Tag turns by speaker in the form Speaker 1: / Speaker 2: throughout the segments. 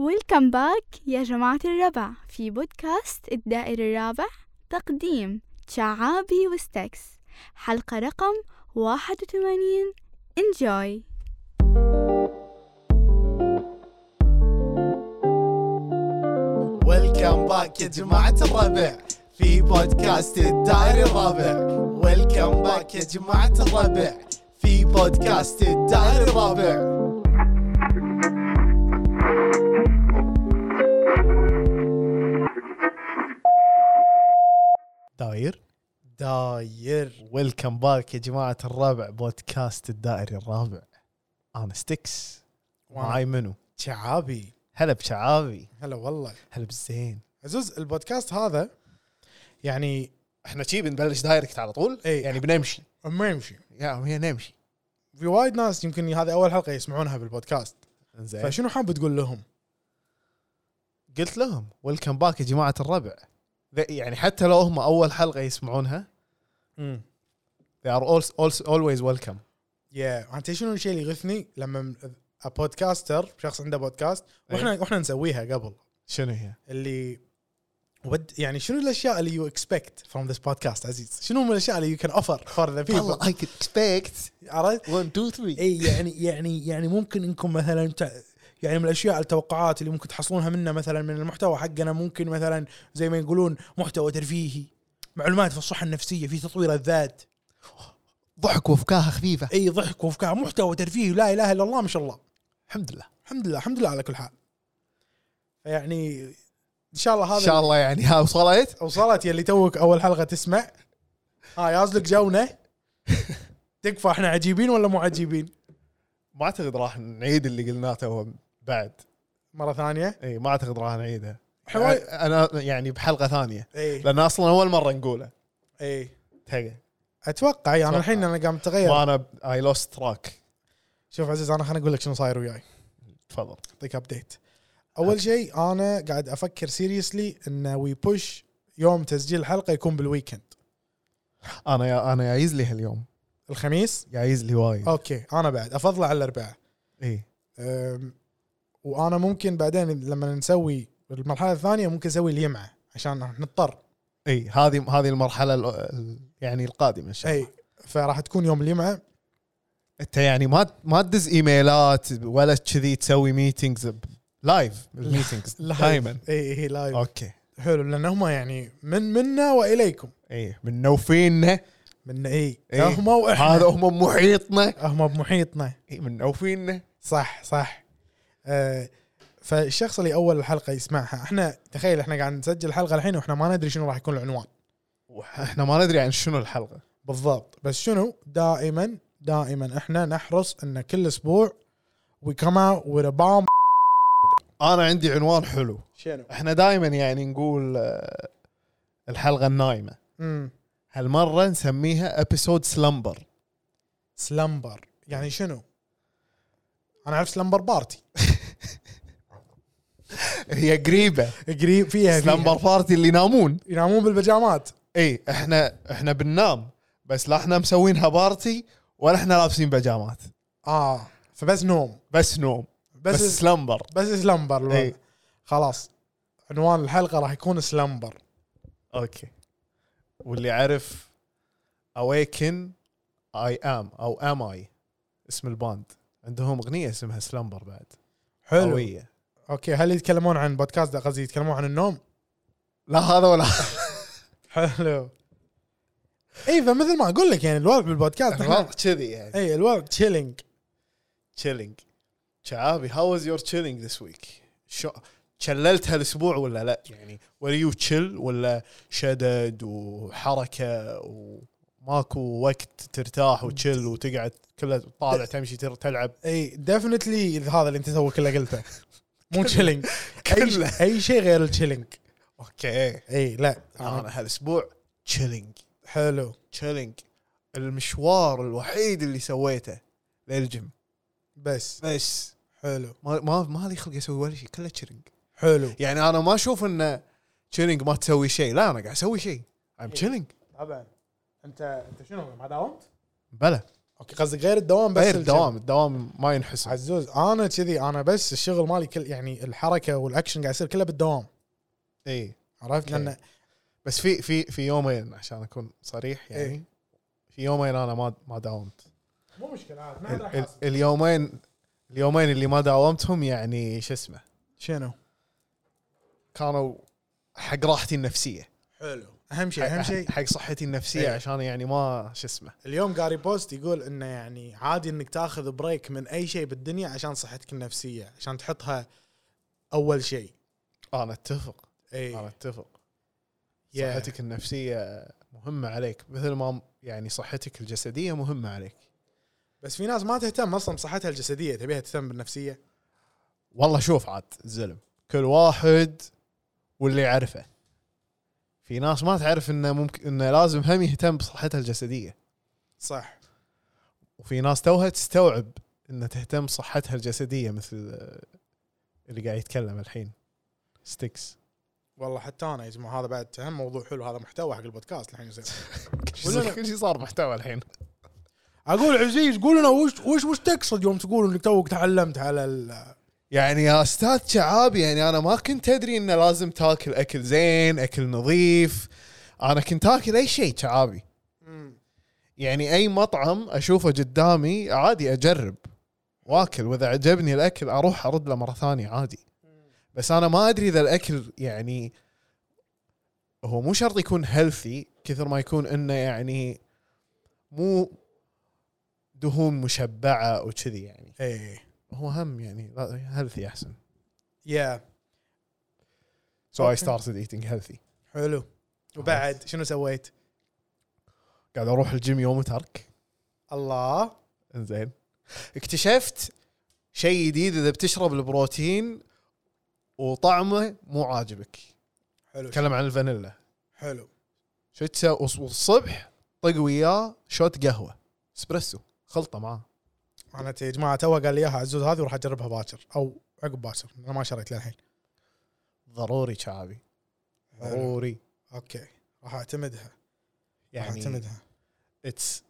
Speaker 1: ويلكم باك يا جماعة الربع في بودكاست الدائر الرابع تقديم شعابي وستكس حلقة رقم 81 انجوي
Speaker 2: ويلكم باك يا جماعة الربع في بودكاست الدائر الرابع ويلكم باك يا جماعة الربع في بودكاست الدائر الرابع
Speaker 3: داير
Speaker 2: داير
Speaker 3: ويلكم باك يا جماعة الرابع بودكاست الدائري الرابع أنا ستكس معاي منو
Speaker 2: شعابي
Speaker 3: هلا بشعابي
Speaker 2: هلا والله
Speaker 3: هلا بالزين
Speaker 2: عزوز البودكاست هذا يعني
Speaker 3: احنا شي بنبلش دايركت على طول
Speaker 2: إيه.
Speaker 3: يعني بنمشي
Speaker 2: ما يمشي
Speaker 3: يعني هي نمشي
Speaker 2: في وايد ناس يمكن هذه اول حلقه يسمعونها بالبودكاست
Speaker 3: زين
Speaker 2: فشنو حاب تقول لهم؟
Speaker 3: قلت لهم ويلكم باك يا جماعة الربع ذا- يعني حتى لو هم أول حلقة يسمعونها
Speaker 2: امم
Speaker 3: they are also, also always welcome
Speaker 4: يا انت يعني شنو الشيء اللي يغثني لما م- بودكاستر شخص عنده بودكاست واحنا واحنا نسويها قبل
Speaker 3: شنو هي؟
Speaker 4: اللي ود يعني شنو الاشياء اللي يو اكسبكت فروم ذس بودكاست عزيز شنو من الاشياء اللي يو كان اوفر فور ذا بيبل
Speaker 3: I could expect
Speaker 4: عرفت
Speaker 3: 1 2 3
Speaker 4: اي يعني يعني يعني ممكن انكم مثلا تع- يعني من الاشياء التوقعات اللي ممكن تحصلونها منا مثلا من المحتوى حقنا ممكن مثلا زي ما يقولون محتوى ترفيهي معلومات في الصحه النفسيه في تطوير الذات
Speaker 3: ضحك وفكاهة خفيفة
Speaker 4: اي ضحك وافكار محتوى ترفيهي لا اله الا الله ما شاء الله
Speaker 3: الحمد لله
Speaker 4: الحمد لله الحمد لله على كل حال يعني ان شاء الله
Speaker 3: إن
Speaker 4: هذا
Speaker 3: شاء الله يعني ها وصلت
Speaker 4: وصلت يا اللي توك اول حلقه تسمع ها يازلك جونا تكفى احنا عجيبين ولا مو عجيبين
Speaker 3: ما اعتقد راح نعيد اللي قلناه تو بعد
Speaker 4: مره ثانيه
Speaker 3: اي ما اعتقد راح نعيدها
Speaker 4: حوالي-
Speaker 3: انا يعني بحلقه ثانيه
Speaker 4: اي
Speaker 3: لان اصلا اول مره نقوله
Speaker 4: اي
Speaker 3: تهجى
Speaker 4: اتوقع يعني
Speaker 3: أتوقع.
Speaker 4: الحين انا قام اتغير
Speaker 3: وانا اي لوست تراك
Speaker 4: شوف عزيز انا خليني اقول لك شنو صاير وياي
Speaker 3: تفضل
Speaker 4: اعطيك ابديت اول شيء انا قاعد افكر سيريسلي ان وي بوش يوم تسجيل الحلقه يكون بالويكند
Speaker 3: انا يا انا يعيز لي هاليوم
Speaker 4: الخميس
Speaker 3: يعيز لي وايد إيه،
Speaker 4: اوكي انا بعد افضله على الاربعاء
Speaker 3: اي
Speaker 4: أم، وانا ممكن بعدين لما نسوي المرحله الثانيه ممكن نسوي الجمعه عشان نضطر
Speaker 3: اي إيه، هذه هذه المرحله ال- ال- يعني القادمه ان شاء الله
Speaker 4: اي إيه، فراح تكون يوم الجمعه
Speaker 3: انت يعني ما ما تدز ايميلات ولا كذي تسوي ميتينجز لايف الميتينجز دائما
Speaker 4: اي اي لايف
Speaker 3: اوكي
Speaker 4: إيه، حلو لان هم يعني من منا واليكم
Speaker 3: اي إيه، من نوفينا
Speaker 4: من اي
Speaker 3: إي.
Speaker 4: هم واحنا
Speaker 3: إيه. هذا هم محيطنا
Speaker 4: هم بمحيطنا
Speaker 3: اي من نوفينا
Speaker 4: صح صح أه فالشخص اللي اول الحلقه يسمعها احنا تخيل احنا قاعد نسجل الحلقه الحين واحنا ما ندري شنو راح يكون العنوان
Speaker 3: احنا ما ندري عن شنو الحلقه
Speaker 4: بالضبط بس شنو دائما دائما احنا نحرص ان كل اسبوع وي كم اوت وذ بام
Speaker 3: انا عندي عنوان حلو
Speaker 4: شنو
Speaker 3: احنا دائما يعني نقول آه، الحلقه النايمه
Speaker 4: امم
Speaker 3: هالمره نسميها ابيسود سلمبر
Speaker 4: سلمبر يعني شنو؟ انا اعرف سلمبر بارتي
Speaker 3: هي قريبه
Speaker 4: قريب فيها
Speaker 3: سلمبر بارتي اللي ينامون
Speaker 4: فيها. ينامون بالبيجامات
Speaker 3: اي احنا احنا بننام بس لا احنا مسوينها بارتي ولا احنا لابسين بيجامات
Speaker 4: اه فبس نوم
Speaker 3: بس نوم
Speaker 4: بس
Speaker 3: بس,
Speaker 4: بس,
Speaker 3: سلمبر
Speaker 4: بس سلمبر
Speaker 3: إي.
Speaker 4: خلاص عنوان الحلقه راح يكون سلمبر
Speaker 3: اوكي واللي عرف اويكن اي ام او ام اي اسم الباند عندهم اغنيه اسمها سلمبر بعد
Speaker 4: حلو أوي.
Speaker 3: قويه
Speaker 4: اوكي هل يتكلمون عن بودكاست ده قصدي يتكلمون عن النوم؟
Speaker 3: لا هذا ولا
Speaker 4: حلو اي إيه، فمثل ما اقول لك يعني الوضع بالبودكاست إيه،
Speaker 3: هذا
Speaker 4: نحن-
Speaker 3: كذي يعني
Speaker 4: اي الوضع تشيلينج
Speaker 3: chilling شعابي how was your chilling this week شو شللت هالاسبوع ولا لا يعني were you chill ولا شدد وحركه وماكو وقت ترتاح وتشل وتقعد كلها طالع تمشي تر- تلعب
Speaker 4: اي ديفنتلي إيه، هذا اللي انت تو كله قلته مو تشيلينج
Speaker 3: كله.
Speaker 4: اي اي شيء غير التشيلينج
Speaker 3: اوكي
Speaker 4: اي لا آه، أنا
Speaker 3: انا هالاسبوع chilling
Speaker 4: حلو
Speaker 3: chilling المشوار الوحيد اللي سويته للجيم
Speaker 4: بس
Speaker 3: بس
Speaker 4: حلو
Speaker 3: ما ما ما لي خلق اسوي ولا شيء كله chilling
Speaker 4: حلو
Speaker 3: يعني انا ما اشوف انه chilling ما تسوي شيء لا
Speaker 4: إيه.
Speaker 3: انا قاعد اسوي شيء I'm chilling
Speaker 4: طبعا انت انت شنو ما داومت؟
Speaker 3: بلى
Speaker 4: اوكي قصدك غير الدوام بس
Speaker 3: غير
Speaker 4: الجيم.
Speaker 3: الدوام الدوام ما ينحسب
Speaker 4: عزوز انا كذي انا بس الشغل مالي كل يعني الحركه والاكشن قاعد يصير كله بالدوام
Speaker 3: اي
Speaker 4: إيه.
Speaker 3: أوكي.
Speaker 4: عرفت لان
Speaker 3: يعني بس في في في يومين عشان اكون صريح يعني
Speaker 4: إيه.
Speaker 3: في يومين انا ما ما داومت
Speaker 4: مو مشكله عاد ما حد راح
Speaker 3: ال- ال-
Speaker 4: يحاسب.
Speaker 3: اليومين اليومين اللي ما داومتهم يعني شو اسمه
Speaker 4: شنو؟
Speaker 3: كانوا حق راحتي النفسيه
Speaker 4: حلو اهم شيء اهم شيء
Speaker 3: حق- حق صحتي النفسيه
Speaker 4: إيه.
Speaker 3: عشان يعني ما شو اسمه
Speaker 4: اليوم جاري بوست يقول انه يعني عادي انك تاخذ بريك من اي شيء بالدنيا عشان صحتك النفسيه عشان تحطها اول شيء إيه.
Speaker 3: انا اتفق انا
Speaker 4: اي
Speaker 3: اتفق
Speaker 4: يا.
Speaker 3: صحتك النفسيه مهمه عليك مثل ما يعني صحتك الجسديه مهمه عليك
Speaker 4: بس في ناس ما تهتم اصلا بصحتها الجسديه تبيها تهتم بالنفسيه
Speaker 3: والله شوف عاد الزلم كل واحد واللي يعرفه في ناس ما تعرف انه ممكن انه لازم هم يهتم بصحتها الجسديه
Speaker 4: صح
Speaker 3: وفي ناس توها تستوعب انه تهتم بصحتها الجسديه مثل آه، اللي قاعد يتكلم الحين ستيكس
Speaker 4: والله حتى انا يا جماعه هذا بعد هم موضوع حلو هذا محتوى حق البودكاست الحين يصير ولا-
Speaker 3: كل شيء صار محتوى الحين
Speaker 4: اقول عزيز قول لنا وش وش وش تقصد يوم تقول انك توك تعلمت على ال-
Speaker 3: يعني يا استاذ شعابي يعني انا ما كنت ادري انه لازم تاكل اكل زين اكل نظيف انا كنت اكل اي شيء شعابي يعني اي مطعم اشوفه قدامي عادي اجرب واكل واذا عجبني الاكل اروح ارد له مره ثانيه عادي بس انا ما ادري اذا الاكل يعني هو مو شرط يكون هيلثي كثر ما يكون انه يعني مو دهون مشبعه وكذي يعني
Speaker 4: اي
Speaker 3: هو هم يعني هيلثي احسن
Speaker 4: يا
Speaker 3: So I started eating healthy.
Speaker 4: حلو وبعد شنو سويت؟
Speaker 3: قاعد اروح الجيم يوم وترك
Speaker 4: الله
Speaker 3: انزين اكتشفت شيء جديد اذا بتشرب البروتين وطعمه مو عاجبك
Speaker 4: حلو
Speaker 3: اتكلم عن الفانيلا
Speaker 4: حلو
Speaker 3: شو تسوي وص- والصبح طق وياه شوت قهوه اسبريسو خلطه معاه
Speaker 4: انا يا جماعه تو قال لي اياها عزوز هذه وراح اجربها باكر او عقب باكر انا ما شريت للحين
Speaker 3: ضروري شعبي ضروري
Speaker 4: اوكي راح اعتمدها راح
Speaker 3: يعني
Speaker 4: اعتمدها
Speaker 3: اتس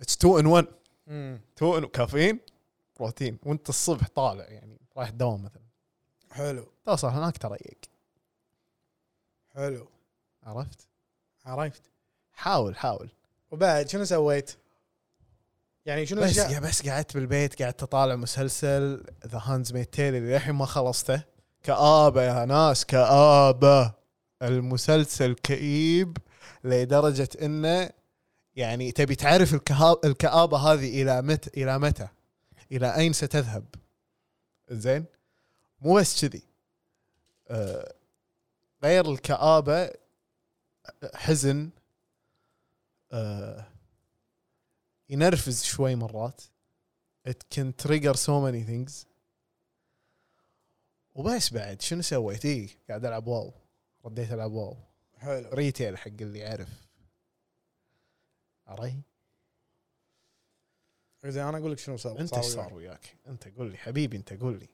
Speaker 3: اتس 2 ان 1
Speaker 4: امم
Speaker 3: 2 ان كافيين بروتين وانت الصبح طالع يعني رايح طيب، الدوام مثلا
Speaker 4: حلو
Speaker 3: توصل هناك تريق
Speaker 4: حلو
Speaker 3: عرفت؟
Speaker 4: عرفت
Speaker 3: حاول حاول
Speaker 4: وبعد شنو سويت؟ يعني شنو
Speaker 3: بس
Speaker 4: الأشياء-
Speaker 3: يا بس قعدت بالبيت قعدت اطالع مسلسل ذا هاندز ميد تيل اللي للحين ما خلصته كآبه يا ناس كآبه المسلسل كئيب لدرجه انه يعني تبي تعرف الكها- الكآبه هذه الى متى الى متى الى اين ستذهب زين مو بس كذي آه، غير الكآبه حزن آه، ينرفز شوي مرات it can trigger so many things وبس بعد شنو سويت؟ اي قاعد العب واو رديت العب واو
Speaker 4: حلو
Speaker 3: ريتيل حق اللي يعرف علي؟
Speaker 4: زين انا اقول لك شنو سويت
Speaker 3: انت ايش صار وياك؟ انت قول لي حبيبي انت قول لي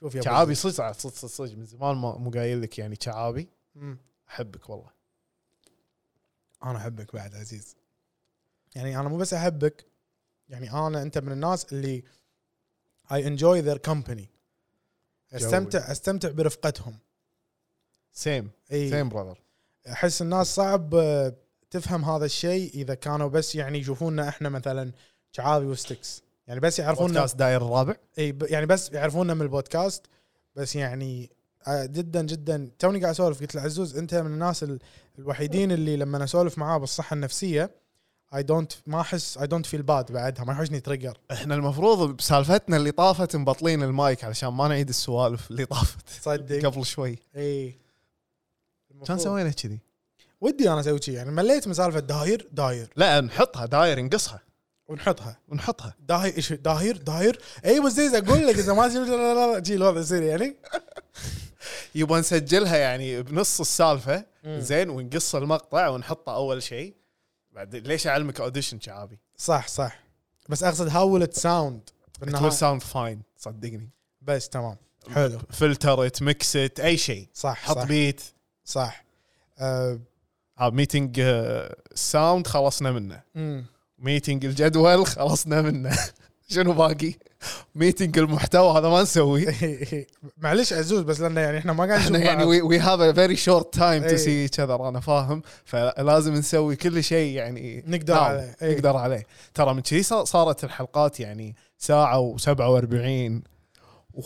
Speaker 4: شوف يا
Speaker 3: شعابي صدق عاد صدق صدق صدق من زمان ما مو قايل لك يعني شعابي
Speaker 4: أمم.
Speaker 3: احبك والله
Speaker 4: انا احبك بعد عزيز يعني انا مو بس احبك يعني انا انت من الناس اللي اي انجوي ذير كومباني استمتع استمتع برفقتهم
Speaker 3: سيم
Speaker 4: اي
Speaker 3: سيم براذر
Speaker 4: احس الناس صعب آه، تفهم هذا الشيء اذا كانوا بس يعني يشوفونا احنا مثلا شعابي وستكس يعني بس يعرفونا
Speaker 3: بودكاست داير الرابع
Speaker 4: اي ب- يعني بس يعرفونا من البودكاست بس يعني آه، جدا جدا توني قاعد اسولف قلت لعزوز انت من الناس ال- الوحيدين اللي لما أنا اسولف معاه بالصحه النفسيه اي دونت ما احس اي دونت فيل باد بعدها ما يحوشني تريجر
Speaker 3: احنا المفروض بسالفتنا اللي طافت مبطلين المايك علشان ما نعيد السوالف اللي طافت
Speaker 4: تصدق
Speaker 3: قبل شوي
Speaker 4: اي
Speaker 3: كان
Speaker 4: المفروض.
Speaker 3: سوينا كذي
Speaker 4: ودي انا اسوي شيء يعني مليت من سالفه داير داير
Speaker 3: لا نحطها داير نقصها
Speaker 4: ونحطها
Speaker 3: ونحطها
Speaker 4: داير ايش داير داير اي إيه، بس زي اقول لك اذا ما تجي- لا- لا- لا- لا، جي الوضع يصير يعني
Speaker 3: يبغى نسجلها يعني بنص السالفه
Speaker 4: مم.
Speaker 3: زين ونقص المقطع ونحطه اول شيء بعد ليش اعلمك اوديشن شعابي؟
Speaker 4: صح صح بس اقصد هاول ساوند
Speaker 3: تقول ساوند فاين صدقني
Speaker 4: بس تمام حلو
Speaker 3: فلترت مكست اي شيء
Speaker 4: صح
Speaker 3: حط آه،
Speaker 4: صح.
Speaker 3: بيت
Speaker 4: صح آه،
Speaker 3: ميتنج ساوند آه، خلصنا منه
Speaker 4: امم
Speaker 3: ميتنج الجدول خلصنا منه شنو باقي؟ ميتنج المحتوى هذا ما نسوي
Speaker 4: معلش عزوز بس لان يعني احنا ما قاعد
Speaker 3: احنا
Speaker 4: نشوف
Speaker 3: يعني
Speaker 4: بعض.
Speaker 3: وي وي هاف ا فيري شورت تايم تو سي
Speaker 4: إيه.
Speaker 3: ايتش اذر انا فاهم فلازم نسوي كل شيء يعني
Speaker 4: نقدر
Speaker 3: now.
Speaker 4: عليه، إيه.
Speaker 3: نقدر عليه ترى من كذي صار- صارت الحلقات يعني ساعه و47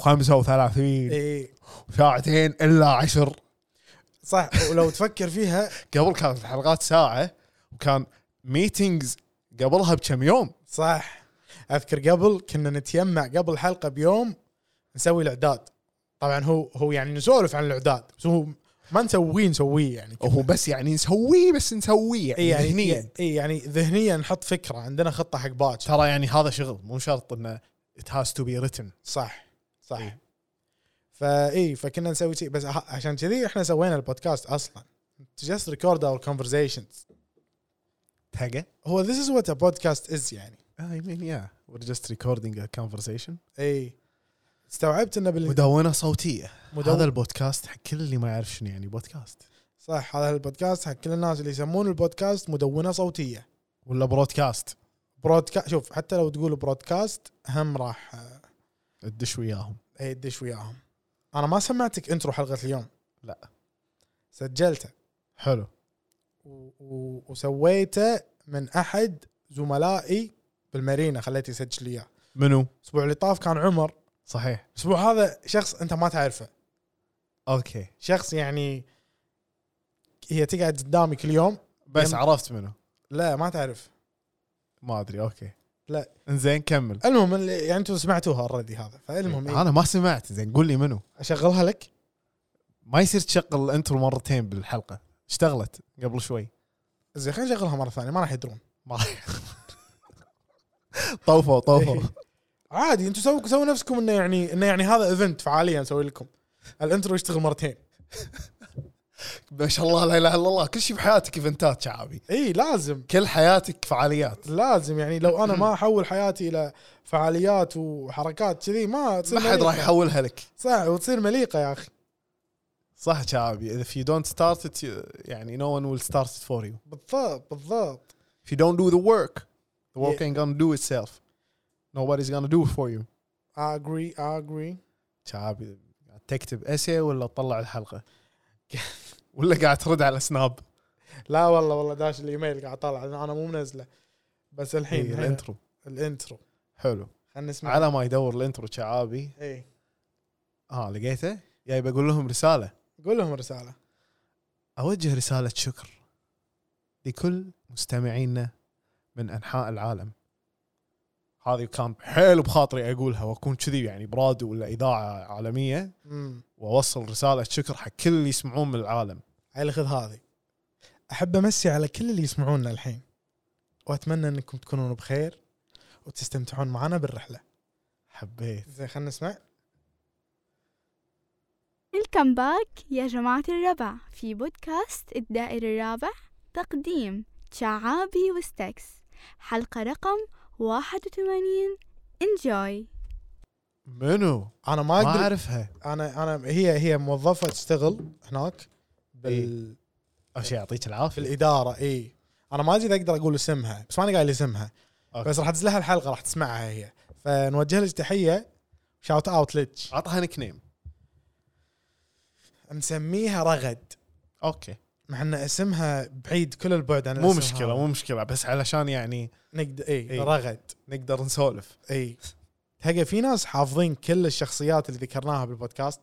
Speaker 3: و35
Speaker 4: إيه.
Speaker 3: وساعتين الا عشر
Speaker 4: صح ولو تفكر فيها
Speaker 3: قبل كانت الحلقات ساعه وكان ميتينجز قبلها بكم يوم
Speaker 4: صح اذكر قبل كنا نتيمع قبل حلقه بيوم نسوي الاعداد طبعا هو هو يعني نسولف عن الاعداد بس هو ما نسويه نسويه يعني
Speaker 3: وهو بس يعني نسويه بس نسويه يعني,
Speaker 4: اي يعني
Speaker 3: ذهنيا
Speaker 4: اي يعني ذهنيا نحط فكره عندنا خطه حق باكر
Speaker 3: ترى يعني هذا شغل مو شرط انه it has to be written
Speaker 4: صح صح
Speaker 3: إيه.
Speaker 4: فاي فكنا نسوي شيء بس ه- عشان كذي احنا سوينا البودكاست اصلا just record our conversations
Speaker 3: تاجه
Speaker 4: هو this is what a podcast is يعني
Speaker 3: I mean yeah we're just recording a conversation
Speaker 4: اي إيه. استوعبت انه بال
Speaker 3: مدونه صوتيه
Speaker 4: مدون-
Speaker 3: هذا البودكاست حق كل اللي ما يعرف شنو يعني بودكاست
Speaker 4: صح هذا البودكاست حق كل الناس اللي يسمون البودكاست مدونه صوتيه
Speaker 3: ولا برودكاست
Speaker 4: برودكاست شوف حتى لو تقول برودكاست هم راح آه،
Speaker 3: تدش وياهم
Speaker 4: اي تدش وياهم انا ما سمعتك انترو حلقه اليوم
Speaker 3: لا.
Speaker 4: سجلته
Speaker 3: حلو
Speaker 4: و- و- وسويته من احد زملائي بالمارينا خليته يسجل لي اياه
Speaker 3: منو
Speaker 4: الاسبوع اللي طاف كان عمر
Speaker 3: صحيح
Speaker 4: الاسبوع هذا شخص انت ما تعرفه
Speaker 3: اوكي
Speaker 4: شخص يعني هي تقعد قدامي كل يوم
Speaker 3: بس
Speaker 4: يم-
Speaker 3: عرفت منو
Speaker 4: لا ما تعرف
Speaker 3: ما ادري اوكي
Speaker 4: لا.
Speaker 3: انزين كمل
Speaker 4: المهم اللي- يعني انتم سمعتوها اوريدي هذا فالمهم إيه.
Speaker 3: انا ما سمعت زين قول لي منو
Speaker 4: اشغلها لك
Speaker 3: ما يصير تشغل الانترو مرتين بالحلقه اشتغلت قبل شوي
Speaker 4: زين خلينا نشغلها مره ثانيه ما راح يدرون
Speaker 3: ما طوفوا طوفوا
Speaker 4: إيه. عادي انتم سووا سووا نفسكم انه يعني انه يعني هذا ايفنت فعاليا نسوي لكم الانترو يشتغل مرتين
Speaker 3: ما شاء الله لا اله الا الله كل شيء بحياتك ايفنتات شعبي
Speaker 4: اي إيه، لازم
Speaker 3: كل حياتك فعاليات
Speaker 4: لازم يعني لو انا ما احول حياتي الى فعاليات وحركات كذي ما تصير
Speaker 3: ما حد
Speaker 4: مليقة.
Speaker 3: راح يحولها لك
Speaker 4: صح وتصير مليقه يا اخي
Speaker 3: صح شعبي if you don't start it you- يعني no one will start it for you
Speaker 4: بالضبط بالضبط
Speaker 3: if you don't do the work the work
Speaker 4: Yeah.
Speaker 3: ain't gonna do itself nobody's gonna do it for you
Speaker 4: اجري اجري
Speaker 3: شعبي قاعد تكتب اسي ولا تطلع الحلقه ولا قاعد ترد على سناب
Speaker 4: لا والله والله داش الايميل قاعد طالع لأن انا مو منزله بس الحين
Speaker 3: إيه، الانترو
Speaker 4: الانترو
Speaker 3: حلو
Speaker 4: خلينا نسمع إيه،
Speaker 3: على ما يدور الانترو شعابي
Speaker 4: اي
Speaker 3: اه لقيته جاي بقول لهم رساله
Speaker 4: قول لهم رساله
Speaker 3: أوجه رسالة شكر لكل مستمعينا من أنحاء العالم هذه كان حيل بخاطري أقولها وأكون كذي يعني براديو ولا إذاعة عالمية
Speaker 4: امم
Speaker 3: وأوصل رسالة شكر حق كل اللي يسمعون من العالم
Speaker 4: عيل خذ هذه احب امسي على كل اللي يسمعونا الحين واتمنى انكم تكونون بخير وتستمتعون معنا بالرحله
Speaker 3: حبيت
Speaker 4: زين خلينا نسمع
Speaker 1: Welcome back يا جماعة الربع في بودكاست الدائري الرابع تقديم شعابي وستكس حلقة رقم 81 Enjoy
Speaker 3: منو؟
Speaker 4: انا ما
Speaker 3: ما
Speaker 4: اقدر
Speaker 3: أعرفها
Speaker 4: انا انا هي هي موظفه تشتغل هناك
Speaker 3: إيه.
Speaker 4: بال
Speaker 3: أول شيء يعطيك
Speaker 4: في
Speaker 3: العافية
Speaker 4: الاداره اي انا ما ادري اذا اقدر اقول اسمها بس ماني قايل اسمها
Speaker 3: أوكي.
Speaker 4: بس راح ادز لها الحلقه راح تسمعها هي فنوجه لك تحيه شاوت اوت لك
Speaker 3: أعطها نيك نيم
Speaker 4: مسميها رغد
Speaker 3: أوكي
Speaker 4: مع ان اسمها بعيد كل البعد عن
Speaker 3: مو
Speaker 4: الاسم
Speaker 3: مشكلة
Speaker 4: هذا.
Speaker 3: مو مشكلة بس علشان يعني
Speaker 4: نقدر اي
Speaker 3: إي.
Speaker 4: إيه؟ رغد
Speaker 3: نقدر نسولف
Speaker 4: اي تلقى في ناس حافظين كل الشخصيات اللي ذكرناها بالبودكاست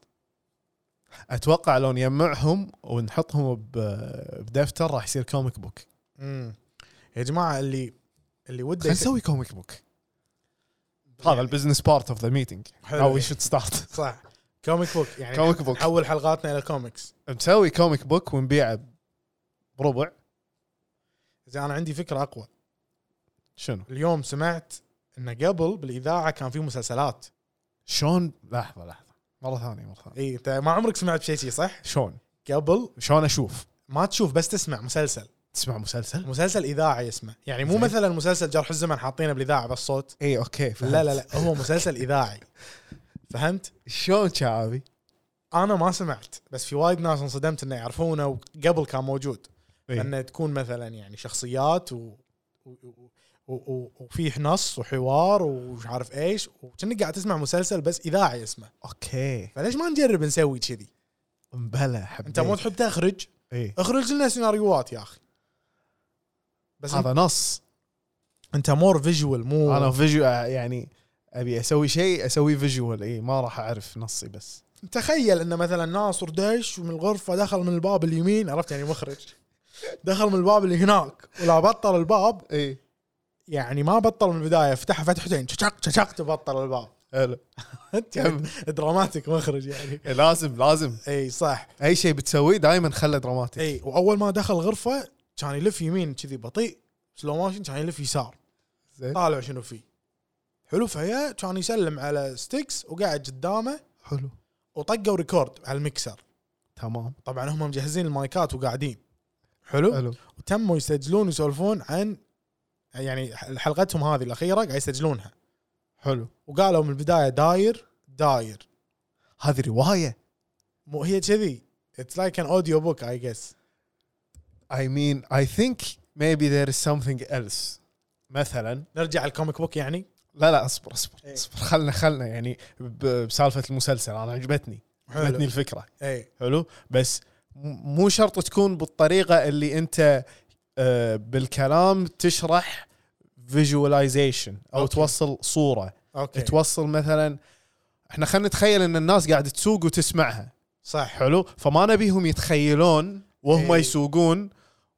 Speaker 3: أتوقع لو نجمعهم ونحطهم ب- بدفتر راح يصير كوميك بوك
Speaker 4: امم يا جماعه اللي اللي وده يعني
Speaker 3: خلينا نسوي كوميك بوك هذا البزنس بارت اوف ذا ميتنج
Speaker 4: حلو.
Speaker 3: هاو وي شود ستارت
Speaker 4: صح كوميك بوك يعني
Speaker 3: كوميك بوك
Speaker 4: نحول حلقاتنا الى كوميكس
Speaker 3: مسوي كوميك بوك ونبيعه بربع
Speaker 4: زين انا عندي فكره اقوى
Speaker 3: شنو؟
Speaker 4: اليوم سمعت ان قبل بالاذاعه كان في مسلسلات
Speaker 3: شلون لحظه لحظه مره ثانيه مره ثانيه
Speaker 4: اي انت ما عمرك سمعت شيء شي صح
Speaker 3: شلون؟
Speaker 4: قبل
Speaker 3: شلون اشوف؟
Speaker 4: ما تشوف بس تسمع مسلسل
Speaker 3: تسمع مسلسل؟
Speaker 4: مسلسل اذاعي اسمه يعني مو
Speaker 3: زين.
Speaker 4: مثلا مسلسل جرح الزمن حاطينه بالاذاعه بس صوت
Speaker 3: اي اوكي إيه، فهمت.
Speaker 4: لا لا لا هو مسلسل اذاعي فهمت
Speaker 3: شلون شعبي؟
Speaker 4: انا ما سمعت بس في وايد ناس انصدمت انه يعرفونه وقبل كان موجود
Speaker 3: إي.
Speaker 4: انه تكون مثلا يعني شخصيات و... و... و... و- و- وفيه نص وحوار ومش عارف ايش وكأنك قاعد تسمع مسلسل بس اذاعي اسمه
Speaker 3: اوكي
Speaker 4: فليش ما نجرب نسوي كذي
Speaker 3: مبلا حبيت
Speaker 4: انت مو تحب تخرج
Speaker 3: ايه
Speaker 4: اخرج لنا سيناريوهات يا اخي بس
Speaker 3: هذا نص
Speaker 4: انت مور فيجوال مو
Speaker 3: انا فيجو يعني ابي اسوي شيء اسوي فيجوال اي ما راح اعرف نصي بس
Speaker 4: تخيل ان مثلا ناصر دش من الغرفه دخل من الباب اليمين عرفت يعني مخرج دخل من الباب اللي هناك ولا بطل الباب
Speaker 3: اي
Speaker 4: يعني ما بطل من البدايه فتحها فتحتين تشق تشق تبطل الباب
Speaker 3: حلو
Speaker 4: انت
Speaker 3: كمل.
Speaker 4: دراماتيك مخرج يعني
Speaker 3: إيه، لازم لازم
Speaker 4: اي صح
Speaker 3: اي شيء بتسويه دائما خله دراماتيك
Speaker 4: اي واول ما دخل غرفه كان يلف يمين كذي بطيء سلو موشن كان يلف يسار
Speaker 3: زين
Speaker 4: طالع شنو فيه حلو فهي كان يسلم على ستيكس وقاعد قدامه
Speaker 3: حلو
Speaker 4: وطقوا ريكورد على المكسر
Speaker 3: تمام
Speaker 4: طبعا هم مجهزين المايكات وقاعدين حلو
Speaker 3: حلو
Speaker 4: تموا يسجلون ويسولفون عن يعني حلقتهم هذه الاخيره قاعد يسجلونها
Speaker 3: حلو
Speaker 4: وقالوا من البدايه داير داير
Speaker 3: هذه روايه
Speaker 4: مو هي كذي اتس لايك ان اوديو بوك اي جس
Speaker 3: I mean I think maybe there is something else مثلا
Speaker 4: نرجع الكوميك بوك يعني
Speaker 3: لا لا اصبر اصبر
Speaker 4: إيه.
Speaker 3: اصبر خلنا خلنا يعني ب- بسالفه المسلسل انا عجبتني عجبتني
Speaker 4: حلو إيه،
Speaker 3: الفكره
Speaker 4: اي
Speaker 3: حلو بس م- مو شرط تكون بالطريقه اللي انت آه، بالكلام تشرح فيجواليزيشن او
Speaker 4: أوكي.
Speaker 3: توصل صوره
Speaker 4: اوكي
Speaker 3: توصل مثلا احنا خلينا نتخيل ان الناس قاعده تسوق وتسمعها
Speaker 4: صح
Speaker 3: حلو فما نبيهم يتخيلون وهم
Speaker 4: إيه.
Speaker 3: يسوقون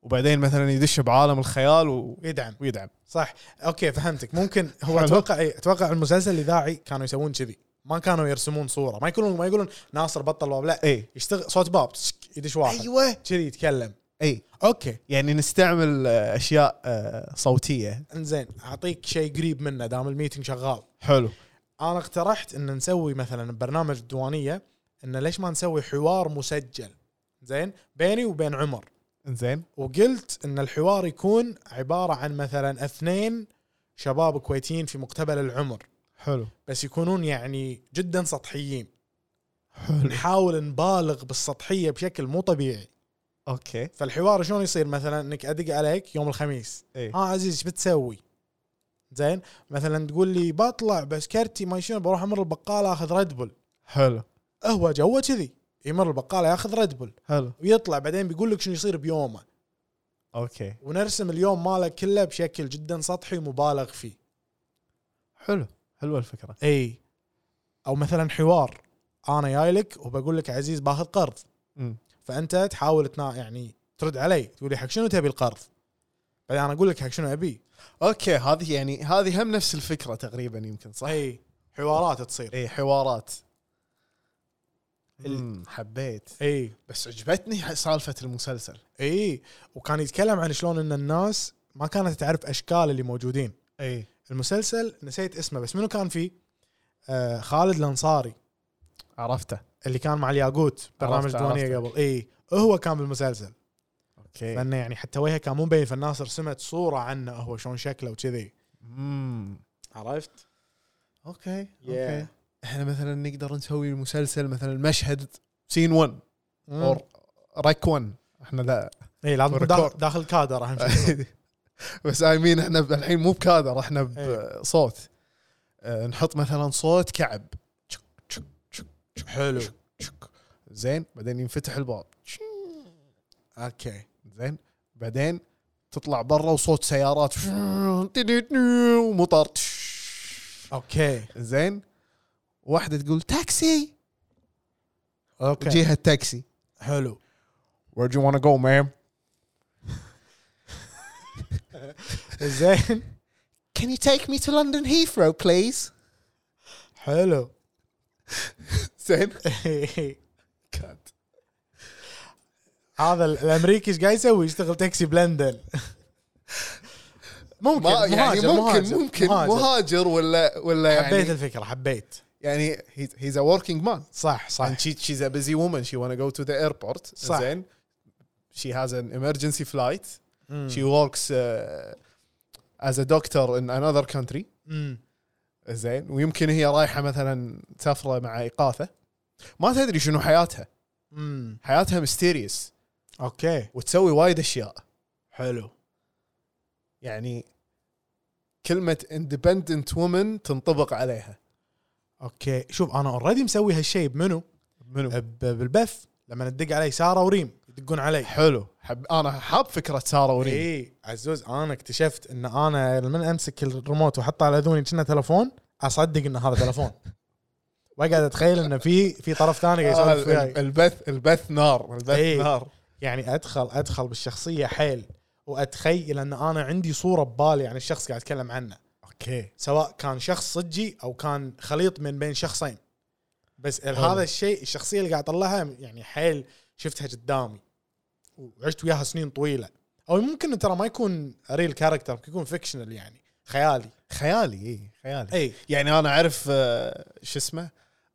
Speaker 3: وبعدين مثلا يدش بعالم الخيال و...
Speaker 4: يدعم
Speaker 3: ويدعم
Speaker 4: صح اوكي فهمتك ممكن هو
Speaker 3: حلو.
Speaker 4: اتوقع إيه، اتوقع المسلسل الاذاعي كانوا يسوون كذي ما كانوا يرسمون صوره ما يقولون ما يقولون ناصر بطل باب لا
Speaker 3: اي
Speaker 4: يشتغل صوت باب تشك، يدش واحد
Speaker 3: ايوه
Speaker 4: كذي يتكلم
Speaker 3: اي
Speaker 4: اوكي
Speaker 3: يعني نستعمل آه، اشياء آه، صوتيه
Speaker 4: انزين اعطيك شيء قريب منه دام الميتنج شغال
Speaker 3: حلو
Speaker 4: انا اقترحت ان نسوي مثلا برنامج الديوانيه ان ليش ما نسوي حوار مسجل زين بيني وبين عمر
Speaker 3: انزين
Speaker 4: وقلت ان الحوار يكون عباره عن مثلا اثنين شباب كويتيين في مقتبل العمر
Speaker 3: حلو
Speaker 4: بس يكونون يعني جدا سطحيين
Speaker 3: حلو
Speaker 4: نحاول نبالغ بالسطحيه بشكل مو طبيعي
Speaker 3: اوكي
Speaker 4: فالحوار شلون يصير مثلا انك ادق عليك يوم الخميس
Speaker 3: اي
Speaker 4: ها عزيز ايش بتسوي؟ زين مثلا تقول لي بطلع بس كرتي ما شنو بروح امر البقاله اخذ ريد بول
Speaker 3: حلو
Speaker 4: هو جوه كذي يمر البقاله ياخذ ريد بول
Speaker 3: حلو
Speaker 4: ويطلع بعدين بيقول لك شنو يصير بيومه
Speaker 3: اوكي
Speaker 4: ونرسم اليوم ماله كله بشكل جدا سطحي ومبالغ فيه
Speaker 3: حلو حلوه الفكره
Speaker 4: اي او مثلا حوار انا جاي لك وبقول لك عزيز باخذ قرض
Speaker 3: أمم.
Speaker 4: فانت تحاول تنا يعني ترد علي تقول لي حق شنو تبي القرض بعدين انا اقول لك حق شنو ابي
Speaker 3: اوكي هذه يعني هذه هم نفس الفكره تقريبا يمكن صح
Speaker 4: اي حوارات تصير
Speaker 3: اي حوارات
Speaker 4: ال-
Speaker 3: أمم، حبيت
Speaker 4: اي
Speaker 3: بس عجبتني سالفه المسلسل
Speaker 4: اي وكان يتكلم عن شلون ان الناس ما كانت تعرف اشكال اللي موجودين
Speaker 3: اي
Speaker 4: المسلسل نسيت اسمه بس منو كان فيه؟ آه خالد الانصاري
Speaker 3: عرفته
Speaker 4: اللي كان مع الياقوت برنامج
Speaker 3: عرفت-
Speaker 4: الديوانيه
Speaker 3: عرفت.
Speaker 4: قبل اي هو كان بالمسلسل
Speaker 3: اوكي
Speaker 4: لانه يعني حتى وجهه كان مو مبين فالناس رسمت صوره عنه هو شلون شكله وكذي
Speaker 3: امم
Speaker 4: عرفت؟
Speaker 3: اوكي
Speaker 4: Yeah.
Speaker 3: اوكي احنا مثلا نقدر نسوي مسلسل مثلا مشهد سين 1 او رك 1 احنا لا
Speaker 4: اي لازم
Speaker 3: وركور.
Speaker 4: إيه، داخل, داخل كادر اهم شيء
Speaker 3: بس اي مين احنا الحين مو بكادر احنا
Speaker 4: إيه.
Speaker 3: بصوت آه، نحط مثلا صوت كعب
Speaker 4: حلو
Speaker 3: شك. زين بعدين ينفتح الباب
Speaker 4: اوكي
Speaker 3: زين بعدين تطلع برا وصوت سيارات ومطر
Speaker 4: آه، اوكي
Speaker 3: زين واحده تقول تاكسي
Speaker 4: اوكي
Speaker 3: يجيها التاكسي
Speaker 4: حلو
Speaker 3: where do you want to go ma'am
Speaker 4: زين
Speaker 3: can you take me to London Heathrow please
Speaker 4: حلو
Speaker 3: زين
Speaker 4: كات هذا ال- الامريكي ايش قاعد يسوي؟ يشتغل تاكسي بلندن ممكن
Speaker 3: ما يعني
Speaker 4: مهاجر،
Speaker 3: ممكن
Speaker 4: مهاجر،
Speaker 3: ممكن مهاجر,
Speaker 4: مهاجر.
Speaker 3: ولا ولا
Speaker 4: حبيت
Speaker 3: يعني
Speaker 4: الفكره حبيت
Speaker 3: يعني he's- he's a working man
Speaker 4: صح صح
Speaker 3: and she she's a busy woman she want to go to the airport
Speaker 4: صح.
Speaker 3: زين she has an emergency flight
Speaker 4: مم.
Speaker 3: she works uh, as a doctor in another country
Speaker 4: مم.
Speaker 3: زين ويمكن هي رايحه مثلا سفره مع اقاثه ما تدري شنو حياتها
Speaker 4: مم.
Speaker 3: حياتها ميستيريس
Speaker 4: اوكي
Speaker 3: وتسوي وايد اشياء
Speaker 4: حلو
Speaker 3: يعني كلمه اندبندنت وومن تنطبق عليها
Speaker 4: اوكي شوف انا اوريدي مسوي هالشيء بمنو
Speaker 3: منو
Speaker 4: ب- بالبث لما ندق علي ساره وريم يدقون علي
Speaker 3: حلو إيه. حب انا حاب فكره ساره وريم
Speaker 4: اي إيه، عزوز انا اكتشفت ان انا لما امسك الريموت واحطه على اذوني كأنه تلفون اصدق ان هذا تلفون واقعد اتخيل ان في في طرف ثاني قاعد
Speaker 3: آه
Speaker 4: يسولف
Speaker 3: ال-
Speaker 4: وياي
Speaker 3: ال- البث البث نار البث
Speaker 4: إيه.
Speaker 3: نار
Speaker 4: يعني ادخل ادخل بالشخصيه حيل واتخيل ان انا عندي صوره ببالي عن الشخص قاعد اتكلم عنه
Speaker 3: اوكي
Speaker 4: سواء كان شخص صجي او كان خليط من بين شخصين بس
Speaker 3: حلو.
Speaker 4: هذا الشيء الشخصيه اللي قاعد اطلعها يعني حيل شفتها قدامي وعشت وياها سنين طويله او ممكن ترى ما يكون ريل كاركتر ممكن يكون فيكشنال يعني خيالي
Speaker 3: خيالي اي خيالي
Speaker 4: اي
Speaker 3: يعني انا اعرف آه، شو اسمه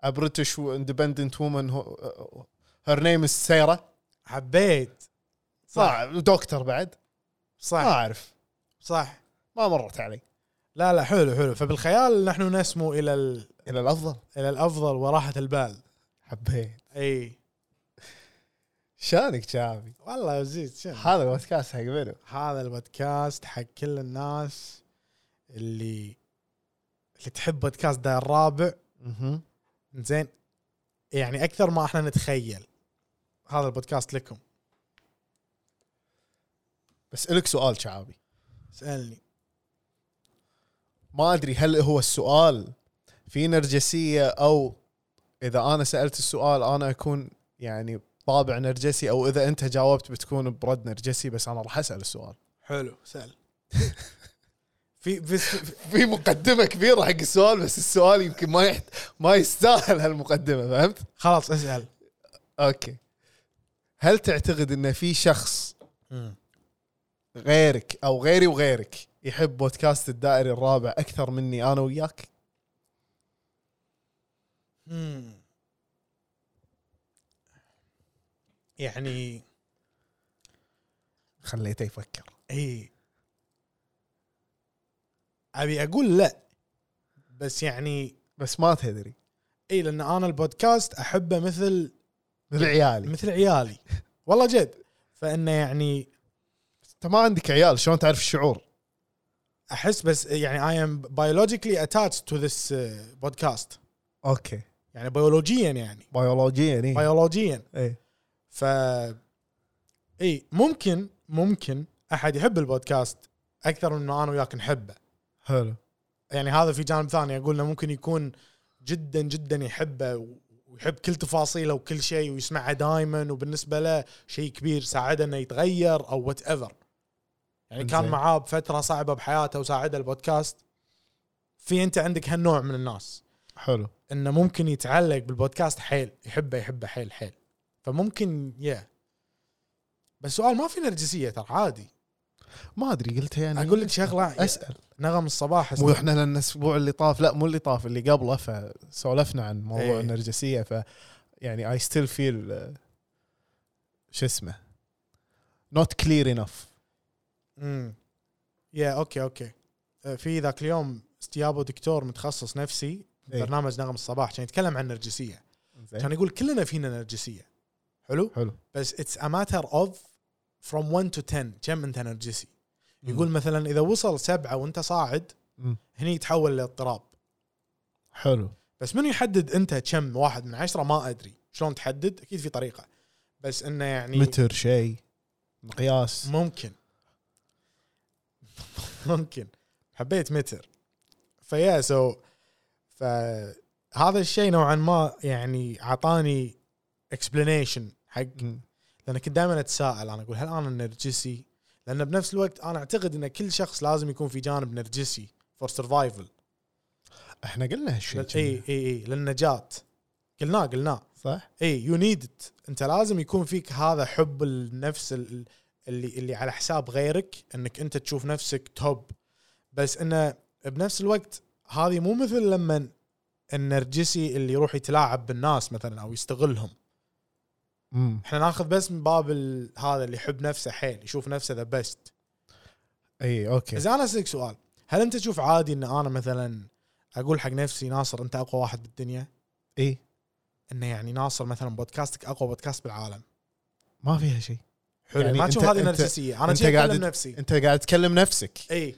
Speaker 3: بريتش اندبندنت وومن آه، هير نيم از سيره
Speaker 4: حبيت
Speaker 3: صح دكتور بعد
Speaker 4: صح
Speaker 3: ما
Speaker 4: آه.
Speaker 3: اعرف
Speaker 4: صح
Speaker 3: ما مرت علي
Speaker 4: لا لا حلو حلو فبالخيال نحن نسمو الى ال...
Speaker 3: الى الافضل
Speaker 4: الى الافضل وراحه البال
Speaker 3: حبيت
Speaker 4: اي
Speaker 3: شلونك شعبي
Speaker 4: والله زيد شنو
Speaker 3: هذا البودكاست حق منو
Speaker 4: هذا البودكاست حق كل الناس اللي اللي تحب بودكاست داير الرابع زين يعني اكثر ما احنا نتخيل هذا البودكاست لكم
Speaker 3: بسالك سؤال شعبي
Speaker 4: اسالني
Speaker 3: ما ادري هل هو السؤال في نرجسيه او اذا انا سالت السؤال انا اكون يعني طابع نرجسي او اذا انت جاوبت بتكون برد نرجسي بس انا راح اسال السؤال
Speaker 4: حلو سال في في في-
Speaker 3: في مقدمه كبيره حق السؤال بس السؤال يمكن ما يحت... ما يستاهل هالمقدمه فهمت؟
Speaker 4: خلاص اسال
Speaker 3: اوكي هل تعتقد ان في شخص غيرك او غيري وغيرك يحب بودكاست الدائري الرابع اكثر مني انا وياك؟
Speaker 4: مم. يعني
Speaker 3: خليته يفكر
Speaker 4: اي ابي اقول لا بس يعني
Speaker 3: بس ما تدري
Speaker 4: اي لان انا البودكاست احبه مثل
Speaker 3: لعيالي
Speaker 4: مثل عيالي والله جد فانه يعني
Speaker 3: انت ما عندك عيال شلون تعرف الشعور؟
Speaker 4: احس بس يعني اي ام بايولوجيكلي اتاتش تو ذس بودكاست
Speaker 3: اوكي
Speaker 4: آه، يعني بيولوجيا يعني
Speaker 3: بيولوجيا اي
Speaker 4: بيولوجيا
Speaker 3: ايه
Speaker 4: ف اي ممكن ممكن احد يحب البودكاست اكثر من ما انا وياك نحبه
Speaker 3: حلو
Speaker 4: يعني هذا في جانب ثاني اقول انه ممكن يكون جدا جدا يحبه ويحب كل تفاصيله وكل شيء ويسمعه دائما وبالنسبه له شيء كبير ساعده انه يتغير او وات ايفر يعني كان
Speaker 3: إنزين.
Speaker 4: معاه بفتره صعبه بحياته وساعده البودكاست في انت عندك هالنوع من الناس
Speaker 3: حلو
Speaker 4: انه ممكن يتعلق بالبودكاست حيل يحبه يحبه حيل حيل فممكن يا بس سؤال ما في نرجسيه ترى عادي
Speaker 3: ما ادري قلت يعني
Speaker 4: اقول لك شغله
Speaker 3: اسال
Speaker 4: نغم الصباح
Speaker 3: مو احنا لان الاسبوع اللي طاف لا مو اللي طاف اللي قبله فسولفنا عن موضوع
Speaker 4: إيه.
Speaker 3: ايه. النرجسيه ف يعني اي ستيل فيل شو اسمه نوت كلير انف
Speaker 4: امم يا اوكي اوكي آه، في ذاك اليوم استيابو دكتور متخصص نفسي
Speaker 3: إيه.
Speaker 4: برنامج نغم الصباح كان يتكلم عن النرجسيه كان يقول كلنا فينا نرجسيه حلو
Speaker 3: حلو
Speaker 4: بس اتس ا ماتر اوف فروم 1 تو 10 كم انت نرجسي يقول مثلا اذا وصل سبعه وانت صاعد
Speaker 3: مم.
Speaker 4: هني يتحول لاضطراب
Speaker 3: حلو
Speaker 4: بس من يحدد انت كم واحد من عشره ما ادري شلون تحدد اكيد في طريقه بس انه يعني
Speaker 3: متر شيء مقياس
Speaker 4: ممكن ممكن حبيت متر فيا سو فهذا الشيء نوعا ما يعني اعطاني اكسبلانيشن حق
Speaker 3: مم.
Speaker 4: لان كنت دائما اتساءل انا اقول هل انا نرجسي؟ لان بنفس الوقت انا اعتقد ان كل شخص لازم يكون في جانب نرجسي فور سرفايفل
Speaker 3: احنا قلنا هالشيء
Speaker 4: اي اي اي للنجاه قلناه قلناه
Speaker 3: صح؟
Speaker 4: اي يو نيد انت لازم يكون فيك هذا حب النفس ال- اللي اللي على حساب غيرك انك انت تشوف نفسك توب بس انه بنفس الوقت هذه مو مثل لما النرجسي اللي يروح يتلاعب بالناس مثلا او يستغلهم
Speaker 3: مم.
Speaker 4: احنا ناخذ بس من باب ال- هذا اللي يحب نفسه حيل يشوف نفسه ذا بيست
Speaker 3: اي اوكي
Speaker 4: اذا انا اسالك سؤال هل انت تشوف عادي ان انا مثلا اقول حق نفسي ناصر انت اقوى واحد بالدنيا
Speaker 3: اي
Speaker 4: انه يعني ناصر مثلا بودكاستك اقوى بودكاست بالعالم
Speaker 3: ما فيها شيء
Speaker 4: حلو
Speaker 3: يعني
Speaker 4: ما
Speaker 3: أنت-
Speaker 4: تشوف هذه
Speaker 3: أنت-
Speaker 4: نرجسيه انا
Speaker 3: أنت
Speaker 4: جاي
Speaker 3: قاعد-
Speaker 4: اكلم نفسي إيه،
Speaker 3: انت قاعد تكلم نفسك
Speaker 4: اي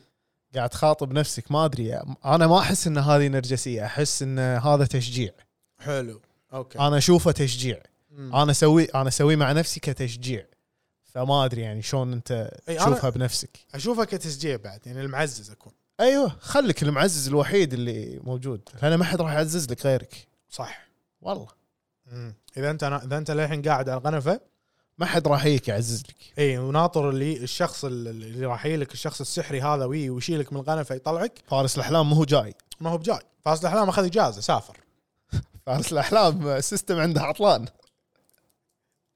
Speaker 3: قاعد تخاطب نفسك ما ادري انا ما احس ان هذه نرجسيه احس ان هذا تشجيع
Speaker 4: حلو اوكي
Speaker 3: انا اشوفه تشجيع
Speaker 4: مم.
Speaker 3: انا اسوي انا اسويه مع نفسي كتشجيع فما ادري يعني شلون انت
Speaker 4: أي إيه، أنا-
Speaker 3: تشوفها بنفسك
Speaker 4: اشوفها كتشجيع بعد يعني المعزز اكون
Speaker 3: ايوه خليك المعزز الوحيد اللي موجود لان ما حد راح يعزز لك غيرك
Speaker 4: صح
Speaker 3: والله
Speaker 4: مم. اذا انت اذا انت للحين قاعد على القنفه
Speaker 3: ما حد راح يجيك يعزز لك
Speaker 4: اي وناطر اللي الشخص اللي اللي راح يجيلك الشخص السحري هذا وي ويشيلك من القنفه يطلعك
Speaker 3: فارس الاحلام مو هو جاي
Speaker 4: ما هو بجاي فاصل الاحلام اخذ اجازه سافر
Speaker 3: فارس الاحلام السيستم عنده عطلان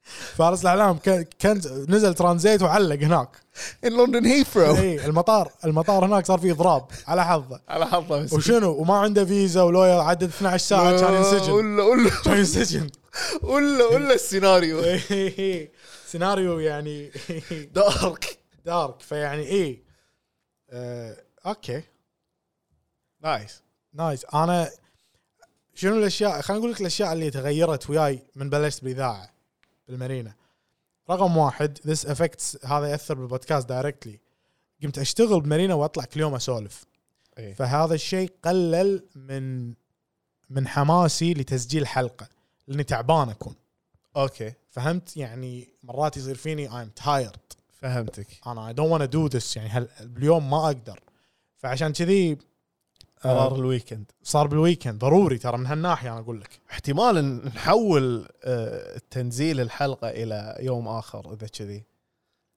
Speaker 4: فارس الاحلام كان كان نزل ترانزيت وعلق هناك
Speaker 3: ان لندن هيثرو
Speaker 4: اي المطار المطار هناك صار فيه اضراب على حظه
Speaker 3: على حظه بس
Speaker 4: وشنو وما عنده فيزا ولا عدد 12 ساعه كان ينسجن
Speaker 3: ولا ولا
Speaker 4: كان ينسجن
Speaker 3: ولا ولا السيناريو
Speaker 4: إي. سيناريو يعني
Speaker 3: دارك
Speaker 4: دارك فيعني ايه آه، اوكي
Speaker 3: نايس
Speaker 4: نايس انا شنو الاشياء خليني اقول لك الاشياء اللي تغيرت وياي من بلشت بالاذاعه بالمارينا رقم واحد ذس افكتس هذا ياثر بالبودكاست دايركتلي قمت اشتغل بمارينا واطلع كل يوم اسولف
Speaker 3: إيه.
Speaker 4: فهذا الشيء قلل من من حماسي لتسجيل حلقه لاني تعبان اكون
Speaker 3: اوكي
Speaker 4: فهمت يعني مرات يصير فيني ايم تايرد
Speaker 3: فهمتك
Speaker 4: انا اي دونت ونت دو ذس يعني هل اليوم ما اقدر فعشان كذي آه،
Speaker 3: قرار الويكند
Speaker 4: صار بالويكند ضروري ترى من هالناحيه انا اقول لك
Speaker 3: احتمال نحول آه، تنزيل الحلقه الى يوم اخر اذا كذي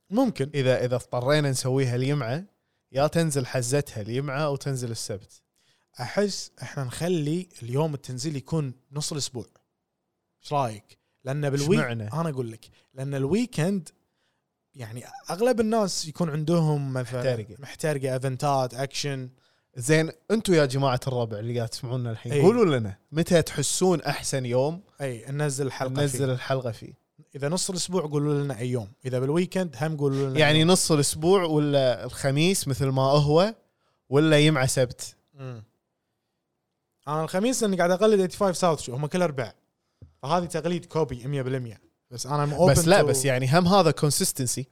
Speaker 4: ممكن
Speaker 3: اذا اذا اضطرينا نسويها الجمعه يا تنزل حزتها الجمعه او تنزل السبت
Speaker 4: احس احنا نخلي اليوم التنزيل يكون نص الاسبوع ايش رايك لان بالويك
Speaker 3: معنى؟
Speaker 4: انا اقول لك لان الويكند يعني اغلب الناس يكون عندهم مثلا
Speaker 3: محترقة.
Speaker 4: محترقه ايفنتات اكشن
Speaker 3: زين انتم يا جماعه الربع اللي قاعد تسمعونا الحين
Speaker 4: إيه.
Speaker 3: قولوا لنا متى تحسون احسن يوم
Speaker 4: اي ننزل الحلقه
Speaker 3: ننزل
Speaker 4: ننزل
Speaker 3: الحلقه فيه
Speaker 4: اذا نص الاسبوع قولوا لنا اي يوم اذا بالويكند هم قولوا لنا
Speaker 3: يعني نص الاسبوع ولا الخميس مثل ما هو ولا يمعه سبت
Speaker 4: مم. انا الخميس اني قاعد اقلد 85 ساوث شو هم كل اربع فهذه تقليد كوبي 100% بس انا I'm open
Speaker 3: بس لا
Speaker 4: to-
Speaker 3: بس يعني هم هذا كونسستنسي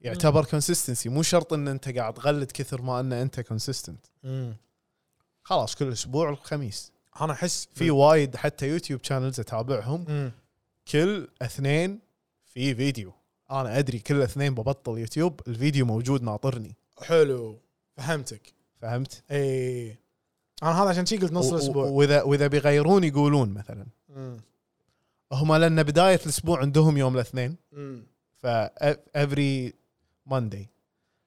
Speaker 3: يعتبر كونسستنسي مو شرط ان انت قاعد تغلد كثر ما ان انت كونسستنت
Speaker 4: مم.
Speaker 3: خلاص كل اسبوع الخميس
Speaker 4: انا احس
Speaker 3: في وايد حتى يوتيوب شانلز اتابعهم
Speaker 4: مم.
Speaker 3: كل اثنين في فيديو انا ادري كل اثنين ببطل يوتيوب الفيديو موجود ناطرني
Speaker 4: حلو فهمتك
Speaker 3: فهمت
Speaker 4: اي انا هذا عشان شي قلت نص
Speaker 3: و- و-
Speaker 4: الاسبوع
Speaker 3: واذا واذا بيغيرون يقولون مثلا
Speaker 4: مم.
Speaker 3: هم لان بدايه الاسبوع عندهم يوم الاثنين
Speaker 4: مم.
Speaker 3: ف افري ماندي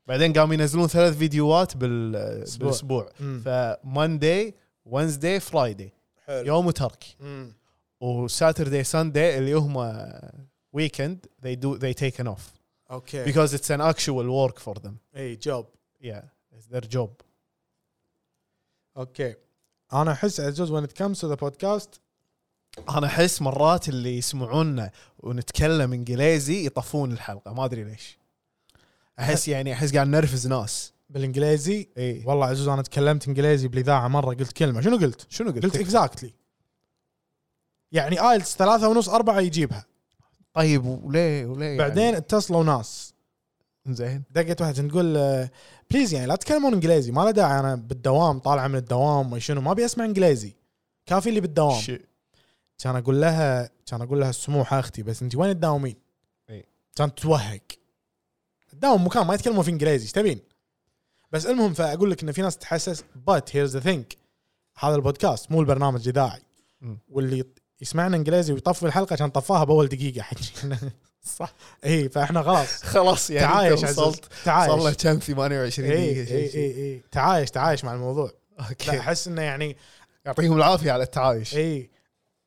Speaker 3: بعدين قاموا ينزلون ثلاث فيديوهات بال...
Speaker 4: أسبوع.
Speaker 3: بالاسبوع
Speaker 4: مم.
Speaker 3: فماندي وينزداي فرايدي
Speaker 4: حلو
Speaker 3: يوم وترك
Speaker 4: مم.
Speaker 3: وساتردي ساندي اللي هم ويكند they do they take an off
Speaker 4: إيه. اوكي
Speaker 3: because it's an actual work for them
Speaker 4: اي جوب
Speaker 3: yeah it's their job
Speaker 4: اوكي انا احس عزوز وين كمز تو ذا بودكاست
Speaker 3: انا احس مرات اللي يسمعونا ونتكلم انجليزي يطفون الحلقه ما ادري ليش احس يعني احس قاعد نرفز ناس
Speaker 4: بالانجليزي
Speaker 3: اي
Speaker 4: والله عزوز انا تكلمت انجليزي بالاذاعه مره قلت كلمه شنو قلت؟
Speaker 3: شنو
Speaker 4: قلت
Speaker 3: قلت؟
Speaker 4: اكزاكتلي يعني ايلتس ثلاثة ونص أربعة يجيبها
Speaker 3: طيب وليه وليه
Speaker 4: بعدين اتصلوا ناس
Speaker 3: يعني زين
Speaker 4: دقت واحدة عشان تقول آه، بليز يعني لا تتكلمون انجليزي ما له داعي انا بالدوام طالعة من الدوام ما شنو ما ابي اسمع انجليزي كافي اللي بالدوام
Speaker 3: شيء.
Speaker 4: كان اقول لها كان اقول لها سموحة اختي بس انت وين تداومين؟
Speaker 3: إي.
Speaker 4: كانت تتوهق تداوم مكان ما يتكلمون في انجليزي ايش تبين؟ بس المهم فاقول لك ان في ناس تحسس بات هيرز ذا ثينك هذا البودكاست مو البرنامج الاذاعي
Speaker 3: مم.
Speaker 4: واللي يط- يسمعنا انجليزي ويطفي الحلقه عشان طفاها باول دقيقه حجينا صح اي فاحنا خلاص
Speaker 3: خلاص يعني
Speaker 4: تعايش
Speaker 3: تعايش
Speaker 4: عزوز.
Speaker 3: وصلت صار له
Speaker 4: تعايش إيه،
Speaker 3: كم 28
Speaker 4: اي
Speaker 3: دقيقه
Speaker 4: اي
Speaker 3: شيء شيء.
Speaker 4: اي اي تعايش تعايش مع الموضوع لا إيه.
Speaker 3: اوكي
Speaker 4: احس انه يعني
Speaker 3: يعطيهم العافيه على التعايش
Speaker 4: اي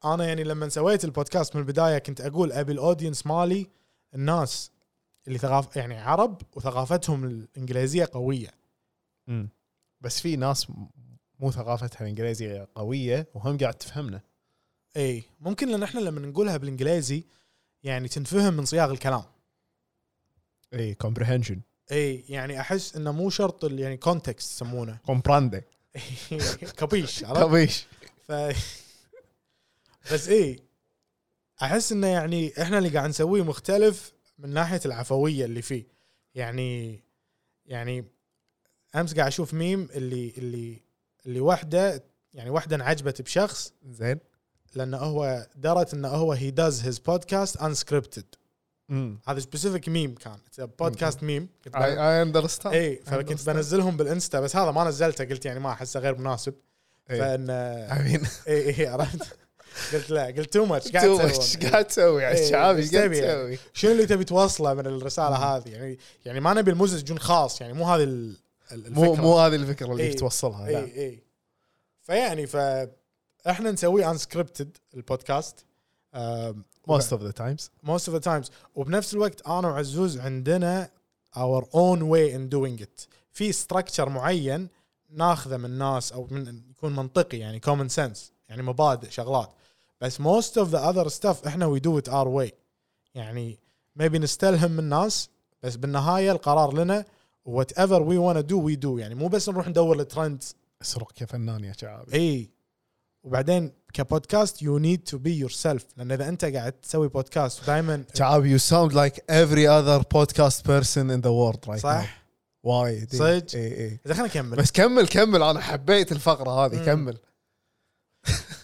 Speaker 4: انا يعني لما سويت البودكاست من البدايه كنت اقول ابي الاودينس مالي الناس اللي ثقاف يعني عرب وثقافتهم الانجليزيه قويه
Speaker 3: مم. بس في ناس م- مو ثقافتها الانجليزيه قويه وهم قاعد تفهمنا
Speaker 4: اي ممكن لان احنا لما نقولها بالانجليزي يعني تنفهم من صياغ الكلام إيه،
Speaker 3: اي كومبريهنشن
Speaker 4: اي يعني احس انه مو شرط ال- يعني كونتكست يسمونه
Speaker 3: كومبراندي
Speaker 4: كبيش عرفت؟
Speaker 3: طبيش
Speaker 4: ف... بس اي احس انه يعني احنا اللي قاعد نسويه مختلف من ناحيه العفويه اللي فيه يعني يعني امس قاعد اشوف ميم اللي اللي اللي واحده يعني واحده انعجبت بشخص
Speaker 3: زين
Speaker 4: لانه هو درت انه هو هي داز هيز بودكاست انسكريبتد
Speaker 3: امم
Speaker 4: هذا سبيسيفيك ميم كان بودكاست ميم كنت بن-
Speaker 3: اي اندرستاند
Speaker 4: اي فكنت بنزلهم بالانستا بس هذا ما نزلته قلت يعني ما احسه غير مناسب فان اي
Speaker 3: امين
Speaker 4: اي إيه، عرفت قلت لا قلت تو ماتش قاعد
Speaker 3: ايش
Speaker 4: تسوون.
Speaker 3: قاعد تسوي يا
Speaker 4: إيه،
Speaker 3: شعبي
Speaker 4: إيش
Speaker 3: ايش قاعد
Speaker 4: تبي يعني؟
Speaker 3: تسوي؟
Speaker 4: شنو اللي تبي توصله من الرساله هذه يعني يعني ما نبي المزج يكون خاص يعني مو هذه ال- ال- الفكره
Speaker 3: مو مو هذه الفكره اللي
Speaker 4: إيه.
Speaker 3: توصلها لا
Speaker 4: اي اي فيعني ف احنا نسويه انسكريبتد البودكاست
Speaker 3: موست اوف ذا تايمز
Speaker 4: موست اوف ذا تايمز وبنفس الوقت انا وعزوز عندنا اور اون واي ان دوينج ات في ستراكشر معين ناخذه من ناس او من يكون منطقي يعني كومن سنس يعني مبادئ شغلات بس موست اوف ذا اذر ستاف احنا وي دو ات ار واي يعني مبي نستلهم من الناس بس بالنهايه القرار لنا وات ايفر وي ونا دو وي دو يعني مو بس نروح ندور الترندز
Speaker 3: اسرق يا فنان يا شعبي
Speaker 4: اي وبعدين كبودكاست يو نيد تو بي يور سيلف لان اذا انت قاعد تسوي بودكاست دائما
Speaker 3: شعبي يو ساوند لايك افري اذر بودكاست بيرسون ان ذا وورلد رايت
Speaker 4: صح
Speaker 3: وايد إيه.
Speaker 4: صدق؟
Speaker 3: اي اي
Speaker 4: اذا خلينا نكمل
Speaker 3: بس كمل كمل انا حبيت الفقره هذه
Speaker 4: مم.
Speaker 3: كمل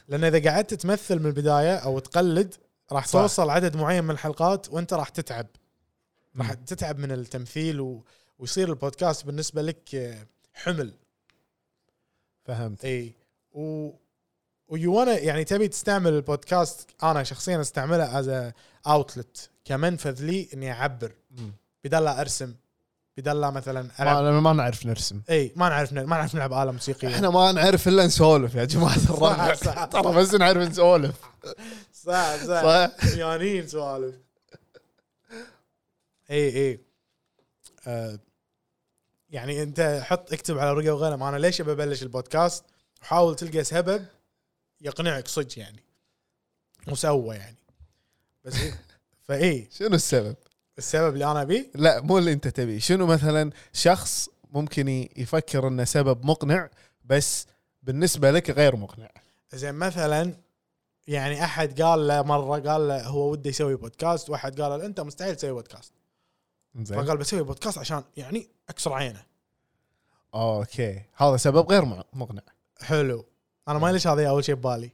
Speaker 4: لان اذا قعدت تمثل من البدايه او تقلد راح
Speaker 3: صح.
Speaker 4: توصل عدد معين من الحلقات وانت راح تتعب راح تتعب من التمثيل و... ويصير البودكاست بالنسبه لك آه، حمل
Speaker 3: فهمت
Speaker 4: اي و ويو wanna- يعني تبي تستعمل البودكاست انا شخصيا استعمله از اوتلت كمنفذ لي اني اعبر
Speaker 3: مم.
Speaker 4: بدل لا ارسم بدل لا مثلا العب
Speaker 3: ما, ما نعرف نرسم
Speaker 4: اي ما نعرف ما نعرف نلعب اله موسيقيه
Speaker 3: احنا ما نعرف الا نسولف يا جماعه الربع
Speaker 4: إيه. صح، صح.
Speaker 3: ترى بس نعرف نسولف
Speaker 4: صح صح
Speaker 3: صح
Speaker 4: مليانين سوالف اي اي آه، يعني انت حط اكتب على ورقه وقلم انا ليش ابي ابلش البودكاست وحاول تلقى سبب يقنعك صدق يعني وسوى يعني بس إيه. فاي
Speaker 3: شنو السبب؟
Speaker 4: السبب اللي انا ابيه
Speaker 3: لا مو اللي انت تبيه شنو مثلا شخص ممكن ي- يفكر انه سبب مقنع بس بالنسبه لك غير مقنع
Speaker 4: زين مثلا يعني احد قال له مره قال له هو وده يسوي بودكاست واحد قال له انت مستحيل تسوي بودكاست
Speaker 3: زين
Speaker 4: فقال بسوي بودكاست عشان يعني اكسر عينه
Speaker 3: اوكي هذا سبب غير مع- مقنع
Speaker 4: حلو انا ما ليش هذا اول شيء ببالي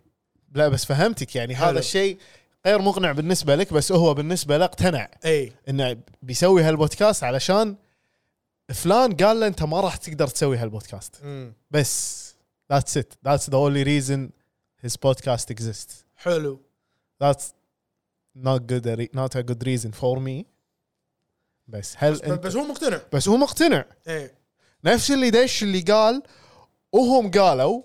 Speaker 3: لا بس فهمتك يعني
Speaker 4: حلو.
Speaker 3: هذا الشيء غير مقنع بالنسبه لك بس هو بالنسبه له اقتنع
Speaker 4: اي
Speaker 3: انه بيسوي هالبودكاست علشان فلان قال له انت ما راح تقدر تسوي هالبودكاست
Speaker 4: امم
Speaker 3: بس that's it that's the only reason his podcast exists
Speaker 4: حلو
Speaker 3: that's not good a re- not a good reason for me بس هل بس,
Speaker 4: بس,
Speaker 3: انت
Speaker 4: بس هو مقتنع إيه.
Speaker 3: بس هو مقتنع
Speaker 4: اي
Speaker 3: نفس اللي دش اللي قال وهم قالوا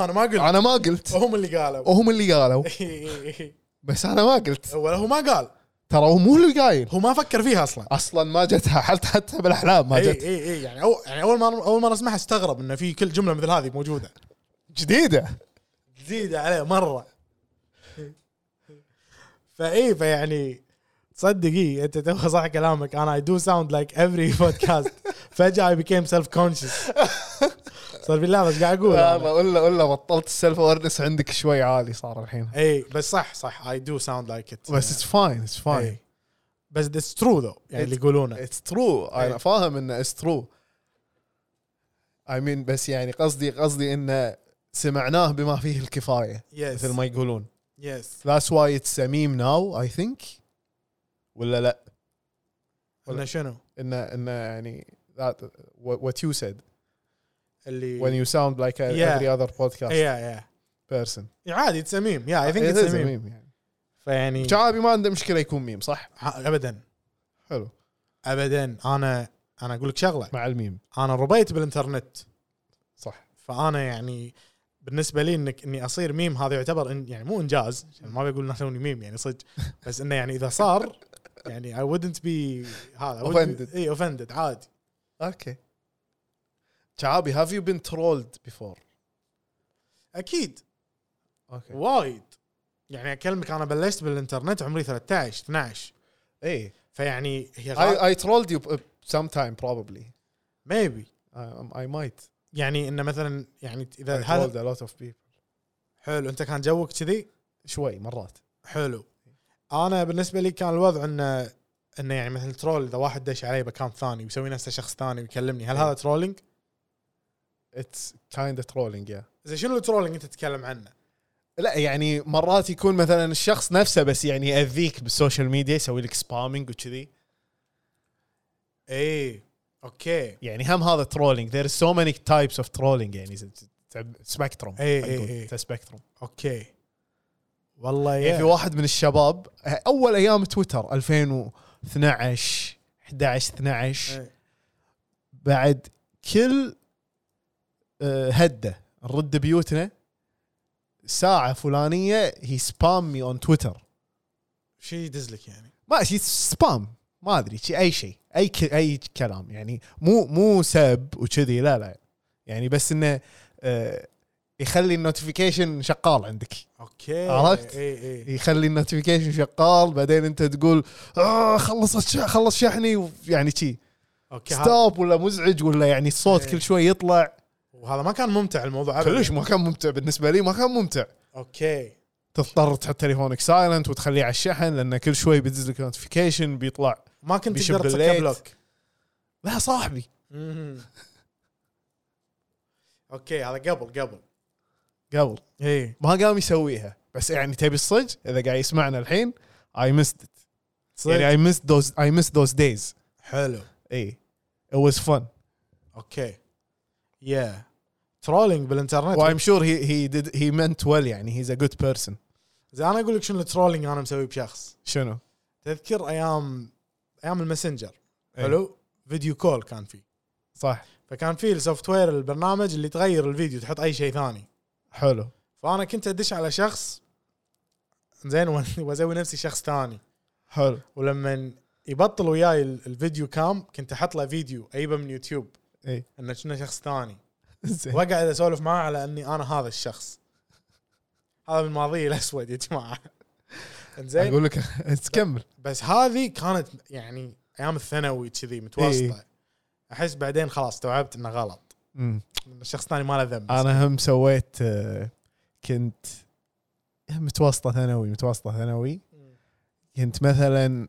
Speaker 4: انا ما قلت
Speaker 3: انا ما قلت
Speaker 4: هم اللي قالوا
Speaker 3: وهم اللي قالوا
Speaker 4: إي، إي،
Speaker 3: بس انا ما قلت
Speaker 4: إي. ولا هو ما قال
Speaker 3: ترى هو مو اللي قايل
Speaker 4: هو ما فكر فيها اصلا
Speaker 3: اصلا ما جتها حتى حتى بالاحلام ما
Speaker 4: اي
Speaker 3: جت
Speaker 4: اي اي يعني اول يعني اول ما اول ما اسمعها استغرب انه في كل جمله مثل هذه موجوده
Speaker 3: جديده
Speaker 4: جديده عليه مره فاي فيعني تصدق اي انت تو صح كلامك انا اي دو ساوند لايك افري بودكاست فجاه اي بيكيم سيلف كونشس صار بالله بس قاعد اقول
Speaker 3: لا
Speaker 4: أنا.
Speaker 3: لا، ولا ولا بطلت السيلف اويرنس عندك شوي عالي صار الحين
Speaker 4: اي إيه، بس صح صح اي دو ساوند لايك ات
Speaker 3: بس اتس فاين اتس فاين
Speaker 4: إيه. بس اتس ترو ذو يعني اللي يقولونه
Speaker 3: اتس ترو
Speaker 4: إيه.
Speaker 3: انا فاهم انه اتس ترو اي مين بس يعني قصدي قصدي انه سمعناه بما فيه الكفايه
Speaker 4: يس
Speaker 3: مثل ما يقولون
Speaker 4: يس
Speaker 3: ذاتس واي اتس ميم ناو اي ثينك ولا لا
Speaker 4: ولا شنو
Speaker 3: انه انه يعني that what you said when
Speaker 4: اللي
Speaker 3: you sound like a,
Speaker 4: Yeah.
Speaker 3: every other podcast
Speaker 4: يا يا
Speaker 3: person
Speaker 4: عادي اتس ميم يا اي ثينك
Speaker 3: It is
Speaker 4: اتس
Speaker 3: a
Speaker 4: ميم
Speaker 3: meme يعني
Speaker 4: فيعني
Speaker 3: شعبي ما عنده مشكله يكون ميم صح؟
Speaker 4: ع- ابدا
Speaker 3: حلو
Speaker 4: ابدا انا انا اقول لك شغله
Speaker 3: مع الميم
Speaker 4: انا ربيت بالانترنت
Speaker 3: صح
Speaker 4: فانا يعني بالنسبه لي انك اني اصير ميم هذا يعتبر إن يعني مو انجاز عشان ما بقول انه توني ميم يعني صدق بس انه يعني اذا صار يعني اي wouldn't بي هذا
Speaker 3: Offended.
Speaker 4: اي اوفندد عادي
Speaker 3: اوكي شعبي have you been trolled before؟
Speaker 4: اكيد
Speaker 3: اوكي
Speaker 4: وايد يعني اكلمك انا بلشت بالانترنت عمري 13 12
Speaker 3: ايه
Speaker 4: فيعني هي غلط
Speaker 3: I, I trolled you uh, sometime probably.
Speaker 4: ميبي
Speaker 3: I, um, I might.
Speaker 4: يعني انه مثلا يعني
Speaker 3: I
Speaker 4: اذا
Speaker 3: trolled a
Speaker 4: هذا
Speaker 3: lot of people.
Speaker 4: حلو انت كان جوك كذي
Speaker 3: شوي مرات.
Speaker 4: حلو انا بالنسبه لي كان الوضع
Speaker 3: إيه.
Speaker 4: انه انه يعني مثل ترول اذا واحد دش علي بكام ثاني ويسوي نفسه شخص ثاني ويكلمني هل هذا ترولينج؟
Speaker 3: اتس كايند ترولينج يا
Speaker 4: زي شنو الترولينج انت تتكلم عنه؟
Speaker 3: لا يعني مرات يكون مثلا الشخص نفسه بس يعني ياذيك بالسوشيال ميديا يسوي لك سبامينج وكذي
Speaker 4: اي اوكي
Speaker 3: يعني هم هذا ترولينج there is so many types of trolling يعني سبكتروم
Speaker 4: إي إي
Speaker 3: إيه.
Speaker 4: إي.
Speaker 3: سبكتروم
Speaker 4: اوكي والله
Speaker 3: يعني في
Speaker 4: يا
Speaker 3: واحد من الشباب اول ايام تويتر 2012 11 12
Speaker 4: إيه.
Speaker 3: بعد كل آه، هده نرد بيوتنا ساعه فلانيه هي سبام مي اون تويتر
Speaker 4: شي يدزلك يعني
Speaker 3: ما شيء سبام ما ادري شيء اي شيء اي ك... اي كلام يعني مو مو سب وكذي لا لا يعني بس انه آه، يخلي النوتيفيكيشن شغال عندك
Speaker 4: اوكي
Speaker 3: عرفت؟ إيه.
Speaker 4: اي اي
Speaker 3: يخلي النوتيفيكيشن شغال بعدين انت تقول آه خلصت ش... خلص شحني يعني شي
Speaker 4: اوكي هذا-
Speaker 3: ستوب ولا مزعج ولا يعني الصوت
Speaker 4: إيه.
Speaker 3: كل شوي يطلع
Speaker 4: وهذا ما كان ممتع الموضوع أبداً.
Speaker 3: كلش ما كان ممتع بالنسبه لي ما كان ممتع
Speaker 4: اوكي
Speaker 3: تضطر تحط تليفونك سايلنت وتخليه على الشحن لان كل شوي بيدز لك نوتيفيكيشن بيطلع
Speaker 4: ما كنت
Speaker 3: بيشب
Speaker 4: تقدر تسكر
Speaker 3: الليت.
Speaker 4: بلوك
Speaker 3: لا صاحبي
Speaker 4: مم. اوكي هذا قبل قبل
Speaker 3: قبل
Speaker 4: اي
Speaker 3: ما قام يسويها بس يعني تبي الصج اذا قاعد يسمعنا الحين اي missed it يعني اي missed those I missed those days
Speaker 4: حلو
Speaker 3: اي it was fun
Speaker 4: اوكي يا ترولينج بالانترنت
Speaker 3: و I'm sure he he did he meant well يعني he's a good person
Speaker 4: زي انا اقول لك شنو الترولينج انا مسويه بشخص
Speaker 3: شنو؟
Speaker 4: تذكر ايام ايام الماسنجر
Speaker 3: إيه.
Speaker 4: حلو فيديو كول كان فيه
Speaker 3: صح
Speaker 4: فكان فيه السوفت وير البرنامج اللي تغير الفيديو تحط اي شيء ثاني
Speaker 3: حلو
Speaker 4: فانا كنت ادش على شخص زين و- واسوي نفسي شخص ثاني
Speaker 3: حلو
Speaker 4: ولما يبطل وياي ال- الفيديو كام كنت احط له فيديو اجيبه من يوتيوب
Speaker 3: اي
Speaker 4: انه شنو شخص ثاني
Speaker 3: زين
Speaker 4: واقعد اسولف معاه على اني انا هذا الشخص هذا من ماضي الاسود يا جماعه زين
Speaker 3: اقول لك تكمل
Speaker 4: بس هذه كانت يعني ايام الثانوي كذي متوسطه احس بعدين خلاص استوعبت انه غلط
Speaker 3: أمم.
Speaker 4: إن الشخص الثاني ما له ذنب
Speaker 3: انا هم سويت آه، كنت متوسطه ثانوي متوسطه ثانوي كنت مثلا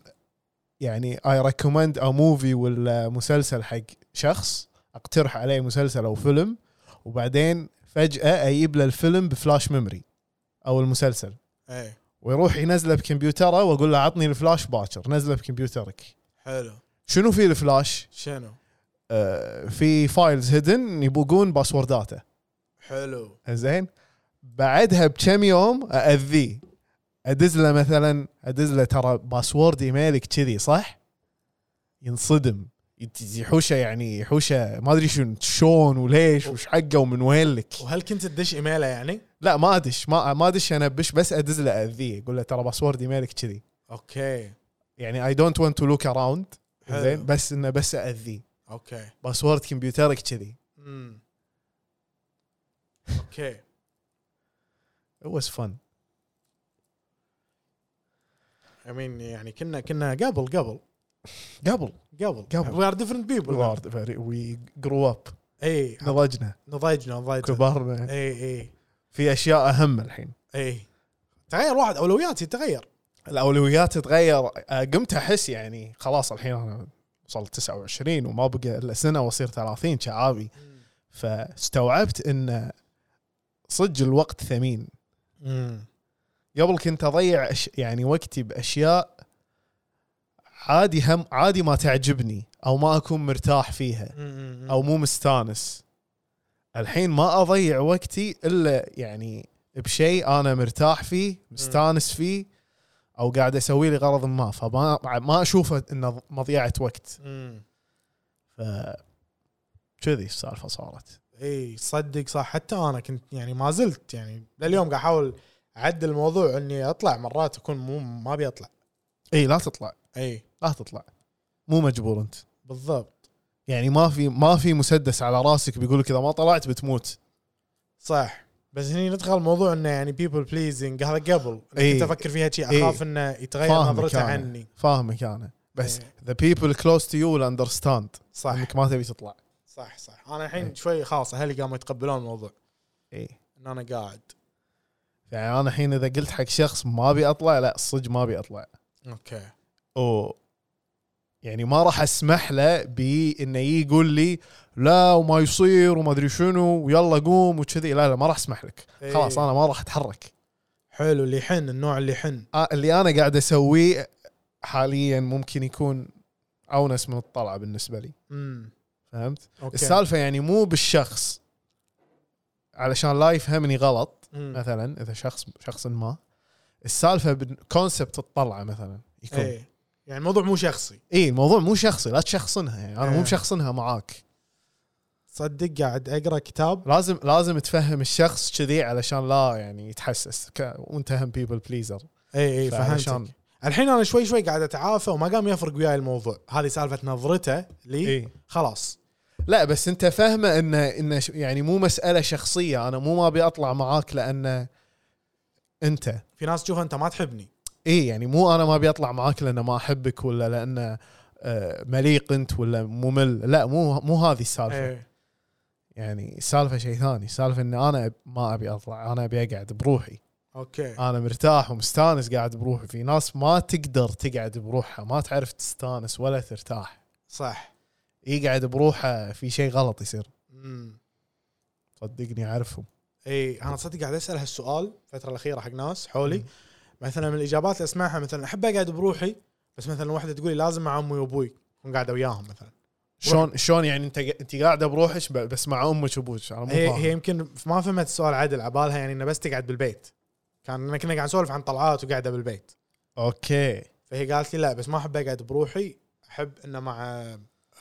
Speaker 3: يعني اي ريكومند ا موفي ولا مسلسل حق شخص اقترح عليه مسلسل او فيلم وبعدين فجاه اجيب له الفيلم بفلاش ميموري او المسلسل
Speaker 4: ايه
Speaker 3: ويروح ينزله بكمبيوتره واقول له عطني الفلاش باكر نزله بكمبيوترك
Speaker 4: حلو
Speaker 3: شنو في الفلاش؟
Speaker 4: شنو
Speaker 3: آه في فايلز هيدن يبوقون باسورداته
Speaker 4: حلو
Speaker 3: زين بعدها بكم يوم ااذيه ادز له مثلا ادز له ترى باسورد ايميلك كذي صح؟ ينصدم يت- يحوشه يعني يحوشه ما ادري شنو شلون وليش وش حقه ومن وين لك
Speaker 4: وهل كنت تدش ايميله يعني؟
Speaker 3: لا ما ادش ما ما ادش انبش بس ادز له ااذيه اقول له ترى باسورد ايميلك كذي
Speaker 4: اوكي
Speaker 3: يعني اي دونت ونت تو لوك اراوند
Speaker 4: حلو.
Speaker 3: زين بس انه بس ااذيه
Speaker 4: اوكي
Speaker 3: باسورد كمبيوترك كذي
Speaker 4: امم اوكي
Speaker 3: it was fun
Speaker 4: امين يعني كنا كنا قبل قبل
Speaker 3: قبل
Speaker 4: قبل
Speaker 3: قبل.
Speaker 4: وي ار ديفرنت بيبل
Speaker 3: بالارض فيري وي جرو اب
Speaker 4: اي
Speaker 3: نضجنا
Speaker 4: إيه، نضجنا إيه، نضجنا
Speaker 3: كبرنا
Speaker 4: اي اي
Speaker 3: في اشياء اهم الحين
Speaker 4: اي إيه. تغير واحد اولوياتي تغير
Speaker 3: الاولويات تتغير آه، قمت احس يعني خلاص الحين انا وصلت 29 وما بقى الا سنه واصير 30 شعابي فاستوعبت ان صدق الوقت ثمين
Speaker 4: امم
Speaker 3: قبل كنت اضيع أش... يعني وقتي باشياء عادي هم عادي ما تعجبني او ما اكون مرتاح فيها او مو مستانس الحين ما اضيع وقتي الا يعني بشيء انا مرتاح فيه مستانس فيه او قاعد اسوي لي غرض ما فما ما اشوفه انه مضيعه وقت
Speaker 4: امم
Speaker 3: ف كذي السالفه صارت
Speaker 4: اي إيه، صدق صح حتى انا كنت يعني ما زلت يعني لليوم قاعد احاول اعدل الموضوع اني اطلع مرات اكون مو ما ابي اطلع
Speaker 3: اي لا تطلع
Speaker 4: اي
Speaker 3: لا تطلع مو مجبور انت
Speaker 4: بالضبط
Speaker 3: يعني ما في ما في مسدس على راسك بيقول لك اذا ما طلعت بتموت
Speaker 4: صح بس هني ندخل موضوع انه يعني بيبل بليزنج هذا قبل
Speaker 3: إي.
Speaker 4: إيه. كنت افكر فيها شيء
Speaker 3: إي.
Speaker 4: اخاف انه يتغير
Speaker 3: فاهمك
Speaker 4: نظرته
Speaker 3: انا
Speaker 4: عني
Speaker 3: فاهمك انا بس
Speaker 4: إيه.
Speaker 3: ذا بيبل كلوز تو يو اندرستاند
Speaker 4: صح
Speaker 3: انك ما تبي تطلع
Speaker 4: صح صح انا الحين شوي خلاص اهلي قاموا يتقبلون الموضوع
Speaker 3: اي
Speaker 4: ان انا قاعد
Speaker 3: يعني انا الحين اذا قلت حق شخص ما ابي اطلع لا صدق ما ابي اطلع
Speaker 4: اوكي
Speaker 3: و يعني ما راح اسمح له بانه يجي يقول لي لا وما يصير وما ادري شنو ويلا قوم وكذي لا لا ما راح اسمح لك
Speaker 4: إيه.
Speaker 3: خلاص انا ما راح اتحرك
Speaker 4: حلو اللي يحن النوع اللي يحن
Speaker 3: آه، اللي انا قاعد اسويه حاليا ممكن يكون اونس من الطلعه بالنسبه لي
Speaker 4: امم
Speaker 3: فهمت
Speaker 4: اوكي
Speaker 3: السالفه يعني مو بالشخص علشان لا يفهمني غلط
Speaker 4: مم.
Speaker 3: مثلا اذا شخص شخص ما السالفه بالكونسبت الطلعه مثلا يكون اي
Speaker 4: ايه يعني الموضوع مو شخصي
Speaker 3: إيه الموضوع مو شخصي لا تشخصنها يعني انا مو
Speaker 4: إيه.
Speaker 3: مشخصنها معاك
Speaker 4: تصدق قاعد اقرا كتاب
Speaker 3: لازم لازم تفهم الشخص كذي علشان لا يعني يتحسس ك... وانت هم بيبل بليزر
Speaker 4: اي اي إيه، فهمتك الحين انا شوي شوي قاعد اتعافى وما قام يفرق وياي الموضوع هذه سالفه نظرته لي
Speaker 3: إيه.
Speaker 4: خلاص
Speaker 3: لا بس انت فاهمه ان ان ش- يعني مو مساله شخصيه انا مو ما ابي اطلع معاك لان انت
Speaker 4: في ناس تشوف انت ما تحبني
Speaker 3: ايه يعني مو انا ما ابي اطلع معاك لان ما احبك ولا لان آه، مليق انت ولا ممل لا مو مو هذه السالفه
Speaker 4: ايه
Speaker 3: يعني السالفه شيء ثاني السالفه ان انا أب- ما ابي اطلع انا ابي اقعد بروحي
Speaker 4: اوكي
Speaker 3: انا مرتاح ومستانس قاعد بروحي في ناس ما تقدر تقعد بروحها ما تعرف تستانس ولا ترتاح
Speaker 4: صح
Speaker 3: يقعد بروحه في شيء غلط يصير
Speaker 4: امم
Speaker 3: صدقني اعرفهم
Speaker 4: اي انا تصدق إيه، قاعد اسال هالسؤال الفتره الاخيره حق ناس حولي مثلا من الاجابات اللي اسمعها مثلا احب اقعد بروحي بس مثلا واحده تقول لي لازم مع امي وابوي اكون قاعده وياهم مثلا
Speaker 3: شلون شلون يعني انت انت قاعده بروحك ب- بس مع امك وابوك انا مو
Speaker 4: هي
Speaker 3: فاهم
Speaker 4: هي يمكن ما فهمت السؤال عدل عبالها يعني انه بس تقعد بالبيت كان إن كنا قاعد نسولف عن طلعات وقاعده بالبيت
Speaker 3: اوكي
Speaker 4: فهي قالت لي لا بس ما احب اقعد بروحي احب انه مع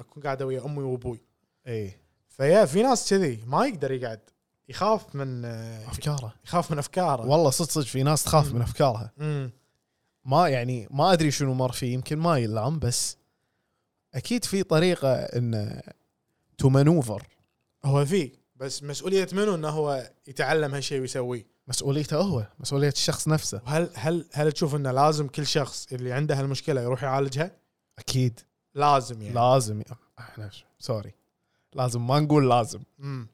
Speaker 4: اكون قاعده ويا امي وابوي
Speaker 3: اي
Speaker 4: فيا في ناس كذي ما يقدر يقعد يخاف من
Speaker 3: افكاره
Speaker 4: يخاف من افكاره
Speaker 3: والله صدق صدق في ناس تخاف من افكارها
Speaker 4: امم
Speaker 3: ما يعني ما ادري شنو مر فيه يمكن ما يلعن بس اكيد في طريقه ان تو مانوفر
Speaker 4: هو في بس مسؤوليه منه انه هو يتعلم هالشيء ويسويه
Speaker 3: مسؤوليته هو مسؤوليه الشخص نفسه
Speaker 4: وهل هل هل تشوف انه لازم كل شخص اللي عنده هالمشكله يروح يعالجها
Speaker 3: اكيد
Speaker 4: لازم يعني
Speaker 3: لازم احنا سوري لازم ما نقول لازم
Speaker 4: امم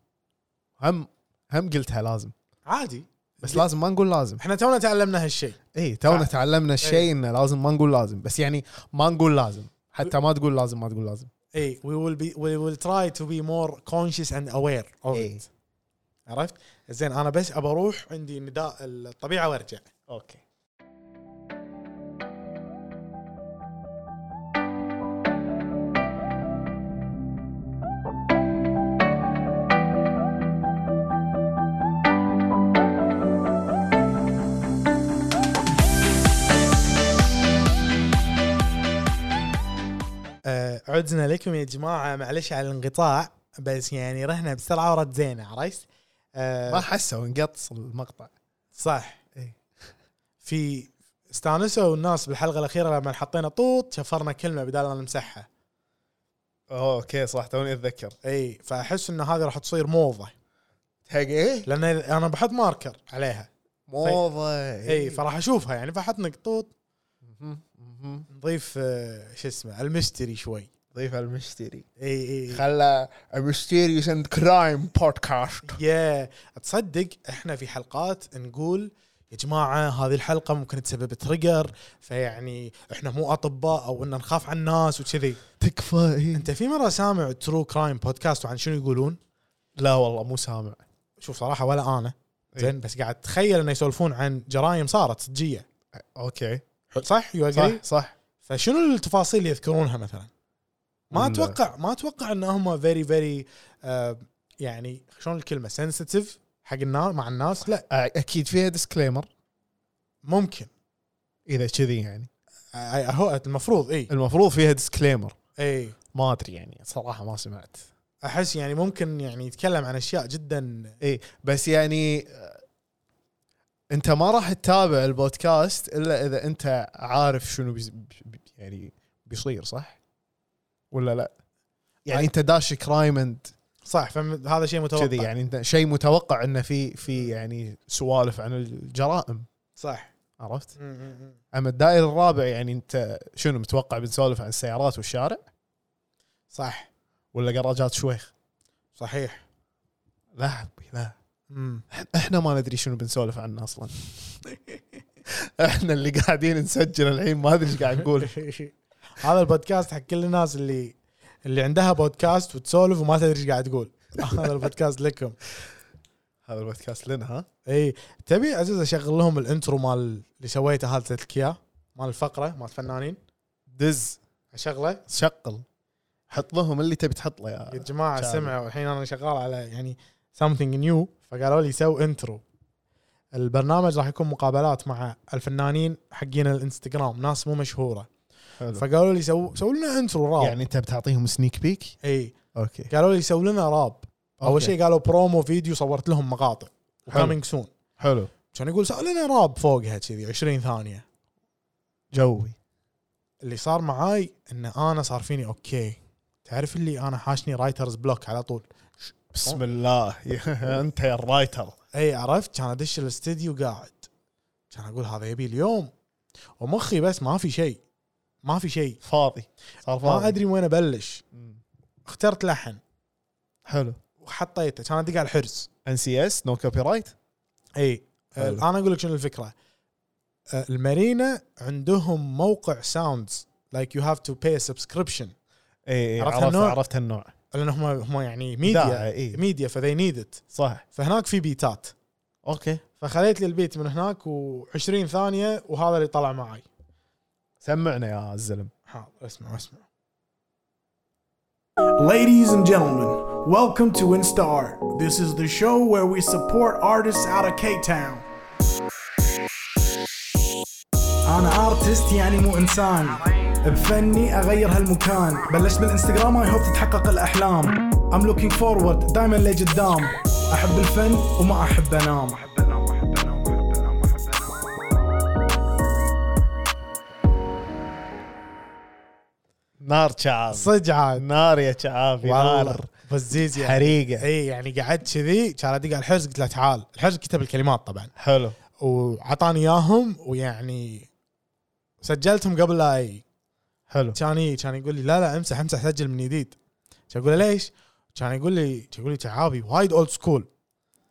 Speaker 3: هم هم قلتها لازم
Speaker 4: عادي
Speaker 3: بس لازم ما نقول لازم
Speaker 4: احنا تونا تعلمنا هالشيء
Speaker 3: اي تونا
Speaker 4: فع-
Speaker 3: تعلمنا الشيء انه لازم ما نقول لازم بس يعني ما نقول لازم حتى ما تقول لازم ما تقول لازم
Speaker 4: اي إيه، we will be we will try to be more conscious and aware of
Speaker 3: إي.
Speaker 4: it عرفت؟ زين انا بس ابى اروح عندي نداء الطبيعه وارجع
Speaker 3: اوكي
Speaker 4: آه عدنا لكم يا جماعه معلش على الانقطاع بس يعني رحنا بسرعه ورد زينه عرفت؟
Speaker 3: ما
Speaker 4: آه
Speaker 3: حسوا انقطص المقطع
Speaker 4: صح
Speaker 3: إي.
Speaker 4: في استانسوا الناس بالحلقه الاخيره لما حطينا طوط شفرنا كلمه بدال ما نمسحها
Speaker 3: اوكي Oh، صح توني اتذكر
Speaker 4: اي فاحس ان إيه، هذه راح تصير موضه
Speaker 3: حق ايه
Speaker 4: لان انا بحط ماركر عليها
Speaker 3: موضه إيه.
Speaker 4: اي فراح اشوفها يعني فحط نقطوط نضيف آه، شو اسمه المستري شوي إيه،
Speaker 3: ضيف المشتري
Speaker 4: اي اي
Speaker 3: إيه. خلى ميستيريوس اند كرايم بودكاست
Speaker 4: يا تصدق احنا في حلقات نقول يا جماعه هذه الحلقه ممكن تسبب تريجر فيعني احنا مو اطباء او ان نخاف على الناس وكذي
Speaker 3: تكفى إيه.
Speaker 4: انت في مره سامع ترو كرايم بودكاست وعن شنو يقولون
Speaker 3: لا والله مو سامع
Speaker 4: شوف صراحه ولا انا
Speaker 3: إي.
Speaker 4: زين بس قاعد تخيل انه يسولفون عن جرائم صارت صجيه
Speaker 3: اوكي
Speaker 4: صح يو
Speaker 3: صح صح
Speaker 4: فشنو التفاصيل اللي يذكرونها مثلا؟ ما
Speaker 3: ولا-
Speaker 4: اتوقع ما اتوقع ان هم فيري فيري يعني شلون الكلمه سنسيتيف حق الناس مع الناس لا
Speaker 3: أ- اكيد فيها ديسكليمر
Speaker 4: ممكن
Speaker 3: اذا كذي يعني
Speaker 4: آه، هو المفروض اي
Speaker 3: المفروض فيها ديسكليمر
Speaker 4: اي
Speaker 3: ما ادري يعني صراحه ما سمعت
Speaker 4: احس يعني ممكن يعني يتكلم عن اشياء جدا
Speaker 3: اي بس يعني آه، انت ما راح تتابع البودكاست الا اذا انت عارف شنو بي بي- يعني بيصير صح ولا لا يعني انت داش كرايم اند
Speaker 4: صح فهذا شيء متوقع
Speaker 3: كذي يعني انت شيء متوقع انه في في يعني سوالف عن الجرائم
Speaker 4: صح
Speaker 3: عرفت؟
Speaker 4: م- م- م.
Speaker 3: اما الدائر الرابع يعني انت شنو متوقع بنسولف عن السيارات والشارع
Speaker 4: صح
Speaker 3: ولا جراجات شويخ؟
Speaker 4: صحيح
Speaker 3: لا حبي لا
Speaker 4: امم
Speaker 3: احنا ما ندري شنو بنسولف عنه اصلا احنا اللي قاعدين نسجل الحين ما ادري ايش قاعد نقول
Speaker 4: هذا البودكاست حق كل الناس اللي اللي عندها بودكاست وتسولف وما تدري ايش قاعد تقول هذا البودكاست لكم
Speaker 3: هذا البودكاست لنا ها
Speaker 4: اي تبي عزيز اشغل لهم الانترو مال اللي سويته هذا تذكية مال الفقره مال الفنانين
Speaker 3: دز
Speaker 4: اشغله
Speaker 3: شقل حط لهم اللي تبي تحط له يا
Speaker 4: يا جماعه
Speaker 3: شعبي.
Speaker 4: سمعوا الحين انا شغال على يعني something نيو فقالوا لي سو انترو البرنامج راح يكون مقابلات مع الفنانين حقين الانستغرام ناس مو مشهوره
Speaker 3: حلو
Speaker 4: فقالوا لي سو سو لنا انترو راب يعني
Speaker 3: يعني انت بتعطيهم سنيك بيك
Speaker 4: اي
Speaker 3: اوكي
Speaker 4: قالوا لي سو لنا راب اول
Speaker 3: أوكي.
Speaker 4: شيء قالوا برومو فيديو صورت لهم مقاطع
Speaker 3: حلو.
Speaker 4: وكامينج سون
Speaker 3: حلو
Speaker 4: كان يقول سو لنا راب فوقها كذي 20 ثانيه
Speaker 3: جوي
Speaker 4: اللي صار معاي ان انا صار فيني اوكي تعرف اللي انا حاشني رايترز بلوك على طول
Speaker 3: بسم الله انت يا الرايتر
Speaker 4: اي عرفت كان ادش الاستديو قاعد كان اقول هذا يبي اليوم ومخي بس ما في شيء ما في شيء
Speaker 3: فاضي صار فاضي
Speaker 4: ما ادري وين ابلش اخترت لحن
Speaker 3: حلو
Speaker 4: وحطيته كان ادق على الحرز
Speaker 3: ان سي اس نو كوبي رايت
Speaker 4: اي
Speaker 3: حلو.
Speaker 4: انا اقول لك شنو الفكره آه، المارينا عندهم موقع ساوندز لايك يو هاف تو باي سبسكريبشن
Speaker 3: اي
Speaker 4: عرفت
Speaker 3: إيه، عرفت عرفت,
Speaker 4: هالنوع؟
Speaker 3: عرفت النوع إيه.
Speaker 4: لان هم هم يعني
Speaker 3: داعي،
Speaker 4: ميديا
Speaker 3: إي.
Speaker 4: ميديا فذي نيد ات
Speaker 3: صح
Speaker 4: فهناك في بيتات
Speaker 3: اوكي
Speaker 4: فخليت لي البيت من هناك و20 ثانيه وهذا اللي طلع معي
Speaker 3: سمعنا يا الزلم
Speaker 4: حاضر اسمع اسمع
Speaker 5: Ladies and gentlemen, welcome to Instart. This is the show where we support artists out of Cape Town. أنا ارتست يعني مو إنسان بفني أغير هالمكان بلشت بالإنستغرام I hope تتحقق الأحلام I'm looking forward دايما لقدام أحب الفن وما أحب أنام
Speaker 3: نار شعاب
Speaker 4: صدق عاد
Speaker 3: نار يا شعابي
Speaker 4: والله
Speaker 3: نار
Speaker 4: بس زيز يعني
Speaker 3: حريقه
Speaker 4: اي يعني قعدت كذي كان ادق على الحرز قلت له تعال الحرز كتب الكلمات طبعا
Speaker 3: حلو
Speaker 4: وعطاني اياهم ويعني سجلتهم قبل لا اي
Speaker 3: حلو
Speaker 4: كان ي- كان يقول لي لا لا امسح امسح سجل من جديد كان اقول له ليش؟ كان يقول لي كان يقول لي تعابي وايد اولد سكول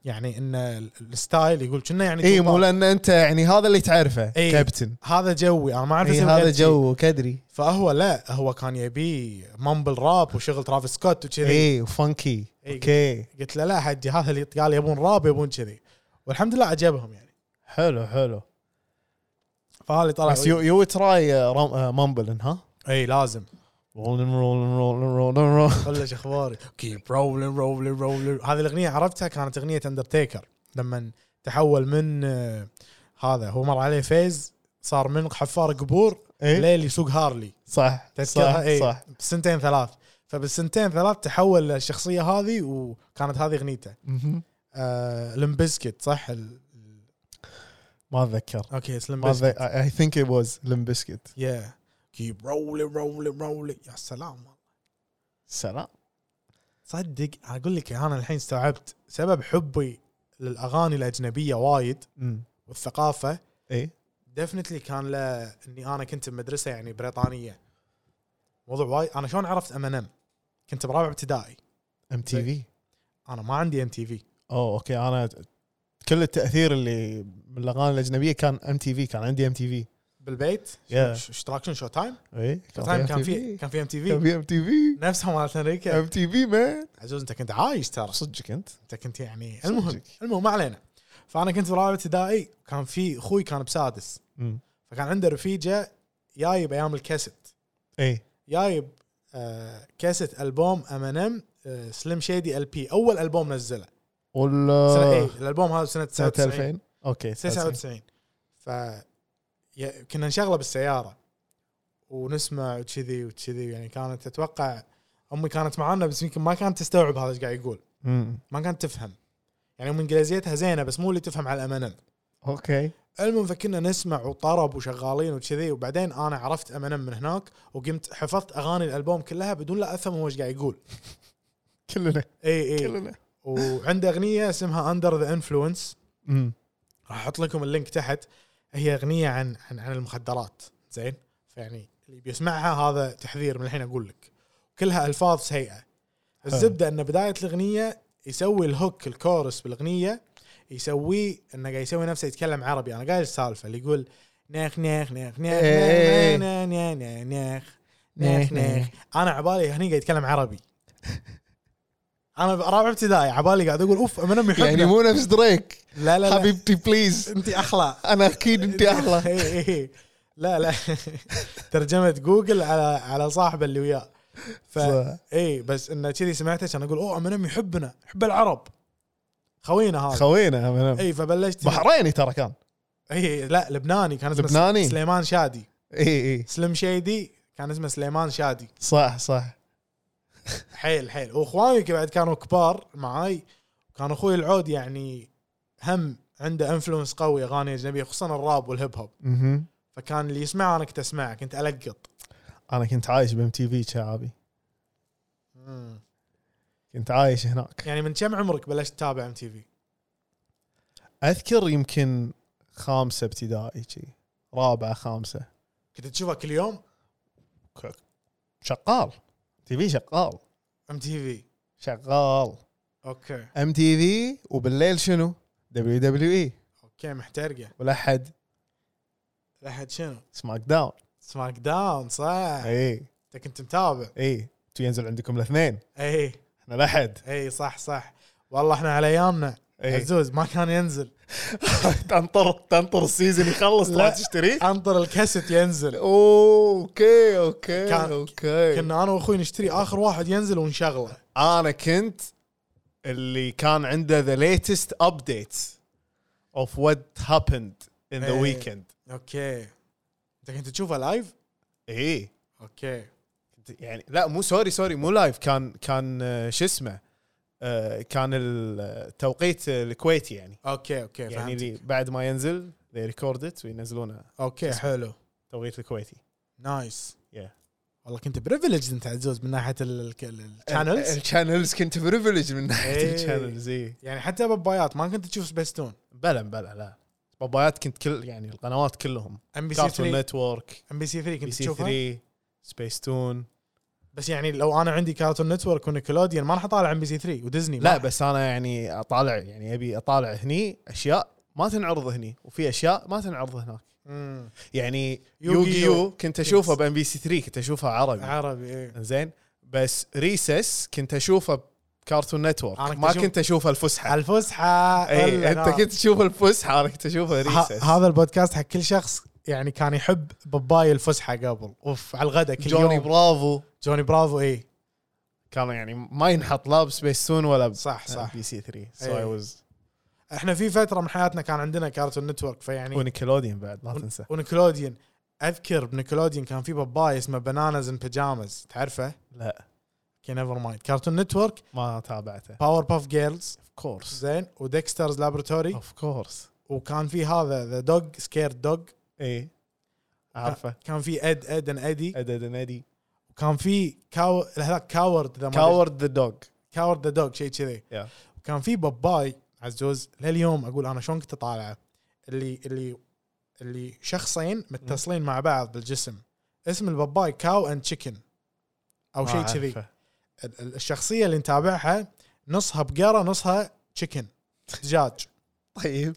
Speaker 4: يعني ان ال- الستايل يقول كنا يعني
Speaker 3: اي إيه، مو
Speaker 4: طوبات.
Speaker 3: لان انت يعني هذا اللي تعرفه
Speaker 4: إي.
Speaker 3: كابتن
Speaker 4: هذا جوي انا ما اعرف
Speaker 3: اي
Speaker 4: اسوي
Speaker 3: هذا
Speaker 4: غير شي.
Speaker 3: جوك ادري
Speaker 4: فهو لا هو كان يبي مامبل راب وشغل ترافيس سكوت وكذي
Speaker 3: اي إيه، وفانكي
Speaker 4: إي.
Speaker 3: اوكي
Speaker 4: قلت له لا حجي هذا اللي قال يبون راب يبون كذي والحمد لله عجبهم يعني
Speaker 3: حلو حلو
Speaker 4: فهذا اللي طلع
Speaker 3: بس يو يو تراي uh, مامبلن ها
Speaker 4: اي لازم
Speaker 3: رولن رولن رولن رولن رولن
Speaker 4: بلش اخباري كيب رولين رولين رولين هذه الاغنيه عرفتها كانت اغنيه اندرتيكر لما تحول من آه، هذا هو مر عليه فيز صار من حفار قبور
Speaker 3: إيه.
Speaker 4: ليل يسوق هارلي
Speaker 3: صح
Speaker 4: تذكرها
Speaker 3: صح,
Speaker 4: اي
Speaker 3: صح
Speaker 4: بسنتين ثلاث فبالسنتين ثلاث تحول للشخصيه هذه وكانت هذه اغنيته
Speaker 3: مهم.
Speaker 4: آه لمبسكت صح ال...
Speaker 3: ما اتذكر
Speaker 4: اوكي سلم
Speaker 3: ما اي ثينك ات واز لمبسكت
Speaker 4: يا كيب رولين رولين رولين يا سلام
Speaker 3: سلام
Speaker 4: صدق اقول لك انا الحين استوعبت سبب حبي للاغاني الاجنبيه وايد والثقافه
Speaker 3: اي
Speaker 4: دفنتلي كان له اني انا كنت بمدرسه يعني بريطانيه موضوع وايد انا شلون عرفت ام ان ام؟ كنت برابع ابتدائي
Speaker 3: ام تي في
Speaker 4: انا ما عندي ام تي في
Speaker 3: اوه اوكي انا كل التاثير اللي من الاغاني الاجنبيه كان ام تي في كان عندي ام تي في
Speaker 4: بالبيت
Speaker 3: Yeah.
Speaker 4: ش- اشتراك شنو شو تايم؟
Speaker 3: اي
Speaker 4: شو تايم كان في كان في ام تي
Speaker 3: كان
Speaker 4: في
Speaker 3: في ام تي في
Speaker 4: نفسها مالت امريكا
Speaker 3: ام تي في مان
Speaker 4: عزوز انت كنت عايش ترى
Speaker 3: صدق انت
Speaker 4: انت كنت يعني المهم
Speaker 3: صدق.
Speaker 4: المهم ما علينا فانا كنت برابع ابتدائي كان في اخوي كان بسادس
Speaker 3: مم.
Speaker 4: فكان عنده رفيجه جايب ايام الكاسيت
Speaker 3: اي
Speaker 4: جايب آه كاسيت آه، البوم ام ان ام سليم شيدي ال بي اول البوم نزله سنه ايه
Speaker 3: ولا
Speaker 4: الالبوم هذا سنه
Speaker 3: سنه
Speaker 4: 99
Speaker 3: 2000 اوكي
Speaker 4: 99 ف يا- كنا نشغله بالسياره ونسمع وكذي وكذي يعني كانت اتوقع امي كانت معانا بس يمكن ما كانت تستوعب هذا ايش قاعد يقول
Speaker 3: مم.
Speaker 4: ما كانت تفهم يعني ام انجليزيتها زينه بس مو اللي تفهم على الام ام
Speaker 3: اوكي
Speaker 4: المهم فكنا نسمع وطرب وشغالين وكذي وبعدين انا عرفت ام من هناك وقمت حفظت اغاني الالبوم كلها بدون لا افهم هو ايش قاعد يقول
Speaker 3: كلنا
Speaker 4: اي اي
Speaker 3: كلنا
Speaker 4: وعنده اغنيه اسمها اندر ذا انفلونس
Speaker 3: مم.
Speaker 4: راح احط لكم اللينك تحت هي اغنيه عن عن, عن المخدرات زين فيعني اللي بيسمعها هذا تحذير من الحين اقول لك كلها الفاظ سيئه الزبده ان بدايه الاغنيه يسوي الهوك الكورس بالاغنيه يسويه انه قاعد يسوي نفسه يتكلم عربي انا قايل السالفه اللي يقول نيخ نيخ نيخ نيخ
Speaker 3: إيه.
Speaker 4: نيخ نيخ نيخ نيخ نيخ نيخ انا عبالي هني قاعد يتكلم عربي انا رابع ابتدائي عبالي قاعد اقول اوف منهم يحبنا
Speaker 6: يعني مو نفس دريك
Speaker 4: لا لا, لا.
Speaker 6: حبيبتي بليز
Speaker 4: انت احلى
Speaker 6: انا اكيد انت احلى
Speaker 4: إيه، إيه. لا لا ترجمه جوجل على على صاحبه اللي وياه ف
Speaker 6: صح.
Speaker 4: اي بس انه كذي سمعته كان اقول اوه منهم يحبنا يحب العرب خوينا هذا
Speaker 3: خوينا منام.
Speaker 4: اي فبلشت
Speaker 3: بحريني ترى كان
Speaker 4: اي لا لبناني كان اسمه
Speaker 6: لبناني.
Speaker 4: سليمان شادي إيه،
Speaker 6: اي اي
Speaker 4: سلم شيدي كان اسمه سليمان شادي
Speaker 3: صح صح
Speaker 4: حيل حيل واخواني ك- بعد كانوا كبار معاي كان اخوي العود يعني هم عنده انفلونس قوي اغاني اجنبيه خصوصا الراب والهيب هوب
Speaker 3: مهم.
Speaker 4: فكان اللي يسمعه انا كنت اسمعه كنت القط
Speaker 3: انا كنت عايش بام تي في شعبي كنت عايش هناك
Speaker 4: يعني من كم عمرك بلشت تتابع ام تي في؟
Speaker 3: اذكر يمكن خامسه ابتدائي شي رابعه خامسه
Speaker 4: كنت تشوفها كل يوم
Speaker 3: ك- شغال تي في شغال
Speaker 4: ام تي في
Speaker 3: شغال
Speaker 4: اوكي
Speaker 3: ام تي في وبالليل شنو؟ دبليو دبليو اي
Speaker 4: اوكي محترقه
Speaker 3: والاحد
Speaker 4: لحد شنو؟
Speaker 3: سماك داون
Speaker 4: سماك داون صح
Speaker 3: اي
Speaker 4: انت كنت متابع
Speaker 3: اي تو ينزل عندكم الاثنين
Speaker 4: اي
Speaker 3: احنا الاحد
Speaker 4: اي صح صح والله احنا على ايامنا
Speaker 3: إي.
Speaker 4: عزوز ما كان ينزل
Speaker 3: تنطر تنطر السيزون يخلص
Speaker 4: لا.
Speaker 3: تروح تشتريه
Speaker 4: انطر الكاسيت ينزل
Speaker 3: اوكي اوكي
Speaker 4: كان-
Speaker 3: اوكي
Speaker 4: كنا انا واخوي نشتري اخر واحد ينزل ونشغله
Speaker 3: انا كنت اللي كان عنده ذا ليتست ابديت اوف وات هابند ان ذا
Speaker 4: إيه.
Speaker 3: ويكند
Speaker 4: اوكي انت كنت تشوفه لايف؟
Speaker 3: اي
Speaker 4: اوكي
Speaker 3: إيه. يعني لا مو سوري سوري مو لايف كان كان آه، شو اسمه آه، كان التوقيت الكويتي يعني
Speaker 4: اوكي اوكي
Speaker 3: يعني
Speaker 4: فهمت.
Speaker 3: اللي بعد ما ينزل they record it وينزلونه
Speaker 4: اوكي حلو
Speaker 3: توقيت الكويتي
Speaker 4: نايس
Speaker 3: Yeah.
Speaker 4: والله كنت بريفليج انت عزوز من ناحيه الشانلز
Speaker 6: الشانلز كنت بريفليج من ناحيه
Speaker 4: إيه.
Speaker 3: الشانلز اي
Speaker 4: يعني حتى ببايات ما كنت تشوف سبيستون
Speaker 3: بلا بلا لا بابايات كنت كل يعني القنوات كلهم
Speaker 4: ام بي سي
Speaker 3: كارتون
Speaker 4: 3
Speaker 3: نتورك
Speaker 4: ام بي سي 3
Speaker 3: بي
Speaker 4: كنت
Speaker 3: سي
Speaker 4: تشوفها
Speaker 3: 3 سبيس تون
Speaker 4: بس يعني لو انا عندي كارتون نتورك ونيكلوديان ما راح اطالع ام بي سي 3 وديزني ما
Speaker 3: لا
Speaker 4: راح-
Speaker 3: بس انا يعني اطالع يعني ابي اطالع هني اشياء ما تنعرض هني وفي اشياء ما تنعرض هناك
Speaker 4: مم.
Speaker 3: يعني
Speaker 4: يوغيو.
Speaker 3: يوغي يو كنت اشوفها
Speaker 4: Yes.
Speaker 3: بام بي سي 3 كنت اشوفها عربي
Speaker 4: عربي ايه
Speaker 3: زين بس ريسس كنت اشوفها بكارتون نتورك
Speaker 4: أنا كنت
Speaker 3: ما
Speaker 4: أشوف-
Speaker 3: كنت اشوفها الفسحه
Speaker 4: الفسحه
Speaker 3: اي
Speaker 4: ولا
Speaker 3: انت
Speaker 4: لا.
Speaker 3: إيه، كنت تشوف الفسحه انا كنت اشوفها
Speaker 4: نعم. ه-
Speaker 3: ريسس
Speaker 4: هذا البودكاست حق كل شخص يعني كان يحب باباي الفسحه قبل اوف على الغداء كل
Speaker 3: جوني
Speaker 4: يوم
Speaker 3: برافو
Speaker 4: جوني برافو إيه. اي
Speaker 3: كانوا يعني ما ينحط لا بسبيس تون ولا
Speaker 4: صح صح
Speaker 3: بي سي 3 سو اي
Speaker 4: إيه.
Speaker 3: واز
Speaker 4: احنا في فتره من حياتنا كان عندنا كارتون نتورك فيعني
Speaker 3: ونيكلوديون بعد لا تنسى
Speaker 4: ونيكلوديان اذكر بنيكلوديان كان في باباي اسمه بناناز ان بيجامز تعرفه؟
Speaker 3: لا
Speaker 4: كي نيفر مايند كارتون نتورك
Speaker 3: ما تابعته
Speaker 4: باور باف جيرلز
Speaker 3: اوف كورس
Speaker 4: زين وديكسترز لابراتوري
Speaker 3: اوف كورس
Speaker 4: وكان في هذا ذا دوج سكيرد دوج
Speaker 3: اي اعرفه
Speaker 4: كان في اد اد ان ادي
Speaker 3: ادد نادي
Speaker 4: وكان في كاو هذاك كاورد ذا
Speaker 3: كاورد ذا دوغ
Speaker 4: كاورد ذا دوج شيء كذي
Speaker 3: Yeah.
Speaker 4: كان في باباي عزوز لليوم اقول انا شلون كنت اطالعه اللي اللي اللي شخصين متصلين مع بعض بالجسم اسم الباباي كاو اند تشيكن
Speaker 3: آه،
Speaker 4: او شيء كذي ال- ال- الشخصيه اللي نتابعها نصها بقره نصها تشيكن دجاج
Speaker 3: طيب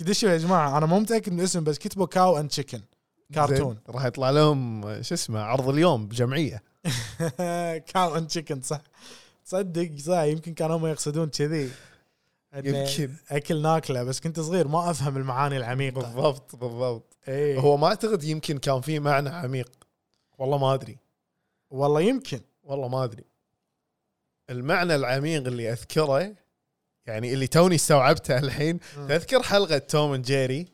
Speaker 4: دشوا يا جماعه انا مو متاكد من الاسم بس كتبوا كاو اند تشيكن كارتون
Speaker 3: زين. راح يطلع لهم شو اسمه عرض اليوم بجمعيه
Speaker 4: كاو اند تشيكن صح تصدق صح يمكن كانوا هم يقصدون كذي إنه
Speaker 3: يمكن.
Speaker 4: اكل ناكله بس كنت صغير ما افهم المعاني العميقه
Speaker 3: بالضبط بالضبط
Speaker 4: اي
Speaker 3: هو ما اعتقد يمكن كان في معنى عميق والله ما ادري
Speaker 4: والله يمكن
Speaker 3: والله ما ادري المعنى العميق اللي اذكره يعني اللي توني استوعبته الحين
Speaker 4: مم.
Speaker 3: تذكر حلقه توم اند جيري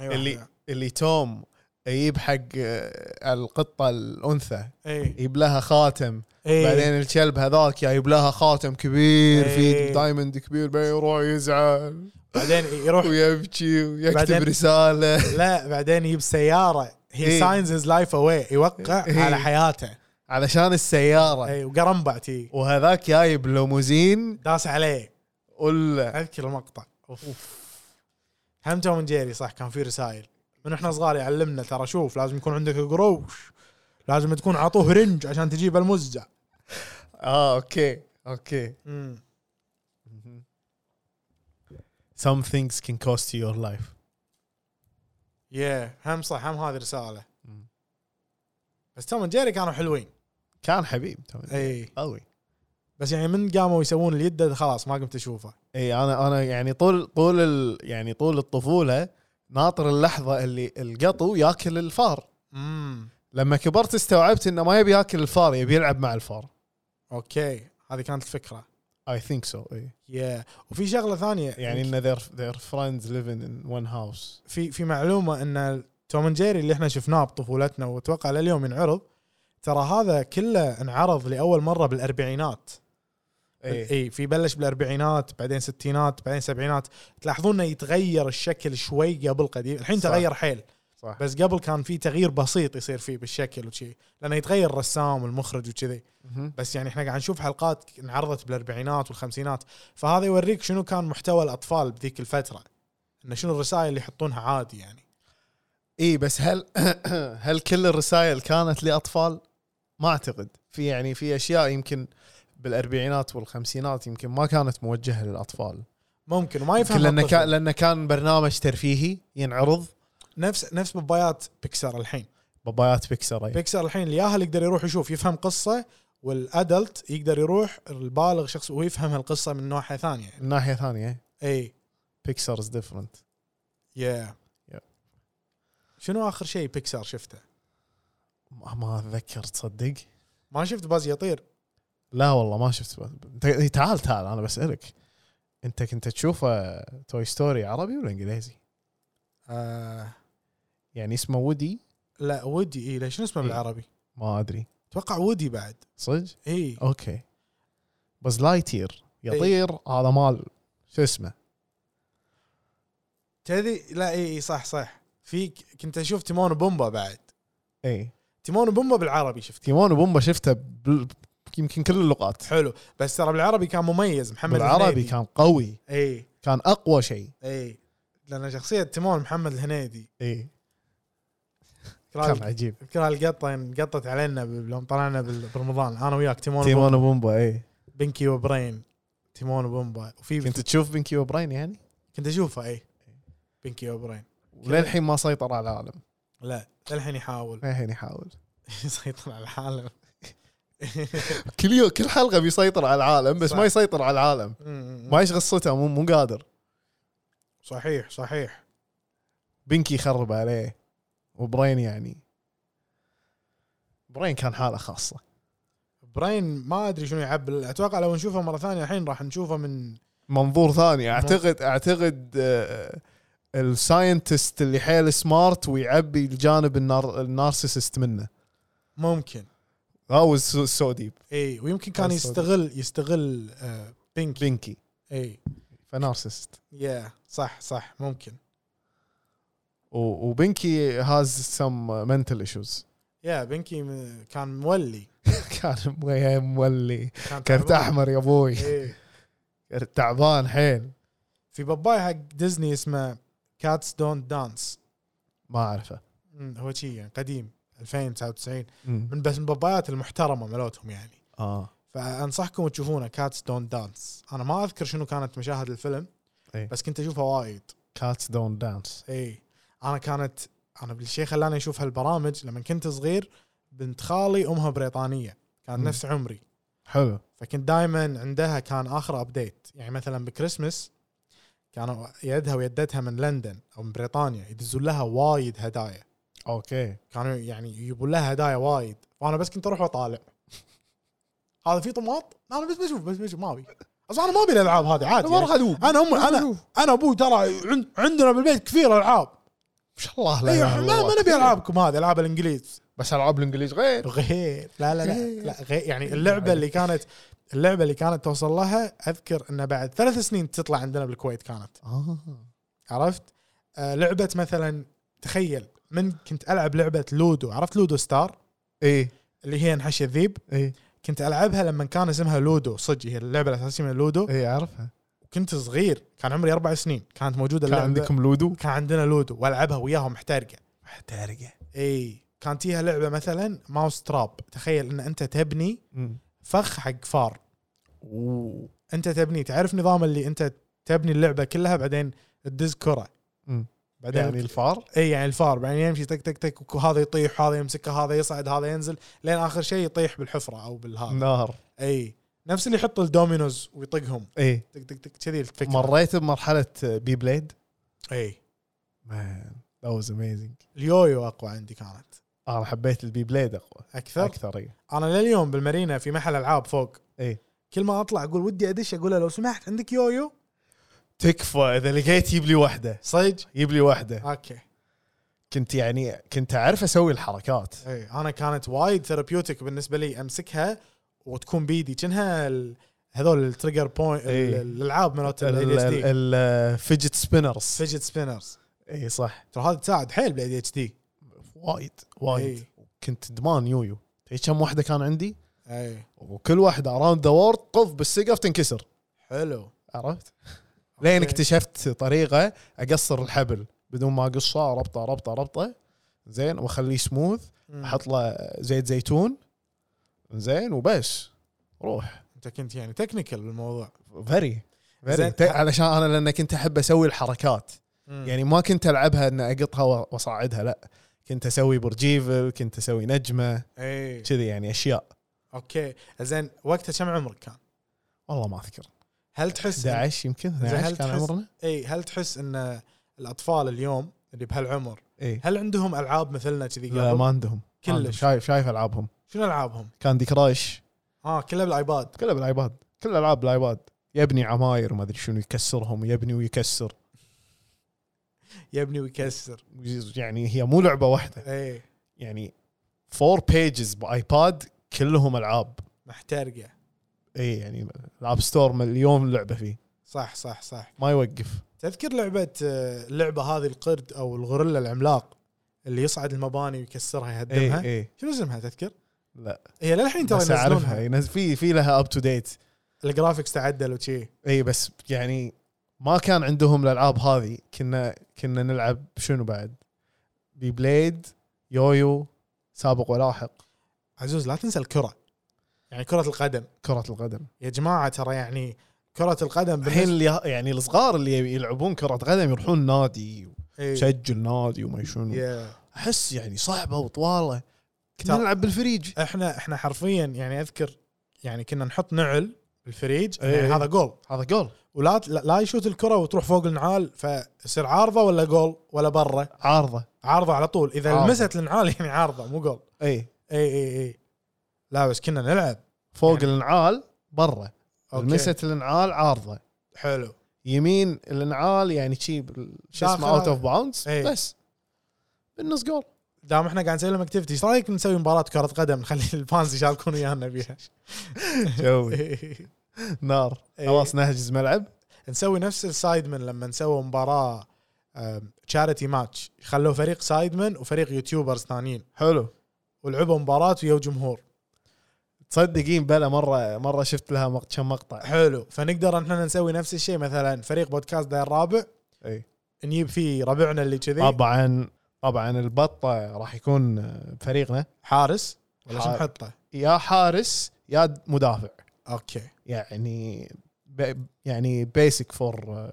Speaker 4: أيوة
Speaker 3: اللي اللي توم يجيب حق آه، القطه الانثى
Speaker 4: اي
Speaker 3: يجيب لها خاتم
Speaker 4: اي بعدين
Speaker 3: إيه. بعدين الكلب هذاك جايب لها خاتم كبير
Speaker 4: إيه.
Speaker 3: في دايموند كبير بعدين يروح يزعل
Speaker 4: بعدين يروح
Speaker 3: ويبكي ويكتب
Speaker 4: بعدين-
Speaker 3: رساله
Speaker 4: لا بعدين يجيب سياره هي
Speaker 3: إي.
Speaker 4: ساينز هيز لايف اواي يوقع
Speaker 3: إي.
Speaker 4: على حياته
Speaker 3: علشان السياره
Speaker 4: اي وقرنبع تي
Speaker 3: وهذاك جايب لوموزين
Speaker 4: داس عليه
Speaker 3: ولا
Speaker 4: اذكر المقطع اوف هم توم أند جيري صح كان في رسائل من احنا صغار يعلمنا ترى شوف لازم يكون عندك قروش لازم تكون عطوه رنج عشان تجيب المزة
Speaker 3: اه اوكي اوكي
Speaker 4: امم
Speaker 3: some things can cost you your life
Speaker 4: يا هم صح هم هذه رسالة بس توم جيري كانوا حلوين إيه.
Speaker 3: كان حبيب
Speaker 4: اي
Speaker 3: قوي
Speaker 4: بس يعني من قاموا يسوون اليد خلاص ما قمت اشوفه
Speaker 3: اي انا انا يعني طول طول ال يعني طول الطفوله ناطر اللحظه اللي القطو ياكل الفار
Speaker 4: امم
Speaker 3: لما كبرت استوعبت انه ما يبي ياكل الفار يبي يلعب مع الفار
Speaker 4: اوكي هذه كانت الفكره
Speaker 3: اي ثينك سو اي
Speaker 4: يا وفي شغله ثانيه
Speaker 3: يعني ان their their friends living in one house
Speaker 4: في في معلومه ان توم جيري اللي احنا شفناه بطفولتنا واتوقع لليوم ينعرض ترى هذا كله انعرض لاول مره بالاربعينات
Speaker 3: اي
Speaker 4: اي إيه، في بلش بالاربعينات بعدين ستينات بعدين سبعينات تلاحظون انه يتغير الشكل شوي قبل قديم الحين
Speaker 3: صح.
Speaker 4: تغير حيل
Speaker 3: صح
Speaker 4: بس قبل كان في تغيير بسيط يصير فيه بالشكل وشي لانه يتغير الرسام والمخرج وكذي
Speaker 3: مهم.
Speaker 4: بس يعني احنا قاعد نشوف حلقات انعرضت بالاربعينات والخمسينات فهذا يوريك شنو كان محتوى الاطفال بذيك الفتره انه شنو الرسائل اللي يحطونها عادي يعني
Speaker 3: اي إيه، بس هل هل كل الرسائل كانت لاطفال؟ ما اعتقد في يعني في اشياء يمكن بالاربعينات والخمسينات يمكن ما كانت موجهه للاطفال
Speaker 4: ممكن وما
Speaker 3: يمكن
Speaker 4: يفهم
Speaker 3: لانه
Speaker 4: الطفل.
Speaker 3: كان لانه كان برنامج ترفيهي ينعرض
Speaker 4: نفس نفس ببايات بيكسر الحين
Speaker 3: بابايات بيكسر أي.
Speaker 4: بيكسر الحين الياهل يقدر يروح يشوف يفهم قصه والادلت يقدر يروح البالغ شخص ويفهم القصه من إيه، ناحيه ثانيه
Speaker 3: من ناحيه ثانيه
Speaker 4: اي
Speaker 3: بيكسر از ديفرنت
Speaker 4: يا
Speaker 3: Yeah.
Speaker 4: شنو اخر شيء بيكسر شفته؟
Speaker 3: ما ما اتذكر تصدق
Speaker 4: ما شفت باز يطير
Speaker 3: لا والله ما شفت أنت- إي تعال تعال انا بسالك انت كنت تشوفه توي ستوري عربي ولا انجليزي؟
Speaker 4: آه
Speaker 3: يعني اسمه وودي
Speaker 4: لا ودي اي ليش شنو اسمه
Speaker 3: إيه.
Speaker 4: بالعربي؟
Speaker 3: ما ادري
Speaker 4: اتوقع ودي بعد إيه.
Speaker 3: صدق؟
Speaker 4: اي
Speaker 3: اوكي بس لايتير
Speaker 4: إيه.
Speaker 3: يطير هذا مال شو اسمه
Speaker 4: تدري لا اي اي صح صح في ك- كنت اشوف تيمون وبومبا بعد
Speaker 3: اي
Speaker 4: تيمون وبومبا بالعربي شفت
Speaker 3: إيه. تيمون وبومبا شفته بال... يمكن كل اللقات
Speaker 4: حلو بس ترى بالعربي كان مميز محمد
Speaker 3: بالعربي
Speaker 4: الهنيدي.
Speaker 3: كان قوي
Speaker 4: اي
Speaker 3: كان اقوى شيء
Speaker 4: اي لان شخصيه تيمون محمد الهنيدي
Speaker 3: اي إيه. كان
Speaker 4: اذكرها
Speaker 3: عجيب
Speaker 4: اذكرها القطه انقطت يعني علينا ب- لما طلعنا بال- برمضان انا وياك تيمون,
Speaker 3: تيمون
Speaker 4: وبومبا
Speaker 3: وبومبا إيه. اي
Speaker 4: بنكي وبرين تيمون وبومبا وفي
Speaker 3: كنت تشوف بنكي وبراين يعني
Speaker 4: كنت اشوفها اي بنكي وبرين
Speaker 3: وللحين ما سيطر على العالم
Speaker 4: لا للحين يحاول
Speaker 3: الحين يحاول
Speaker 4: يسيطر على العالم
Speaker 3: كل يو... كل حلقه بيسيطر على العالم بس
Speaker 4: صح.
Speaker 3: ما يسيطر على العالم ما يشغل صته مو مو قادر
Speaker 4: صحيح صحيح
Speaker 3: بنكي يخرب عليه وبراين يعني براين كان حاله خاصه
Speaker 4: براين ما ادري شنو يعبل اتوقع لو نشوفه مره ثانيه الحين راح نشوفه من
Speaker 3: منظور ثاني اعتقد اعتقد آه، الساينتست اللي حيل سمارت ويعبي الجانب النار النارسست منه
Speaker 4: ممكن
Speaker 3: هاو سو ديب
Speaker 4: اي ويمكن كان
Speaker 3: بس صدق.
Speaker 4: يستغل يستغل آه بينكي
Speaker 3: بينكي
Speaker 4: اي
Speaker 3: فنارسست
Speaker 4: يا صح صح ممكن
Speaker 3: و- وبينكي هاز سم منتل ايشوز
Speaker 4: يا بنكي م- كان مولي
Speaker 3: كان مو- مولي
Speaker 4: كان
Speaker 3: كرت
Speaker 4: تعبان.
Speaker 3: احمر يا ابوي
Speaker 4: إيه.
Speaker 3: كرت تعبان حيل
Speaker 4: في باباي حق ديزني اسمه كاتس دونت دانس
Speaker 3: ما اعرفه
Speaker 4: هو شي يعني قديم 2099
Speaker 3: مم.
Speaker 4: من بس من البابايات المحترمه مالتهم يعني
Speaker 3: اه
Speaker 4: فانصحكم تشوفونه كاتس دونت دانس انا ما اذكر شنو كانت مشاهد الفيلم
Speaker 3: إيه.
Speaker 4: بس كنت اشوفها وايد
Speaker 3: كاتس دون دانس
Speaker 4: اي انا إيه. كانت انا بالشيء خلاني اشوف هالبرامج لما كنت صغير بنت خالي امها بريطانيه كانت
Speaker 3: مم.
Speaker 4: نفس عمري
Speaker 3: حلو
Speaker 4: فكنت دائما عندها كان اخر ابديت يعني مثلا بكريسمس كانوا يدها ويدتها من لندن او من بريطانيا يدزون لها وايد هدايا
Speaker 3: اوكي
Speaker 4: كانوا يعني يجيبون لها هدايا وايد وانا بس كنت اروح واطالع هذا في طماط انا بس بشوف بس بشوف ما ابي اصلا انا ما ابي الالعاب هذه عادي
Speaker 3: ما راح
Speaker 4: يعني.
Speaker 3: ادوق
Speaker 4: انا هم انا انا ابوي ترى عند- عندنا بالبيت كثير العاب
Speaker 3: ان شاء الله لا
Speaker 4: اي
Speaker 3: إله
Speaker 4: ما
Speaker 3: إلا الله.
Speaker 4: إيه، ما نبي العابكم هذه العاب الانجليز
Speaker 3: بس العاب الانجليز غير
Speaker 4: غير لا لا لا, لا غير يعني اللعبه اللي كانت اللعبه اللي كانت توصل لها اذكر انها بعد ثلاث سنين تطلع عندنا بالكويت كانت
Speaker 3: اه
Speaker 4: عرفت؟ آه لعبه مثلا تخيل من كنت العب لعبه لودو عرفت لودو ستار
Speaker 3: ايه
Speaker 4: اللي هي انحش الذيب
Speaker 3: ايه
Speaker 4: كنت العبها لما كان اسمها لودو صدق هي اللعبه الاساسيه من لودو
Speaker 3: ايه اعرفها
Speaker 4: كنت صغير كان عمري اربع سنين كانت موجوده
Speaker 3: كان
Speaker 4: اللعبه
Speaker 3: عندكم لودو
Speaker 4: كان عندنا لودو والعبها وياهم محترقه
Speaker 3: محترقه
Speaker 4: اي كان فيها لعبه مثلا ماوس تراب تخيل ان انت تبني فخ حق فار
Speaker 3: اوه
Speaker 4: انت تبني تعرف نظام اللي انت تبني اللعبه كلها بعدين تدز كره
Speaker 3: مم. بعدين يعني الفار
Speaker 4: اي يعني الفار بعدين يمشي تك تك تك وهذا يطيح وهذا يمسكه هذا يصعد هذا ينزل لين اخر شيء يطيح بالحفره او بالهذا
Speaker 3: نار
Speaker 4: اي نفس اللي يحط الدومينوز ويطقهم
Speaker 3: اي
Speaker 4: تك تك تك كذي الفكره
Speaker 3: إيه. مريت بمرحله بي بليد
Speaker 4: اي
Speaker 3: مان ذا واز اميزنج
Speaker 4: اليويو اقوى عندي كانت
Speaker 3: انا حبيت البي بليد إيه. اقوى
Speaker 4: اكثر
Speaker 3: اكثر إي.
Speaker 4: انا لليوم بالمارينا في محل العاب فوق
Speaker 3: إيه.
Speaker 4: كل ما اطلع اقول ودي ادش اقولها لو سمحت عندك يويو
Speaker 3: تكفى اذا لقيت جيب لي واحده
Speaker 4: صج
Speaker 3: جيب لي واحده
Speaker 4: اوكي
Speaker 3: كنت يعني كنت اعرف اسوي الحركات
Speaker 4: اي انا إيه، كانت وايد ثيرابيوتيك بالنسبه لي امسكها وتكون بيدي كأنها ال- هذول التريجر بوينت
Speaker 3: إيه.
Speaker 4: الالعاب مالت الاي
Speaker 3: الفيجت سبينرز
Speaker 4: فيجت سبينرز
Speaker 3: اي إيه، صح
Speaker 4: ترى هذا تساعد حيل بالاي اتش دي
Speaker 3: وايد وايد
Speaker 4: إي.
Speaker 3: كنت دمان يويو تدري كم واحده كان عندي
Speaker 4: اي
Speaker 3: وكل واحده اراوند ذا وورد طف بالسقف تنكسر
Speaker 4: حلو
Speaker 3: عرفت لين
Speaker 4: أوكي.
Speaker 3: اكتشفت طريقه اقصر الحبل بدون ما اقصه ربطه ربطه ربطه زين واخليه سموث
Speaker 4: مم.
Speaker 3: احط له زيت زيتون زين وبس روح
Speaker 4: انت كنت يعني تكنيكال بالموضوع
Speaker 3: فيري
Speaker 4: زين.
Speaker 3: علشان انا لان كنت احب اسوي الحركات
Speaker 4: مم.
Speaker 3: يعني ما كنت العبها ان اقطها و- واصعدها لا كنت اسوي برجيفل كنت اسوي نجمه
Speaker 4: اي
Speaker 3: كذي يعني اشياء
Speaker 4: اوكي إيه. زين وقتها كم عمرك كان؟
Speaker 3: والله ما اذكر
Speaker 4: هل تحس
Speaker 3: 11 يمكن
Speaker 4: زين،
Speaker 3: 12
Speaker 4: هل
Speaker 3: كان
Speaker 4: تحس-
Speaker 3: عمرنا
Speaker 4: اي هل تحس ان الاطفال اليوم اللي بهالعمر
Speaker 3: اي
Speaker 4: هل عندهم العاب مثلنا كذي
Speaker 3: لا
Speaker 4: قبل؟
Speaker 3: ما عندهم ما عندهم.
Speaker 4: كلش.
Speaker 3: شايف شايف العابهم
Speaker 4: شنو العابهم؟
Speaker 3: كاندي كراش
Speaker 4: اه كلها بالايباد
Speaker 3: كلها بالايباد كل الالعاب بالايباد يبني عماير وما ادري شنو يكسرهم ويبني ويكسر
Speaker 4: يبني ويكسر
Speaker 3: يعني هي مو لعبه واحده
Speaker 4: اي
Speaker 3: يعني فور بيجز بايباد كلهم العاب
Speaker 4: محترقه
Speaker 3: اي يعني الاب ستور مليون لعبه فيه
Speaker 4: صح صح صح
Speaker 3: ما يوقف
Speaker 4: تذكر لعبه آه، اللعبه هذه القرد او الغوريلا العملاق اللي يصعد المباني ويكسرها يهدمها
Speaker 3: اي اي
Speaker 4: شنو اسمها تذكر؟
Speaker 3: إيه، لا
Speaker 4: هي للحين ترى
Speaker 3: بس اعرفها
Speaker 4: ينزلونها
Speaker 3: ينز- في في لها اب تو ديت
Speaker 4: الجرافكس تعدل وشي
Speaker 3: اي بس يعني ما كان عندهم الالعاب هذه كنا كنا نلعب شنو بعد بي بليد يويو سابق ولاحق
Speaker 4: عزوز لا تنسى الكره يعني كره القدم
Speaker 3: كرة القدم
Speaker 4: يا جماعه ترى يعني كره القدم
Speaker 3: الحين اللي يعني الصغار اللي يبي يلعبون كرة قدم يروحون نادي
Speaker 4: إيه.
Speaker 3: يسجل نادي وما شنو
Speaker 4: يا.
Speaker 3: احس يعني صعبة وطوالة كنا
Speaker 4: ترى-
Speaker 3: نلعب بالفريج
Speaker 4: احنا احنا حرفيا يعني اذكر يعني كنا نحط نعل بالفريج
Speaker 3: إيه.
Speaker 4: يعني هذا جول
Speaker 3: هذا جول
Speaker 4: ولا لا- لا يشوت الكره وتروح فوق النعال فيصير عارضه ولا جول ولا برا
Speaker 3: عارضة
Speaker 4: عارضه على طول اذا
Speaker 3: عارضة.
Speaker 4: لمست النعال يعني عارضه مو جول
Speaker 3: اي
Speaker 4: اي اي اي إيه. لا بس كنا نلعب
Speaker 3: فوق
Speaker 4: يعني-
Speaker 3: يعني النعال برا
Speaker 4: أوكي.
Speaker 3: لمست النعال عارضة
Speaker 4: حلو
Speaker 3: يمين النعال يعني شي بال- شو اسمه اوت
Speaker 4: داخل.
Speaker 3: اوف باوندز
Speaker 4: إيه.
Speaker 3: بس بالنص جول
Speaker 4: دام احنا قاعد نسوي لهم اكتيفيتي ايش رايك نسوي مباراه كره قدم نخلي الفانز يشاركون ويانا بيها
Speaker 3: جوي نار
Speaker 4: إيه.
Speaker 3: خلاص نحجز ملعب
Speaker 4: نسوي نفس السايدمن لما نسوي مباراه تشاريتي ماتش خلوا فريق سايدمن وفريق يوتيوبرز ثانيين
Speaker 3: حلو
Speaker 4: ولعبوا مباراه ويا جمهور
Speaker 3: تصدقين بلا مره مره شفت لها مقط- كم مقطع
Speaker 4: حلو فنقدر احنا نسوي نفس الشيء مثلا فريق بودكاست داير الرابع
Speaker 3: إي.
Speaker 4: نجيب فيه ربعنا اللي كذي
Speaker 3: طبعا طبعا البطه راح يكون فريقنا
Speaker 4: حارس ولا شو
Speaker 3: حار-
Speaker 4: نحطه؟
Speaker 3: يا حارس يا مدافع
Speaker 4: اوكي
Speaker 3: يعني ب يعني بيسك فور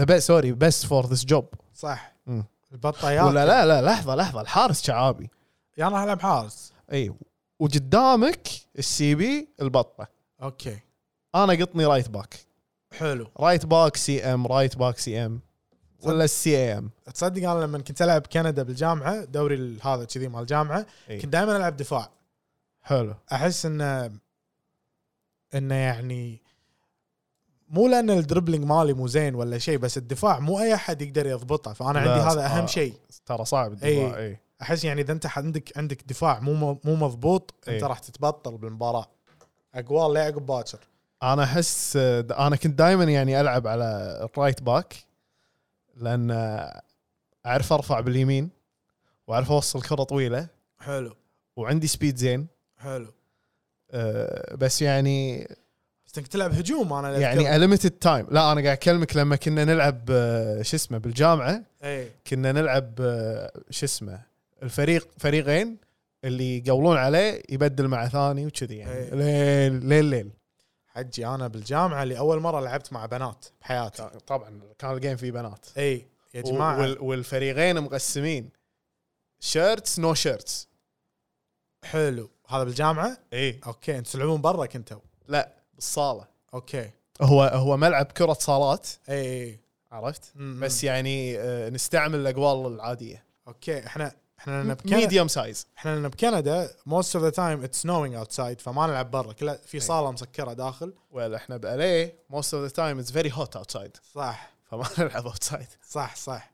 Speaker 3: ذا سوري بيست فور ذس جوب
Speaker 4: صح
Speaker 3: مم.
Speaker 4: البطيات
Speaker 3: ولا لا لا لحظه لحظه الحارس شعابي
Speaker 4: يا انا العب حارس
Speaker 3: اي وقدامك السي بي البطه
Speaker 4: اوكي
Speaker 3: انا قطني رايت باك
Speaker 4: حلو
Speaker 3: رايت باك سي ام رايت باك سي ام ولا السي اي ام
Speaker 4: تصدق انا لما كنت العب كندا بالجامعه دوري ال- هذا كذي مال الجامعه
Speaker 3: إي.
Speaker 4: كنت دائما العب دفاع
Speaker 3: حلو
Speaker 4: احس انه انه يعني مو لان الدربلينج مالي مو زين ولا شيء بس الدفاع مو اي احد يقدر يضبطه
Speaker 3: لا،
Speaker 4: فانا عندي هذا
Speaker 3: صح.
Speaker 4: اهم شيء
Speaker 3: ترى صعب الدفاع اي
Speaker 4: احس يعني اذا انت عندك عندك دفاع مو مو مضبوط انت
Speaker 3: إيه.
Speaker 4: راح تتبطل بالمباراه اقوال لا يعقب باكر
Speaker 3: انا احس انا كنت دائما يعني العب على الرايت باك لان اعرف ارفع باليمين واعرف اوصل كره طويله
Speaker 4: حلو
Speaker 3: وعندي سبيد زين
Speaker 4: حلو
Speaker 3: أه، بس يعني
Speaker 4: بس انك تلعب هجوم انا
Speaker 3: يعني ليمتد تايم لا انا قاعد اكلمك لما كنا نلعب أه، شو اسمه بالجامعه
Speaker 4: اي
Speaker 3: كنا نلعب أه، شو اسمه الفريق فريقين اللي يقولون عليه يبدل مع ثاني وكذي يعني
Speaker 4: إيه.
Speaker 3: ليل ليل ليل
Speaker 4: حجي انا بالجامعه لاول مره لعبت مع بنات بحياتي
Speaker 3: طبعا كان الجيم فيه بنات
Speaker 4: اي يا
Speaker 3: و-
Speaker 4: جماعه
Speaker 3: وال- والفريقين مقسمين شيرتس نو شيرتس
Speaker 4: حلو هذا بالجامعه
Speaker 3: اي
Speaker 4: اوكي انتم تلعبون برا كنتوا إيه،
Speaker 3: لا بالصاله
Speaker 4: اوكي
Speaker 3: هو هو ملعب كره صالات
Speaker 4: اي اي
Speaker 3: عرفت
Speaker 4: مم.
Speaker 3: بس يعني آه، نستعمل الاقوال العاديه
Speaker 4: اوكي احنا احنا لنا بكندا
Speaker 3: ميديوم سايز
Speaker 4: احنا لنا بكندا موست اوف ذا تايم اتس سنوينج اوتسايد فما نلعب برا كلها في صاله مسكره داخل
Speaker 3: ولا احنا باليه موست اوف ذا تايم اتس فيري هوت اوتسايد
Speaker 4: صح
Speaker 3: فما نلعب اوتسايد
Speaker 4: صح صح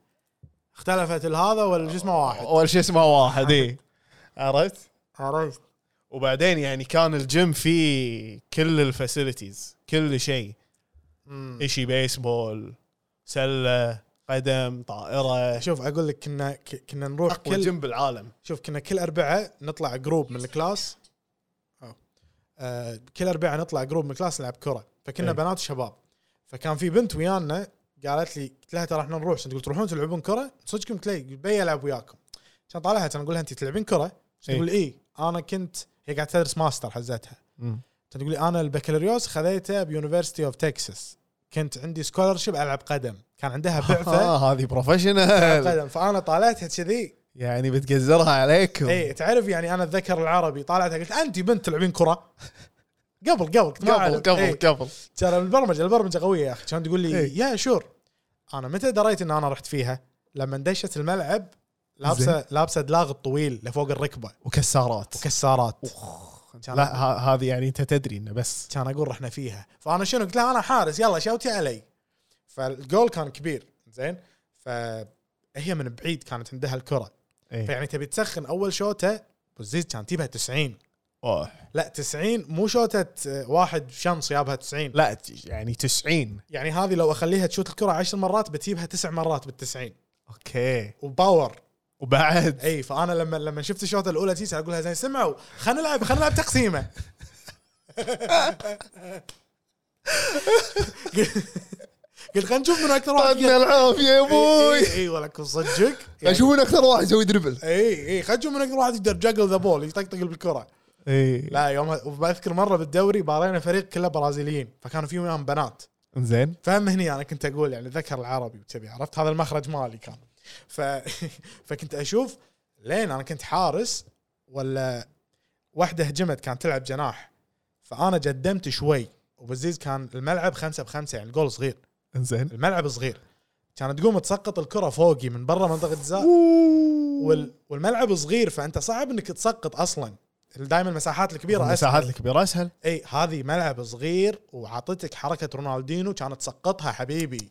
Speaker 4: اختلفت الهذا ولا جسمه واحد
Speaker 3: اول شيء اسمه واحد إيه. اي عرفت
Speaker 4: عرفت
Speaker 3: وبعدين يعني كان الجيم فيه كل الفاسيلتيز كل شيء اشي بيسبول سله قدم طائره
Speaker 4: شوف اقول لك كنا ك- كنا نروح
Speaker 3: اقوى
Speaker 4: كل
Speaker 3: جيم بالعالم
Speaker 4: شوف كنا كل اربعاء نطلع جروب من الكلاس أو. آه كل اربعاء نطلع جروب من الكلاس نلعب كره فكنا
Speaker 3: إيه.
Speaker 4: بنات وشباب فكان في بنت ويانا قالت لي قلت لها ترى احنا نروح عشان تقول تروحون تلعبون كره صدقكم قلت لي بي العب وياكم كان طالعها كان اقول لها انت تلعبين كره
Speaker 3: إيه.
Speaker 4: عشان تقول اي انا كنت هي قاعده تدرس ماستر حزتها
Speaker 3: مم.
Speaker 4: كان تقول لي انا البكالوريوس خذيته بيونيفرستي اوف تكساس كنت عندي سكولرشيب العب قدم كان عندها بعثه
Speaker 3: آه هذه بروفيشنال
Speaker 4: قدم فانا طالعتها كذي
Speaker 3: يعني بتقزرها عليكم
Speaker 4: اي تعرف يعني انا اتذكر العربي طالعتها قلت انت بنت تلعبين كره قبل قبل كنت ما
Speaker 3: قبل
Speaker 4: أعرف. إيه.
Speaker 3: قبل قبل
Speaker 4: ترى البرمجه البرمجه قويه يا اخي كان تقول لي
Speaker 3: إيه.
Speaker 4: يا شور انا متى دريت ان انا رحت فيها؟ لما دشت الملعب لابسه لابسه دلاغ الطويل لفوق الركبه
Speaker 3: وكسارات
Speaker 4: وكسارات كان
Speaker 3: لا ه- هذه يعني انت تدري انه بس
Speaker 4: كان اقول رحنا فيها فانا شنو قلت لها انا حارس يلا شوتي علي فالجول كان كبير زين فهي من بعيد كانت عندها الكره
Speaker 3: إيه.
Speaker 4: فيعني تبي تسخن اول شوته بوزيد كان تجيبها 90
Speaker 3: اوه
Speaker 4: لا 90 مو شوتة آه، واحد شمس يابها 90 لا
Speaker 3: لا ت- يعني 90
Speaker 4: يعني هذه لو اخليها تشوت الكرة 10 مرات بتجيبها 9 مرات بال 90
Speaker 3: اوكي
Speaker 4: وباور
Speaker 3: وبعد
Speaker 4: اي فانا لما لما شفت الشوطة الاولى تيسا اقول لها زين سمعوا خلينا نلعب خلينا نلعب تقسيمة قلت خلينا نشوف من اكثر واحد
Speaker 3: طيب،
Speaker 7: يعطينا العافيه
Speaker 3: إيه.
Speaker 7: يا ابوي
Speaker 4: اي اي ولكن صدقك يعني
Speaker 7: اشوف من اكثر واحد يسوي دربل
Speaker 4: اي اي خلينا نشوف من اكثر واحد يقدر جاجل ذا بول يطقطق بالكرة
Speaker 3: اي
Speaker 4: لا يومها وبذكر مره بالدوري بارينا فريق كله برازيليين فكانوا في وياهم بنات
Speaker 3: زين
Speaker 4: فهم هني انا كنت اقول يعني ذكر العربي وكذي عرفت هذا المخرج مالي كان ف... فكنت اشوف لين انا كنت حارس ولا واحده هجمت كانت تلعب جناح فانا قدمت شوي وبزيز كان الملعب خمسة بخمسة يعني الجول صغير
Speaker 3: زين
Speaker 4: الملعب صغير كانت تقوم تسقط الكرة فوقي من برا منطقة الجزاء وال... والملعب صغير فانت صعب انك تسقط اصلا دائما المساحات الكبيرة اسهل
Speaker 3: المساحات الكبيره اسهل
Speaker 4: اي هذه ملعب صغير وعطتك حركه رونالدينو كانت سقطها حبيبي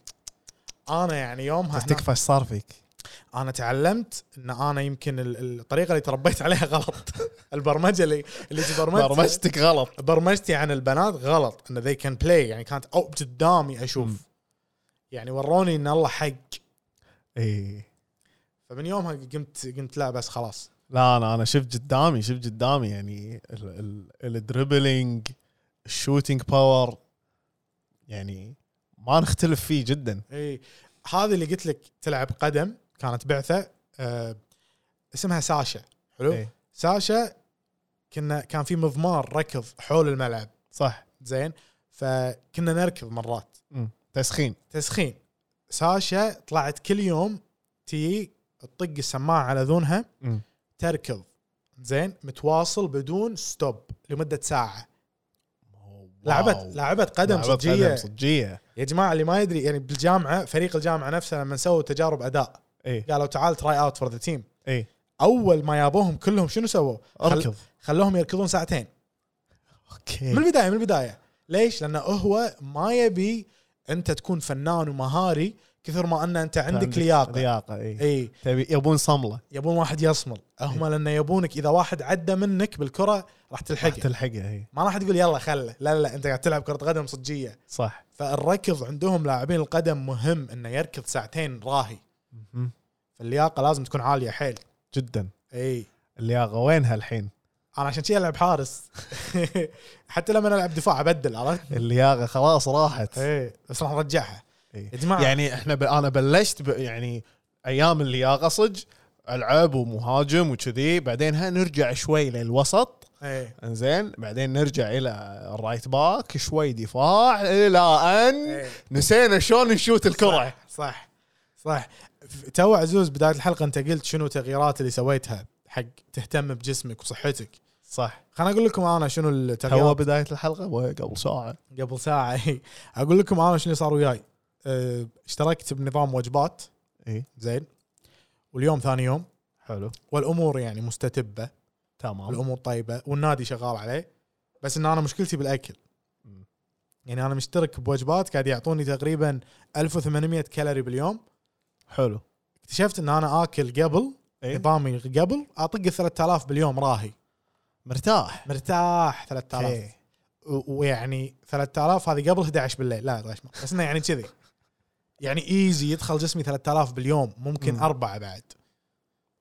Speaker 4: انا يعني يومها
Speaker 3: بس
Speaker 4: هنا-
Speaker 3: تكفى ايش صار فيك؟
Speaker 4: انا تعلمت ان انا يمكن ال- ال- الطريقه اللي تربيت عليها غلط البرمجه اللي اللي تبرمجت
Speaker 3: برمجتك غلط
Speaker 4: برمجتي عن البنات غلط ان they can play يعني كانت او قدامي اشوف
Speaker 3: مم.
Speaker 4: يعني وروني ان الله حق
Speaker 3: اي
Speaker 4: إيه. فمن يومها قمت قمت لا بس خلاص
Speaker 3: لا انا انا شفت قدامي شفت قدامي يعني ال- ال- الدربلينج الشوتينج باور يعني ما نختلف فيه جدا
Speaker 4: اي هذه اللي قلت لك تلعب قدم كانت بعثه آه اسمها ساشا حلو
Speaker 3: إيه.
Speaker 4: ساشا كنا كان في مضمار ركض حول الملعب
Speaker 3: صح
Speaker 4: زين فكنا نركض مرات
Speaker 3: مم. تسخين
Speaker 4: تسخين ساشا طلعت كل يوم تي تطق السماعه على اذونها
Speaker 3: مم.
Speaker 4: تركض زين متواصل بدون ستوب لمده ساعه لعبت لعبت قدم
Speaker 3: لعبت
Speaker 4: صجيه
Speaker 3: قدم صجيه
Speaker 4: يا جماعه اللي ما يدري يعني بالجامعه فريق الجامعه نفسه لما سووا تجارب اداء
Speaker 3: اي
Speaker 4: قالوا تعال تراي اوت فور ذا تيم
Speaker 3: اي
Speaker 4: اول ما يابوهم كلهم شنو سووا؟ خل-
Speaker 3: اركض
Speaker 4: خلوهم يركضون ساعتين
Speaker 3: اوكي
Speaker 4: من البدايه من البدايه ليش؟ لانه هو ما يبي انت تكون فنان ومهاري كثر ما ان انت عندك إيه. لياقه
Speaker 3: لياقه اي
Speaker 4: اي
Speaker 3: إيه. تبي يبون صمله
Speaker 4: يبون واحد يصمل هم لانه يبونك اذا واحد عدى منك بالكره راح
Speaker 3: راح
Speaker 4: تلحقه
Speaker 3: تلحقها إيه. اي
Speaker 4: ما راح تقول يلا خله لا لا انت قاعد تلعب كره قدم صجيه
Speaker 3: صح
Speaker 4: فالركض عندهم لاعبين القدم مهم انه يركض ساعتين راهي
Speaker 3: مم.
Speaker 4: فاللياقه لازم تكون عاليه حيل إيه.
Speaker 3: جدا
Speaker 4: اي
Speaker 3: اللياقه وينها الحين؟
Speaker 4: انا عشان كذا العب حارس حتى لما العب دفاع ابدل عرفت؟
Speaker 3: اللياقه خلاص راحت
Speaker 4: اي بس راح نرجعها
Speaker 3: إيه.
Speaker 4: يا جماعة.
Speaker 3: يعني احنا ب... انا بلشت ب... يعني ايام اللياقه صج العب ومهاجم وكذي بعدين ها نرجع شوي للوسط
Speaker 4: اي
Speaker 3: انزين بعدين نرجع الى الرايت باك شوي دفاع الى ان
Speaker 4: إيه.
Speaker 3: نسينا شلون نشوت الكره
Speaker 4: صح صح ف- تو عزوز بدايه الحلقه انت قلت شنو التغييرات اللي سويتها حق تهتم بجسمك وصحتك
Speaker 3: صح
Speaker 4: خليني اقول لكم انا شنو
Speaker 3: هو
Speaker 4: التغييرات
Speaker 3: بدايه الحلقه وقبل ساعه
Speaker 4: قبل ساعه إي. اقول لكم انا شنو صار وياي أه، اشتركت بنظام وجبات
Speaker 3: اي
Speaker 4: زين واليوم ثاني يوم
Speaker 3: حلو
Speaker 4: والامور يعني مستتبه
Speaker 3: تمام
Speaker 4: طيب. الامور طيبه والنادي شغال عليه بس ان انا مشكلتي بالاكل
Speaker 3: مم.
Speaker 4: يعني انا مشترك بوجبات قاعد يعطوني تقريبا 1800 كالوري باليوم
Speaker 3: حلو
Speaker 4: اكتشفت ان انا اكل قبل
Speaker 3: إيه؟
Speaker 4: نظامي قبل اطق ال 3000 باليوم راهي
Speaker 3: مرتاح
Speaker 4: مرتاح 3000
Speaker 3: إيه.
Speaker 4: و- ويعني 3000 هذه قبل 11 بالليل لا غش بس انه يعني كذي يعني ايزي يدخل جسمي 3000 باليوم ممكن
Speaker 3: مم.
Speaker 4: اربعه بعد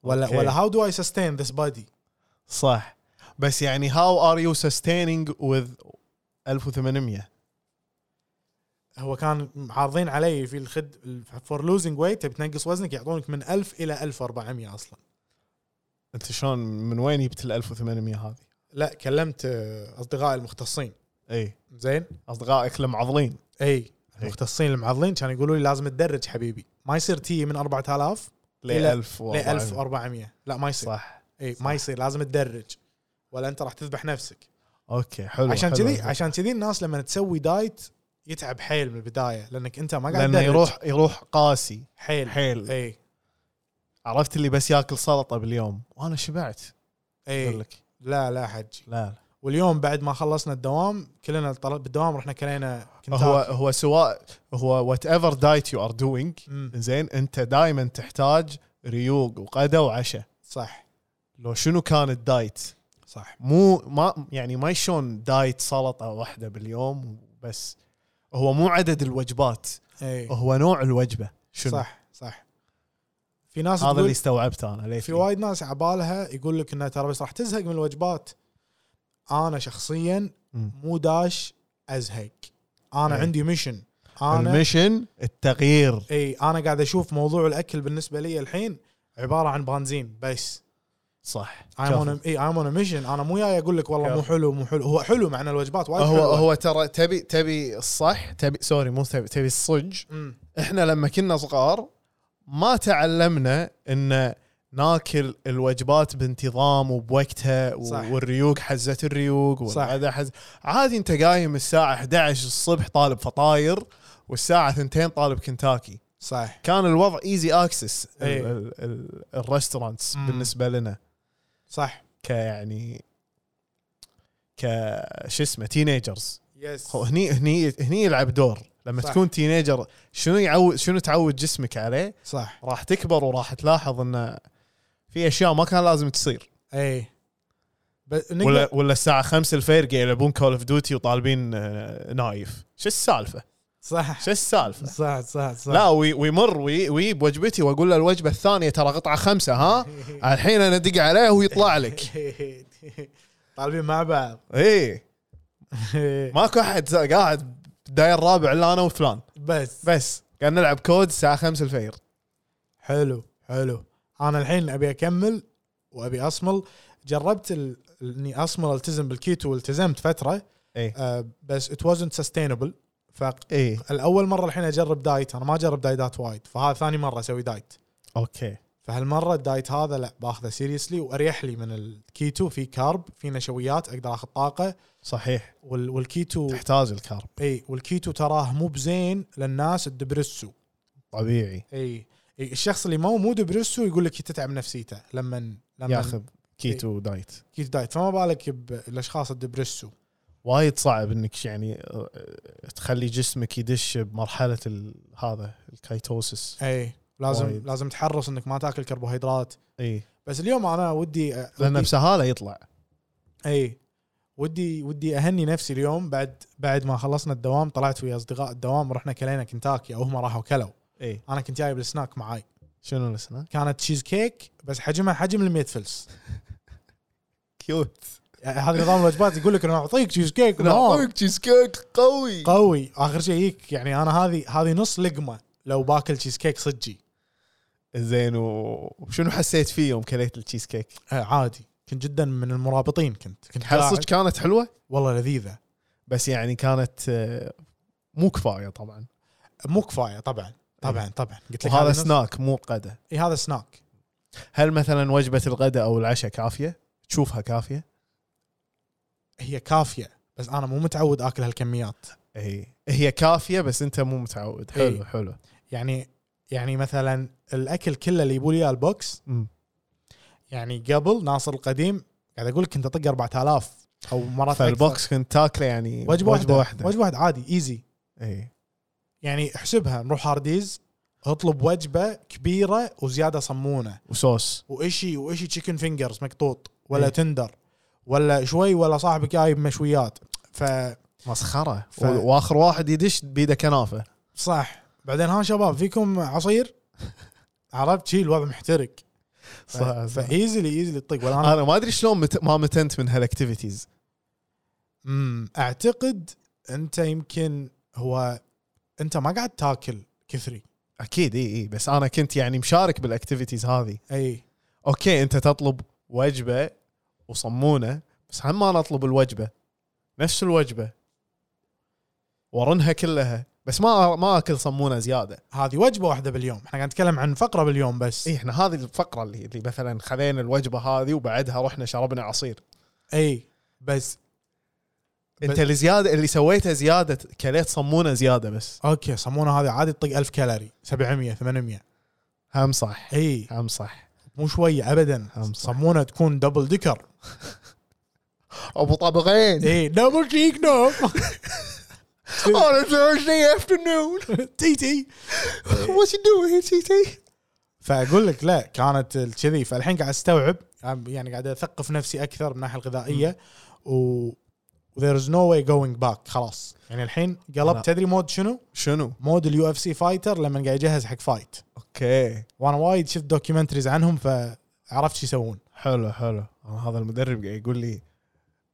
Speaker 4: ولا
Speaker 3: أوكي.
Speaker 4: ولا هاو دو اي سستين ذس بادي
Speaker 3: صح بس يعني هاو ار يو سستينينج وذ 1800
Speaker 4: هو كان عارضين علي في الخد فور لوزنج ويت بتنقص وزنك يعطونك من 1000 الى 1400 اصلا
Speaker 3: انت شلون من وين جبت ال 1800 هذه؟
Speaker 4: لا كلمت آه، اصدقائي المختصين
Speaker 3: اي
Speaker 4: زين
Speaker 3: اصدقائك المعضلين
Speaker 4: اي المختصين المعضلين كانوا يقولوا لي لازم تدرج حبيبي ما يصير تي من 4000
Speaker 3: ل
Speaker 4: إلى-
Speaker 3: 1000
Speaker 4: ل 1400 لا ما يصير
Speaker 3: صح
Speaker 4: اي ما يصير لازم تدرج ولا انت راح تذبح نفسك
Speaker 3: اوكي حلو
Speaker 4: عشان
Speaker 3: حلو.
Speaker 4: كذي عشان كذي الناس لما تسوي دايت يتعب حيل من البدايه لانك انت ما قاعد
Speaker 3: لانه
Speaker 4: تدرج.
Speaker 3: يروح يروح قاسي
Speaker 4: حيل
Speaker 3: حيل
Speaker 4: اي
Speaker 3: عرفت اللي بس ياكل سلطه باليوم وانا شبعت اقول
Speaker 4: اي
Speaker 3: لك
Speaker 4: لا لا حجي
Speaker 3: لا لا.
Speaker 4: واليوم بعد ما خلصنا الدوام كلنا طل- بالدوام رحنا كلينا
Speaker 3: هو
Speaker 4: كنتاكي
Speaker 3: هو سواء هو وات ايفر دايت يو ار دوينج
Speaker 4: مم.
Speaker 3: زين انت دائما تحتاج ريوق وغدا وعشاء
Speaker 4: صح
Speaker 3: لو شنو كان الدايت
Speaker 4: صح
Speaker 3: مو ما يعني ما يشون دايت سلطه واحده باليوم بس هو مو عدد الوجبات
Speaker 4: اي
Speaker 3: هو نوع الوجبه شنو
Speaker 4: إيه. صح صح في ناس
Speaker 3: هذا
Speaker 4: تقول
Speaker 3: اللي استوعبته انا ليث
Speaker 4: في وايد ناس عبالها يقول لك انها ترى بس راح تزهق من الوجبات انا شخصيا
Speaker 3: مم.
Speaker 4: مو داش ازهق انا
Speaker 3: إيه.
Speaker 4: عندي ميشن انا
Speaker 3: المشن التغيير
Speaker 4: اي انا قاعد اشوف موضوع الاكل بالنسبه لي الحين عباره عن بنزين بس
Speaker 3: صح
Speaker 4: ايم اون اي ايم اون ميشن انا مو جاي اقول لك والله مو حلو مو حلو هو حلو مع ان الوجبات وايد
Speaker 3: هو
Speaker 4: حلوة.
Speaker 3: هو ترى تبي تبي الصح تبي سوري مو تبي تبي الصج
Speaker 4: مم.
Speaker 3: احنا لما كنا صغار ما تعلمنا ان ناكل الوجبات بانتظام وبوقتها و-
Speaker 4: صح.
Speaker 3: والريوق حزه الريوق
Speaker 4: صح.
Speaker 3: والغدا حز عادي انت قايم الساعه 11 الصبح طالب فطاير والساعه 2 طالب كنتاكي
Speaker 4: صح
Speaker 3: كان الوضع ايزي اكسس
Speaker 4: إيه.
Speaker 3: الريستورانتس
Speaker 4: مم.
Speaker 3: بالنسبه لنا
Speaker 4: صح
Speaker 3: كيعني يعني ك شو اسمه تينيجرز
Speaker 4: يس
Speaker 3: هو هني هني هني يلعب دور لما
Speaker 4: صح.
Speaker 3: صح. تكون تينيجر شنو يعود شنو تعود جسمك عليه
Speaker 4: صح
Speaker 3: راح تكبر وراح تلاحظ انه في اشياء ما كان لازم تصير
Speaker 4: اي إيه. بس نقدر-
Speaker 3: ولا ولا الساعه 5 الفير قاعد يلعبون كول اوف ديوتي وطالبين آه، نايف شو السالفه
Speaker 4: صح
Speaker 3: شو السالفه
Speaker 4: صح صح صح
Speaker 3: لا وي- ويمر وي- ويجيب وجبتي واقول له الوجبه الثانيه ترى قطعه خمسه ها الحين انا ادق عليه ويطلع لك إيه.
Speaker 4: طالبين مع بعض
Speaker 3: اي ماكو احد قاعد داير رابع الا انا وفلان
Speaker 4: بس
Speaker 3: بس قاعد نلعب كود الساعه 5 الفير
Speaker 4: حلو حلو انا الحين ابي اكمل وابي اصمل جربت ال- اني اصمل التزم بالكيتو والتزمت فتره
Speaker 3: إيه.
Speaker 4: آه بس ات wasn't سستينبل
Speaker 3: اي
Speaker 4: فالاول مره الحين اجرب دايت انا ما اجرب دايتات وايد فهذا ثاني مره اسوي دايت
Speaker 3: اوكي
Speaker 4: فهالمره الدايت هذا لا باخذه سيريسلي واريح لي من الكيتو في كارب في نشويات اقدر اخذ طاقه
Speaker 3: صحيح
Speaker 4: وال- والكيتو
Speaker 3: تحتاج الكرب
Speaker 4: اي والكيتو تراه مو بزين للناس الدبرسو
Speaker 3: طبيعي
Speaker 4: اي إي، الشخص اللي مو مو دبرسو يقول لك تتعب نفسيته لما لما
Speaker 3: ياخذ كيتو دايت
Speaker 4: كيتو دايت فما بالك بالاشخاص الدبرسو
Speaker 3: وايد صعب انك يعني آه، تخلي جسمك يدش بمرحله ال- هذا الكايتوسس
Speaker 4: اي لازم
Speaker 3: وايد.
Speaker 4: لازم تحرص انك ما تاكل كربوهيدرات
Speaker 3: اي
Speaker 4: بس اليوم انا ودي أ-
Speaker 3: لانه
Speaker 4: ودي-
Speaker 3: بسهاله يطلع
Speaker 4: اي ودي ودي اهني نفسي اليوم بعد بعد ما خلصنا الدوام طلعت ويا اصدقاء الدوام رحنا كلينا كنتاكي او هم راحوا كلوا
Speaker 3: اي
Speaker 4: انا كنت جايب السناك معاي
Speaker 3: شنو السناك؟
Speaker 4: كانت تشيز كيك بس حجمها حجم الميت فلس
Speaker 3: كيوت
Speaker 4: يعني هذا نظام الوجبات يقول لك انا اعطيك تشيز كيك
Speaker 3: نعم.
Speaker 4: نهار
Speaker 8: نعطيك تشيز كيك قوي
Speaker 4: قوي اخر شيء يجيك يعني انا هذه هذه نص لقمه لو باكل تشيز كيك صجي
Speaker 3: زين و- وشنو حسيت فيه يوم كليت التشيز كيك؟
Speaker 4: آه، عادي كنت جدا من المرابطين كنت كنت قاعد.
Speaker 3: حصتك كانت حلوه
Speaker 4: والله لذيذه
Speaker 3: بس يعني كانت آه، مو كفايه طبعا
Speaker 4: مو كفايه طبعا طبعا طبعا قلت لك
Speaker 3: إيه. وهذا
Speaker 4: النص-
Speaker 3: سناك مو غدا
Speaker 4: اي هذا سناك
Speaker 3: هل مثلا وجبه الغداء او العشاء كافيه تشوفها كافيه
Speaker 4: هي كافيه بس انا مو متعود اكل هالكميات
Speaker 3: اي إيه. هي كافيه بس انت مو متعود حلو
Speaker 4: إي.
Speaker 3: حلو
Speaker 4: يعني يعني مثلا الاكل كله اللي يبوا لي إياه البوكس
Speaker 3: مم.
Speaker 4: يعني قبل ناصر القديم قاعد اقول لك كنت اطق 4000 او مرات أكثر.
Speaker 3: فالبوكس كنت تاكله يعني إيه.
Speaker 4: وجبه واحده
Speaker 3: واحده
Speaker 4: وجبه واحده عادي ايزي
Speaker 3: اي
Speaker 4: يعني احسبها نروح هارديز اطلب وجبه كبيره وزياده صمونه
Speaker 3: وصوص
Speaker 4: واشي واشي تشيكن فينجرز مقطوط ولا
Speaker 3: إيه.
Speaker 4: تندر ولا شوي ولا صاحبك جايب مشويات ف
Speaker 3: مسخره
Speaker 4: ف-
Speaker 3: ف... واخر واحد يدش بيده كنافه
Speaker 4: صح بعدين ها شباب فيكم عصير عرفت شي الوضع محترق
Speaker 3: صح صح
Speaker 4: فايزلي ايزلي تطق ولا انا
Speaker 3: انا ما ادري شلون مت... ما متنت من هالاكتيفيتيز
Speaker 4: مم، اعتقد انت يمكن هو انت ما قاعد تاكل كثري
Speaker 3: اكيد اي اي إيه، بس انا كنت يعني مشارك بالاكتيفيتيز هذه
Speaker 4: اي
Speaker 3: اوكي انت تطلب وجبه وصمونه بس هم انا اطلب الوجبه نفس الوجبه ورنها كلها بس ما ما اكل صمونه زياده
Speaker 4: هذه وجبه واحده باليوم احنا قاعد نتكلم عن فقره باليوم بس
Speaker 3: اي احنا إيه، هذه الفقره اللي, اللي مثلا خذينا الوجبه هذه وبعدها رحنا شربنا عصير
Speaker 4: اي بس
Speaker 3: انت اللي زياده اللي سويته زياده كليت صمونه زياده بس
Speaker 4: اوكي صمونه هذه عادي تطق 1000 كالوري 700 800
Speaker 3: هم صح
Speaker 4: اي
Speaker 3: هم صح
Speaker 4: مو شويه ابدا
Speaker 3: أم صح.
Speaker 4: صمونه تكون دبل دكر
Speaker 9: ابو طبقين
Speaker 3: إيه.
Speaker 4: اي دبل شيك نو
Speaker 9: انا Thursday afternoon
Speaker 4: تي تي
Speaker 9: what you doing تي تي
Speaker 4: فاقول لك لا كانت كذي فالحين قاعد استوعب يعني قاعد اثقف نفسي اكثر من الناحيه الغذائيه و there is no way going back خلاص يعني الحين
Speaker 3: أنا-
Speaker 4: قلبت تدري مود شنو؟
Speaker 3: شنو
Speaker 4: مود اليو اف سي فايتر لما قاعد يجهز حق فايت
Speaker 3: اوكي
Speaker 4: وانا وايد شفت دوكيومنتريز عنهم فعرفت شو يسوون
Speaker 3: حلو حلو أنا هذا المدرب قاعد يقول لي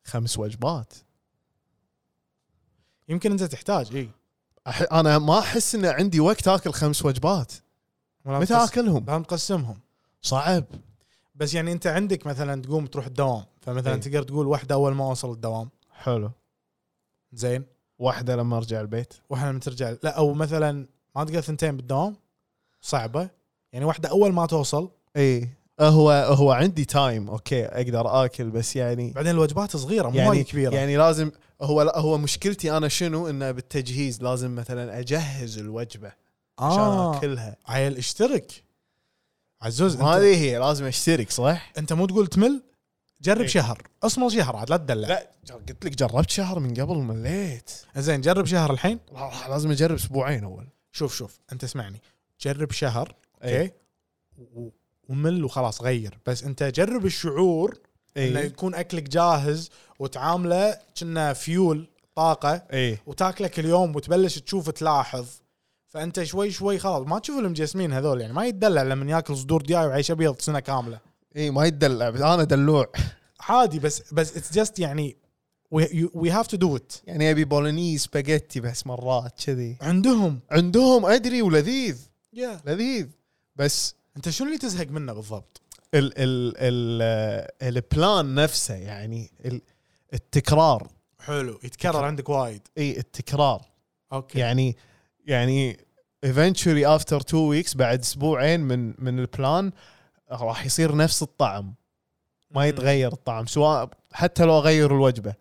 Speaker 3: خمس وجبات
Speaker 4: يمكن انت تحتاج اي
Speaker 3: أح- انا ما احس ان عندي وقت اكل خمس وجبات متى اكلهم
Speaker 4: هم مقسمهم
Speaker 3: صعب
Speaker 4: بس يعني انت عندك مثلا تقوم تروح الدوام فمثلا
Speaker 3: إي.
Speaker 4: تقدر تقول واحده اول ما اوصل الدوام
Speaker 3: حلو
Speaker 4: زين
Speaker 3: واحده لما ارجع البيت
Speaker 4: واحنا لما ترجع لا او مثلا ما تقدر ثنتين بالدوام صعبه يعني واحده اول ما توصل
Speaker 3: اي هو هو عندي تايم اوكي اقدر اكل بس يعني
Speaker 4: بعدين الوجبات صغيره مو
Speaker 3: يعني
Speaker 4: يعني كبيره يعني
Speaker 3: يعني لازم هو لا هو مشكلتي انا شنو انه بالتجهيز لازم مثلا اجهز الوجبه عشان
Speaker 4: آه
Speaker 3: اكلها
Speaker 4: عيل اشترك عزوز انت,
Speaker 3: هذه هي لازم اشترك صح؟
Speaker 4: انت مو تقول تمل جرب
Speaker 3: إي.
Speaker 4: شهر اصمل شهر عاد لا تدلع
Speaker 3: إيه. لا ج- قلت لك جربت شهر من قبل مليت
Speaker 4: زين جرب شهر الحين
Speaker 3: راح- لازم اجرب اسبوعين اول
Speaker 4: شوف شوف انت اسمعني جرب شهر
Speaker 3: إي.
Speaker 4: اوكي و- ومل وخلاص غير بس انت جرب الشعور انه يكون اكلك جاهز وتعامله كنا فيول طاقه
Speaker 3: اي
Speaker 4: وتاكله كل يوم وتبلش تشوف تلاحظ فانت شوي شوي خلاص ما تشوف المجسمين هذول يعني ما يتدلع لما ياكل صدور دياي وعيش ابيض سنه كامله
Speaker 3: اي إيه، ما يدلع بس انا دلوع
Speaker 4: عادي بس بس اتس جاست يعني وي هاف تو دو ات
Speaker 3: يعني ابي بولونيز سباجيتي بس مرات كذي
Speaker 4: عندهم
Speaker 3: عندهم ادري ولذيذ
Speaker 4: يا
Speaker 3: لذيذ بس
Speaker 4: انت شنو اللي تزهق منه بالضبط؟
Speaker 3: ال ال ال البلان نفسه يعني ال- التكرار
Speaker 4: حلو يتكرر عندك وايد
Speaker 3: اي التكرار
Speaker 4: اوكي
Speaker 3: يعني يعني eventually after two weeks بعد اسبوعين من من البلان راح يصير نفس الطعم ما يتغير الطعم سواء حتى لو اغير الوجبه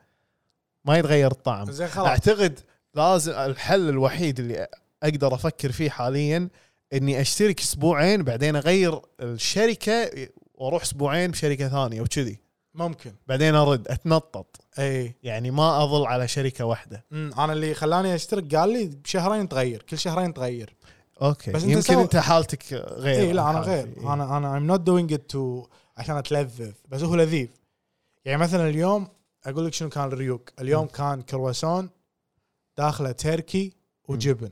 Speaker 3: ما يتغير الطعم
Speaker 4: زين خلاص
Speaker 3: اعتقد لازم الحل الوحيد اللي اقدر افكر فيه حاليا اني اشترك اسبوعين بعدين اغير الشركه واروح اسبوعين بشركه ثانيه وكذي
Speaker 4: ممكن
Speaker 3: بعدين ارد اتنطط
Speaker 4: اي
Speaker 3: يعني ما اظل على شركه واحده
Speaker 4: أمم، انا إيه. اللي خلاني اشترك قال لي بشهرين تغير كل شهرين تغير
Speaker 3: اوكي بس
Speaker 4: بس أنت
Speaker 3: يمكن
Speaker 4: سوى-
Speaker 3: انت حالتك غير
Speaker 4: اي لا
Speaker 3: عن
Speaker 4: انا
Speaker 3: حالتي.
Speaker 4: غير
Speaker 3: إيه.
Speaker 4: انا انا ام نوت دوينج ات تو عشان اتلذذ بس هو لذيذ يعني مثلا اليوم اقول لك شنو كان الريوق اليوم كان كرواسون داخله تركي وجبن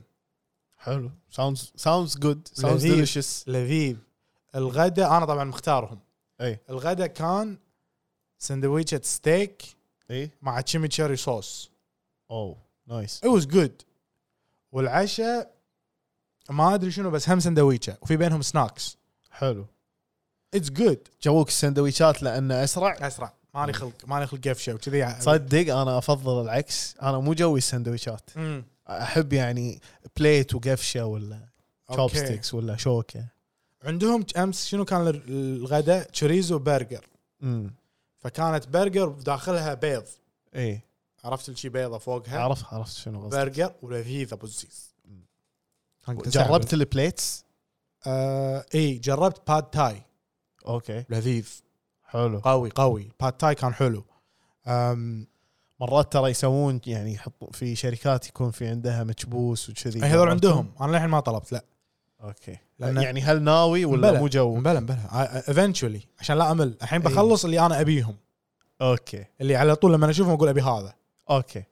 Speaker 3: حلو ساوندز ساوندز جود ساوندز
Speaker 4: لذيذ.
Speaker 3: ديليشس
Speaker 4: لذيذ الغداء انا طبعا مختارهم
Speaker 3: أي.
Speaker 4: الغداء كان سندويشة ستيك
Speaker 3: اي
Speaker 4: مع تشيميتشاري صوص
Speaker 3: اوه نايس
Speaker 4: it was good والعشاء ما ادري شنو بس هم سندويشة وفي بينهم سناكس
Speaker 3: حلو
Speaker 4: اتس جود
Speaker 3: جوك السندويشات لانه اسرع
Speaker 4: اسرع ماني خلق ماني خلق قفشه وكذي يعني.
Speaker 3: تصدق انا افضل العكس انا مو جوي السندويشات
Speaker 4: امم
Speaker 3: احب يعني بليت وقفشه ولا
Speaker 4: أوكي.
Speaker 3: شوبستكس ولا شوكه
Speaker 4: عندهم امس شنو كان ال- الغداء تشوريزو برجر
Speaker 3: امم
Speaker 4: فكانت برجر داخلها بيض
Speaker 3: اي
Speaker 4: إيه. عرفت الشي بيضه فوقها
Speaker 3: عرفت عرفت شنو قصدي
Speaker 4: برجر ولذيذ ابو الزيز
Speaker 3: جربت البليتس
Speaker 4: آه اي جربت باد تاي
Speaker 3: اوكي
Speaker 4: لذيذ
Speaker 3: حلو
Speaker 4: قوي قوي باد تاي كان حلو أم
Speaker 3: مرات ترى يسوون يعني يحطون في شركات يكون في عندها مكبوس وكذي
Speaker 4: هذول عندهم انا للحين ما طلبت لا
Speaker 3: اوكي
Speaker 4: لأن-
Speaker 3: يعني هل ناوي ولا
Speaker 4: بلى.
Speaker 3: مو جو
Speaker 4: بلا بلا ايفنشولي آه، عشان لا امل الحين بخلص اللي انا ابيهم
Speaker 3: اوكي
Speaker 4: اللي على طول لما اشوفهم اقول ابي هذا
Speaker 3: اوكي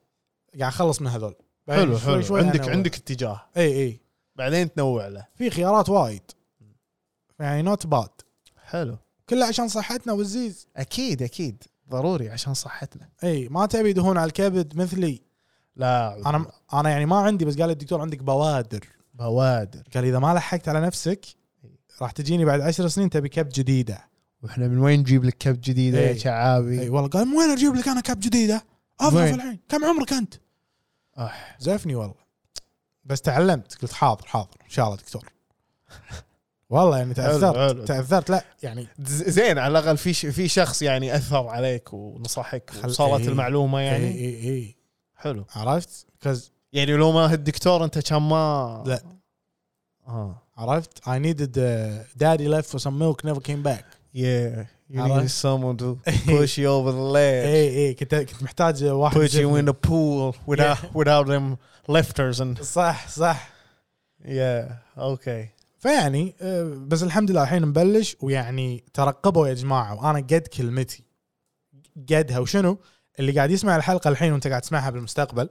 Speaker 4: قاعد اخلص من هذول بعدين
Speaker 3: حلو
Speaker 4: شوي
Speaker 3: حلو
Speaker 4: شوي يعني
Speaker 3: عندك
Speaker 4: أنا-
Speaker 3: عندك اتجاه
Speaker 4: اي اي
Speaker 3: بعدين تنوع له
Speaker 4: في خيارات وايد يعني نوت باد
Speaker 3: حلو
Speaker 4: كله عشان صحتنا والزيز
Speaker 3: اكيد اكيد ضروري عشان صحتنا
Speaker 4: اي ما تبي دهون على الكبد مثلي
Speaker 3: لا
Speaker 4: انا انا يعني ما عندي بس قال لي الدكتور عندك بوادر
Speaker 3: بوادر
Speaker 4: قال اذا ما لحقت على نفسك راح تجيني بعد عشر سنين تبي كب جديده
Speaker 3: واحنا من وين نجيب لك كب جديده يا
Speaker 4: إي. اي
Speaker 3: شعابي
Speaker 4: والله قال من وين اجيب لك انا كب جديده؟
Speaker 3: وين؟
Speaker 4: افضل الحين كم عمرك انت؟
Speaker 3: أح.
Speaker 4: زفني والله بس تعلمت قلت حاضر حاضر ان شاء الله دكتور والله يعني
Speaker 3: حلو، حلو.
Speaker 4: تاثرت تاثرت لا يعني
Speaker 3: ز- زين على الاقل في ش- في شخص يعني اثر عليك ونصحك
Speaker 4: خل-
Speaker 3: وصارت
Speaker 4: إي.
Speaker 3: المعلومه
Speaker 4: يعني
Speaker 3: يعني
Speaker 4: اي اي, إي.
Speaker 3: حلو
Speaker 4: عرفت؟ كز
Speaker 3: يعني لو ما هالدكتور انت كان ما
Speaker 4: لا.
Speaker 3: اه
Speaker 4: عرفت؟ I needed uh, daddy left for some milk never came back.
Speaker 3: Yeah, you need
Speaker 4: عرفت؟
Speaker 3: someone to push you over the ledge,
Speaker 4: اي اي إيه، كنت كنت محتاج واحد
Speaker 3: put you
Speaker 4: زفني.
Speaker 3: in the pool without without them lifters and
Speaker 4: صح صح
Speaker 3: yeah, okay.
Speaker 4: فيعني آه، بس الحمد لله الحين نبلش ويعني ترقبوا يا جماعه وانا قد كلمتي قدها وشنو اللي قاعد يسمع الحلقه الحين وانت قاعد تسمعها بالمستقبل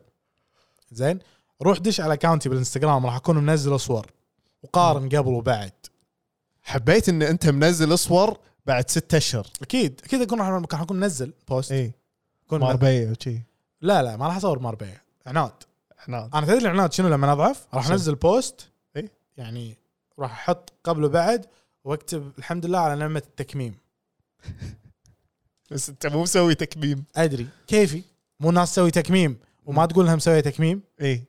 Speaker 4: زين روح دش على اكونتي بالانستغرام راح اكون منزل صور وقارن قبل وبعد
Speaker 3: حبيت ان انت منزل صور بعد ستة اشهر
Speaker 4: اكيد اكيد اكون راح اكون منزل بوست
Speaker 3: اي
Speaker 4: اكون
Speaker 3: ماربيه وشي
Speaker 4: لا لا ما راح اصور ماربيه عناد
Speaker 3: احنا
Speaker 4: انا تدري العناد شنو لما اضعف راح
Speaker 3: شنو؟
Speaker 4: انزل بوست
Speaker 3: إي.
Speaker 4: يعني راح احط قبل وبعد واكتب الحمد لله على نعمه التكميم
Speaker 3: بس انت مو مسوي تكميم
Speaker 4: ادري كيفي مو ناس تسوي تكميم وما تقول لها مسويه تكميم
Speaker 3: اي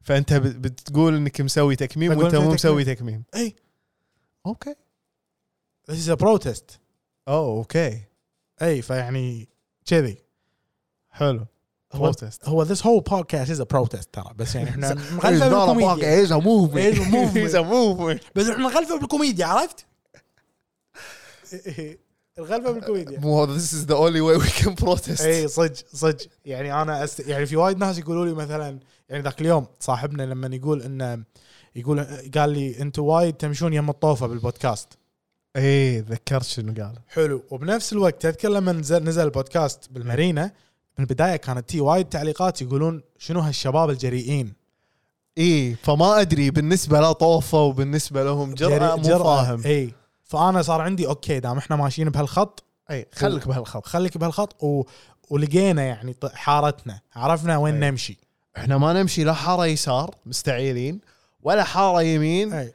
Speaker 3: فانت إيه. بت- بتقول انك مسوي تكميم
Speaker 4: بقول
Speaker 3: وانت
Speaker 4: مسوي
Speaker 3: مو مسوي تكميم
Speaker 4: اي
Speaker 3: اوكي
Speaker 4: This is a protest
Speaker 3: اوه اوكي
Speaker 4: اي فيعني كذي
Speaker 3: حلو
Speaker 4: هو-
Speaker 3: Protest.
Speaker 4: هو this whole podcast is a protest ترى بس يعني احنا
Speaker 10: It's
Speaker 4: مغلفه
Speaker 10: not a
Speaker 4: بالكوميديا
Speaker 10: podcast, it's a movement.
Speaker 4: It's a movement.
Speaker 3: It's a movement.
Speaker 4: بس احنا مغلفه بالكوميديا عرفت؟ الغلفه إيه. بالكوميديا
Speaker 3: مو this is the only way we can protest
Speaker 4: اي إيه، صدق صدق يعني انا أست... يعني في وايد ناس يقولوا لي مثلا يعني ذاك اليوم صاحبنا لما يقول انه يقول قال لي انتم وايد تمشون يم الطوفه بالبودكاست
Speaker 3: اي تذكرت إيه، شنو قال
Speaker 4: حلو وبنفس الوقت تذكر لما نزل نزل البودكاست بالمارينا من البدايه كانت تي وايد تعليقات يقولون شنو هالشباب الجريئين
Speaker 3: اي إيه، فما ادري بالنسبه له طوفه وبالنسبه لهم جرأة مو فاهم
Speaker 4: اي فانا صار عندي اوكي دام احنا ماشيين بهالخط
Speaker 3: اي إيه، خليك بهالخط
Speaker 4: خليك بهالخط و... ولقينا يعني ط- حارتنا عرفنا وين
Speaker 3: إي.
Speaker 4: نمشي
Speaker 3: احنا ما نمشي لا حاره يسار مستعيلين ولا حاره يمين
Speaker 4: اي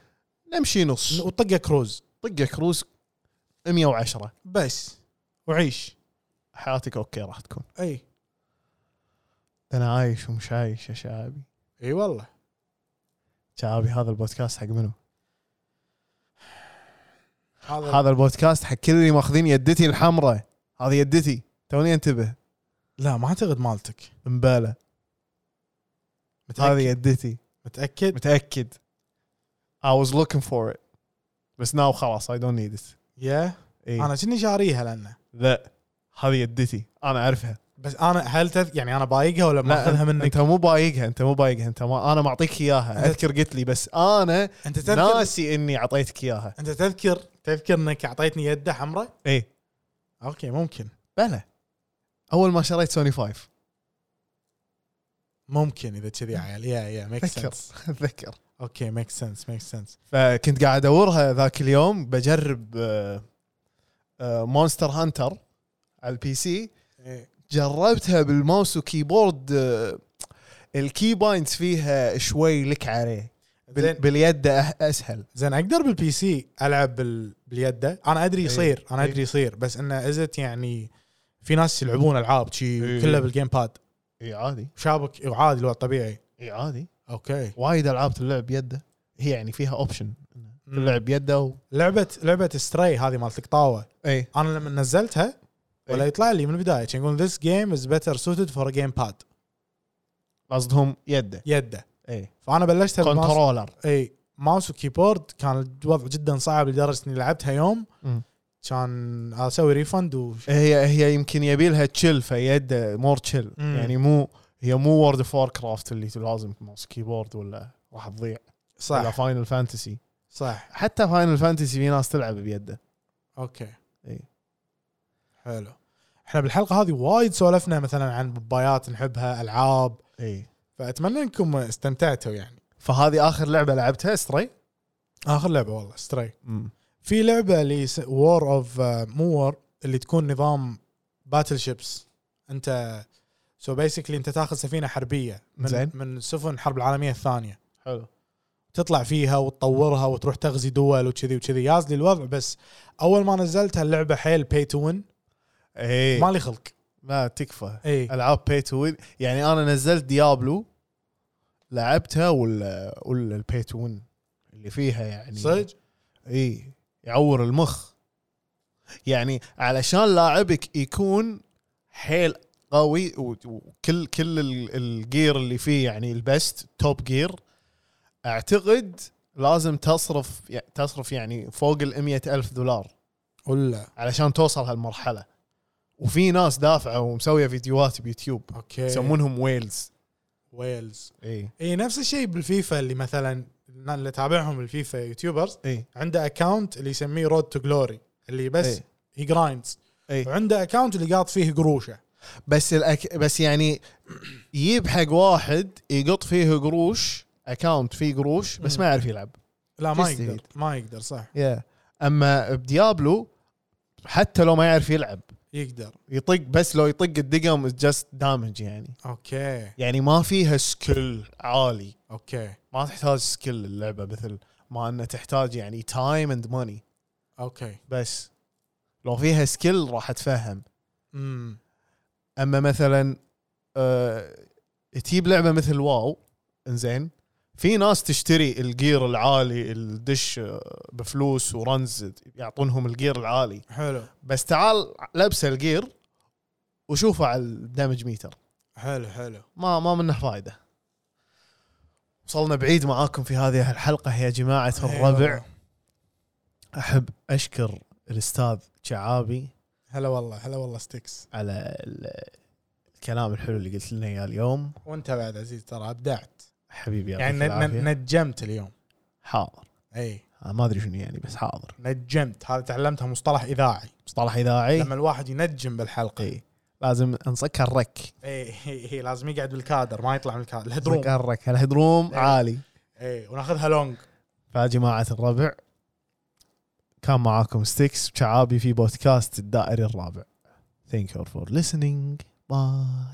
Speaker 3: نمشي نص
Speaker 4: وطقه كروز
Speaker 3: طقه كروز 110
Speaker 4: بس وعيش
Speaker 3: حياتك اوكي راح تكون
Speaker 4: اي
Speaker 3: انا عايش ومش عايش يا شعبي
Speaker 4: اي والله
Speaker 3: شعبي هذا البودكاست حق منو؟
Speaker 4: هذا
Speaker 3: هذا البودكاست حق كل اللي ماخذين يدتي الحمراء هذه يدتي توني انتبه
Speaker 4: لا ما اعتقد مالتك
Speaker 3: مبالة هذه
Speaker 4: متاكد
Speaker 3: يدتي
Speaker 4: متاكد
Speaker 3: متاكد I was looking for it بس now خلاص I don't need it
Speaker 4: يا
Speaker 3: إيه.
Speaker 4: انا كني شاريها لانه
Speaker 3: لا هذه يدتي انا اعرفها
Speaker 4: بس انا هل تف... يعني انا بايقها ولا ماخذها منك
Speaker 3: انت مو بايقها انت مو بايقها انت ما انا معطيك اياها اذكر قلت لي بس انا
Speaker 4: انت تذكر
Speaker 3: ناسي اني اعطيتك اياها
Speaker 4: انت تذكر تذكر انك اعطيتني يده حمراء
Speaker 3: اي
Speaker 4: اوكي ممكن
Speaker 3: إيه. بلى اول ما شريت سوني 5
Speaker 4: ممكن اذا كذي عيال يا يا ميك
Speaker 3: اتذكر
Speaker 4: سنس
Speaker 3: اتذكر
Speaker 4: اوكي ميك سنس ميك سنس
Speaker 3: فكنت قاعد ادورها ذاك اليوم بجرب آه، مونستر هانتر على البي سي جربتها بالماوس وكيبورد آه، الكيبايندز فيها شوي لك عليه بال-
Speaker 4: زين
Speaker 3: باليد أه- اسهل
Speaker 4: زين اقدر بالبي سي العب بال... باليده انا ادري يصير انا
Speaker 3: إيه.
Speaker 4: ادري يصير بس انه ازت يعني في ناس يلعبون العاب شي
Speaker 3: إيه.
Speaker 4: كلها بالجيم باد
Speaker 3: اي عادي
Speaker 4: شابك وعادي الوضع طبيعي
Speaker 3: اي عادي
Speaker 4: اوكي
Speaker 3: وايد العاب تلعب بيده هي يعني فيها اوبشن تلعب يده و...
Speaker 4: لعبه لعبه ستري هذه مالت القطاوه
Speaker 3: اي
Speaker 4: انا لما نزلتها ولا
Speaker 3: إي.
Speaker 4: يطلع لي من البدايه كان يقول ذيس جيم از بيتر سوتد فور جيم باد
Speaker 3: قصدهم يده
Speaker 4: يده
Speaker 3: اي
Speaker 4: فانا بلشت بماوس
Speaker 3: كنترولر
Speaker 4: اي ماوس وكيبورد كان الوضع جدا صعب لدرجه اني لعبتها يوم
Speaker 3: مم. إيه.
Speaker 4: كان اسوي ريفند وش
Speaker 3: هي هي يمكن يبي لها تشيل فيد مور تشيل
Speaker 4: مم.
Speaker 3: يعني مو هي مو وورد اوف كرافت اللي لازم ماوس كيبورد ولا راح تضيع ولا
Speaker 4: صح
Speaker 3: فاينل فانتسي
Speaker 4: صح
Speaker 3: حتى فاينل فانتسي في ناس تلعب بيده
Speaker 4: اوكي
Speaker 3: إي.
Speaker 4: حلو احنا بالحلقه هذه وايد سولفنا مثلا عن ببايات نحبها العاب
Speaker 3: اي
Speaker 4: فاتمنى انكم استمتعتوا يعني
Speaker 3: فهذه اخر لعبه لعبتها ستري
Speaker 4: اخر لعبه والله ستري في لعبه اللي وور اوف آه، مو وور اللي تكون نظام باتل شيبس انت سو بيسكلي انت تاخذ سفينه حربيه من
Speaker 3: زين.
Speaker 4: من سفن الحرب العالميه الثانيه
Speaker 3: حلو
Speaker 4: تطلع فيها وتطورها وتروح تغزي دول وكذي وكذي يازلي الوضع بس اول ما نزلتها اللعبه حيل باي تو وين
Speaker 3: اي
Speaker 4: مالي خلق إيه.
Speaker 3: ما تكفى
Speaker 4: اي
Speaker 3: العاب بي تو وين يعني انا نزلت ديابلو لعبتها ولا ولا البي تو وين اللي فيها يعني
Speaker 4: صدق
Speaker 3: اي يعور المخ يعني علشان لاعبك يكون حيل قوي و- وكل كل ال- الجير اللي فيه يعني البست توب جير اعتقد لازم تصرف تصرف يعني فوق ال 100 ألف دولار
Speaker 4: ولا
Speaker 3: علشان توصل هالمرحله وفي ناس دافعه ومسويه فيديوهات بيوتيوب
Speaker 4: اوكي
Speaker 3: يسمونهم ويلز
Speaker 4: ويلز
Speaker 3: اي
Speaker 4: اي إيه، نفس الشيء بالفيفا اللي مثلا اللي تابعهم بالفيفا يوتيوبرز
Speaker 3: اي
Speaker 4: عنده اكونت اللي يسميه رود تو جلوري اللي بس
Speaker 3: إي.
Speaker 4: هي جرايندز
Speaker 3: إي.
Speaker 4: وعنده اكونت اللي قاط فيه قروشه
Speaker 3: بس الأك... بس يعني يجيب حق واحد يقط فيه قروش اكاونت فيه قروش بس ما يعرف يلعب
Speaker 4: لا ما
Speaker 3: تستفيد.
Speaker 4: يقدر ما يقدر صح
Speaker 3: yeah. اما بديابلو حتى لو ما يعرف يلعب
Speaker 4: يقدر
Speaker 3: يطق بس لو يطق الدقم جاست دامج يعني
Speaker 4: اوكي
Speaker 3: يعني ما فيها سكيل عالي
Speaker 4: اوكي
Speaker 3: ما تحتاج سكيل اللعبه مثل ما انها تحتاج يعني تايم اند ماني
Speaker 4: اوكي
Speaker 3: بس لو فيها سكيل راح اتفهم
Speaker 4: امم
Speaker 3: اما مثلا أه تجيب لعبه مثل واو انزين في ناس تشتري الجير العالي الدش آه، بفلوس ورنز يعطونهم الجير العالي
Speaker 4: حلو
Speaker 3: بس تعال لبسه الجير وشوفه على الدامج ميتر
Speaker 4: حلو حلو
Speaker 3: ما ما منه فايده وصلنا بعيد معاكم في هذه الحلقه يا جماعه الربع
Speaker 4: والله.
Speaker 3: احب اشكر الاستاذ شعابي
Speaker 4: هلا والله هلا والله ستيكس
Speaker 3: على ال- الكلام الحلو اللي قلت لنا اياه اليوم
Speaker 4: وانت بعد عزيز ترى ابدعت
Speaker 3: حبيبي يعطيك
Speaker 4: يعني ن-
Speaker 3: العافيه
Speaker 4: ن- نجمت اليوم
Speaker 3: حاضر
Speaker 4: اي
Speaker 3: أنا ما ادري شنو يعني بس حاضر
Speaker 4: نجمت هذا تعلمتها مصطلح اذاعي
Speaker 3: مصطلح اذاعي
Speaker 4: لما الواحد ينجم بالحلقه
Speaker 3: إي. لازم نسكر رك
Speaker 4: اي هي هي إيه، لازم يقعد بالكادر ما يطلع من الكادر الهدروم
Speaker 3: نسكر رك الهدروم
Speaker 4: إي.
Speaker 3: عالي
Speaker 4: اي وناخذها لونج
Speaker 3: فيا جماعه الربع كان معاكم ستيكس شعابي في بودكاست الدائري الرابع Thank you for listening. Bye.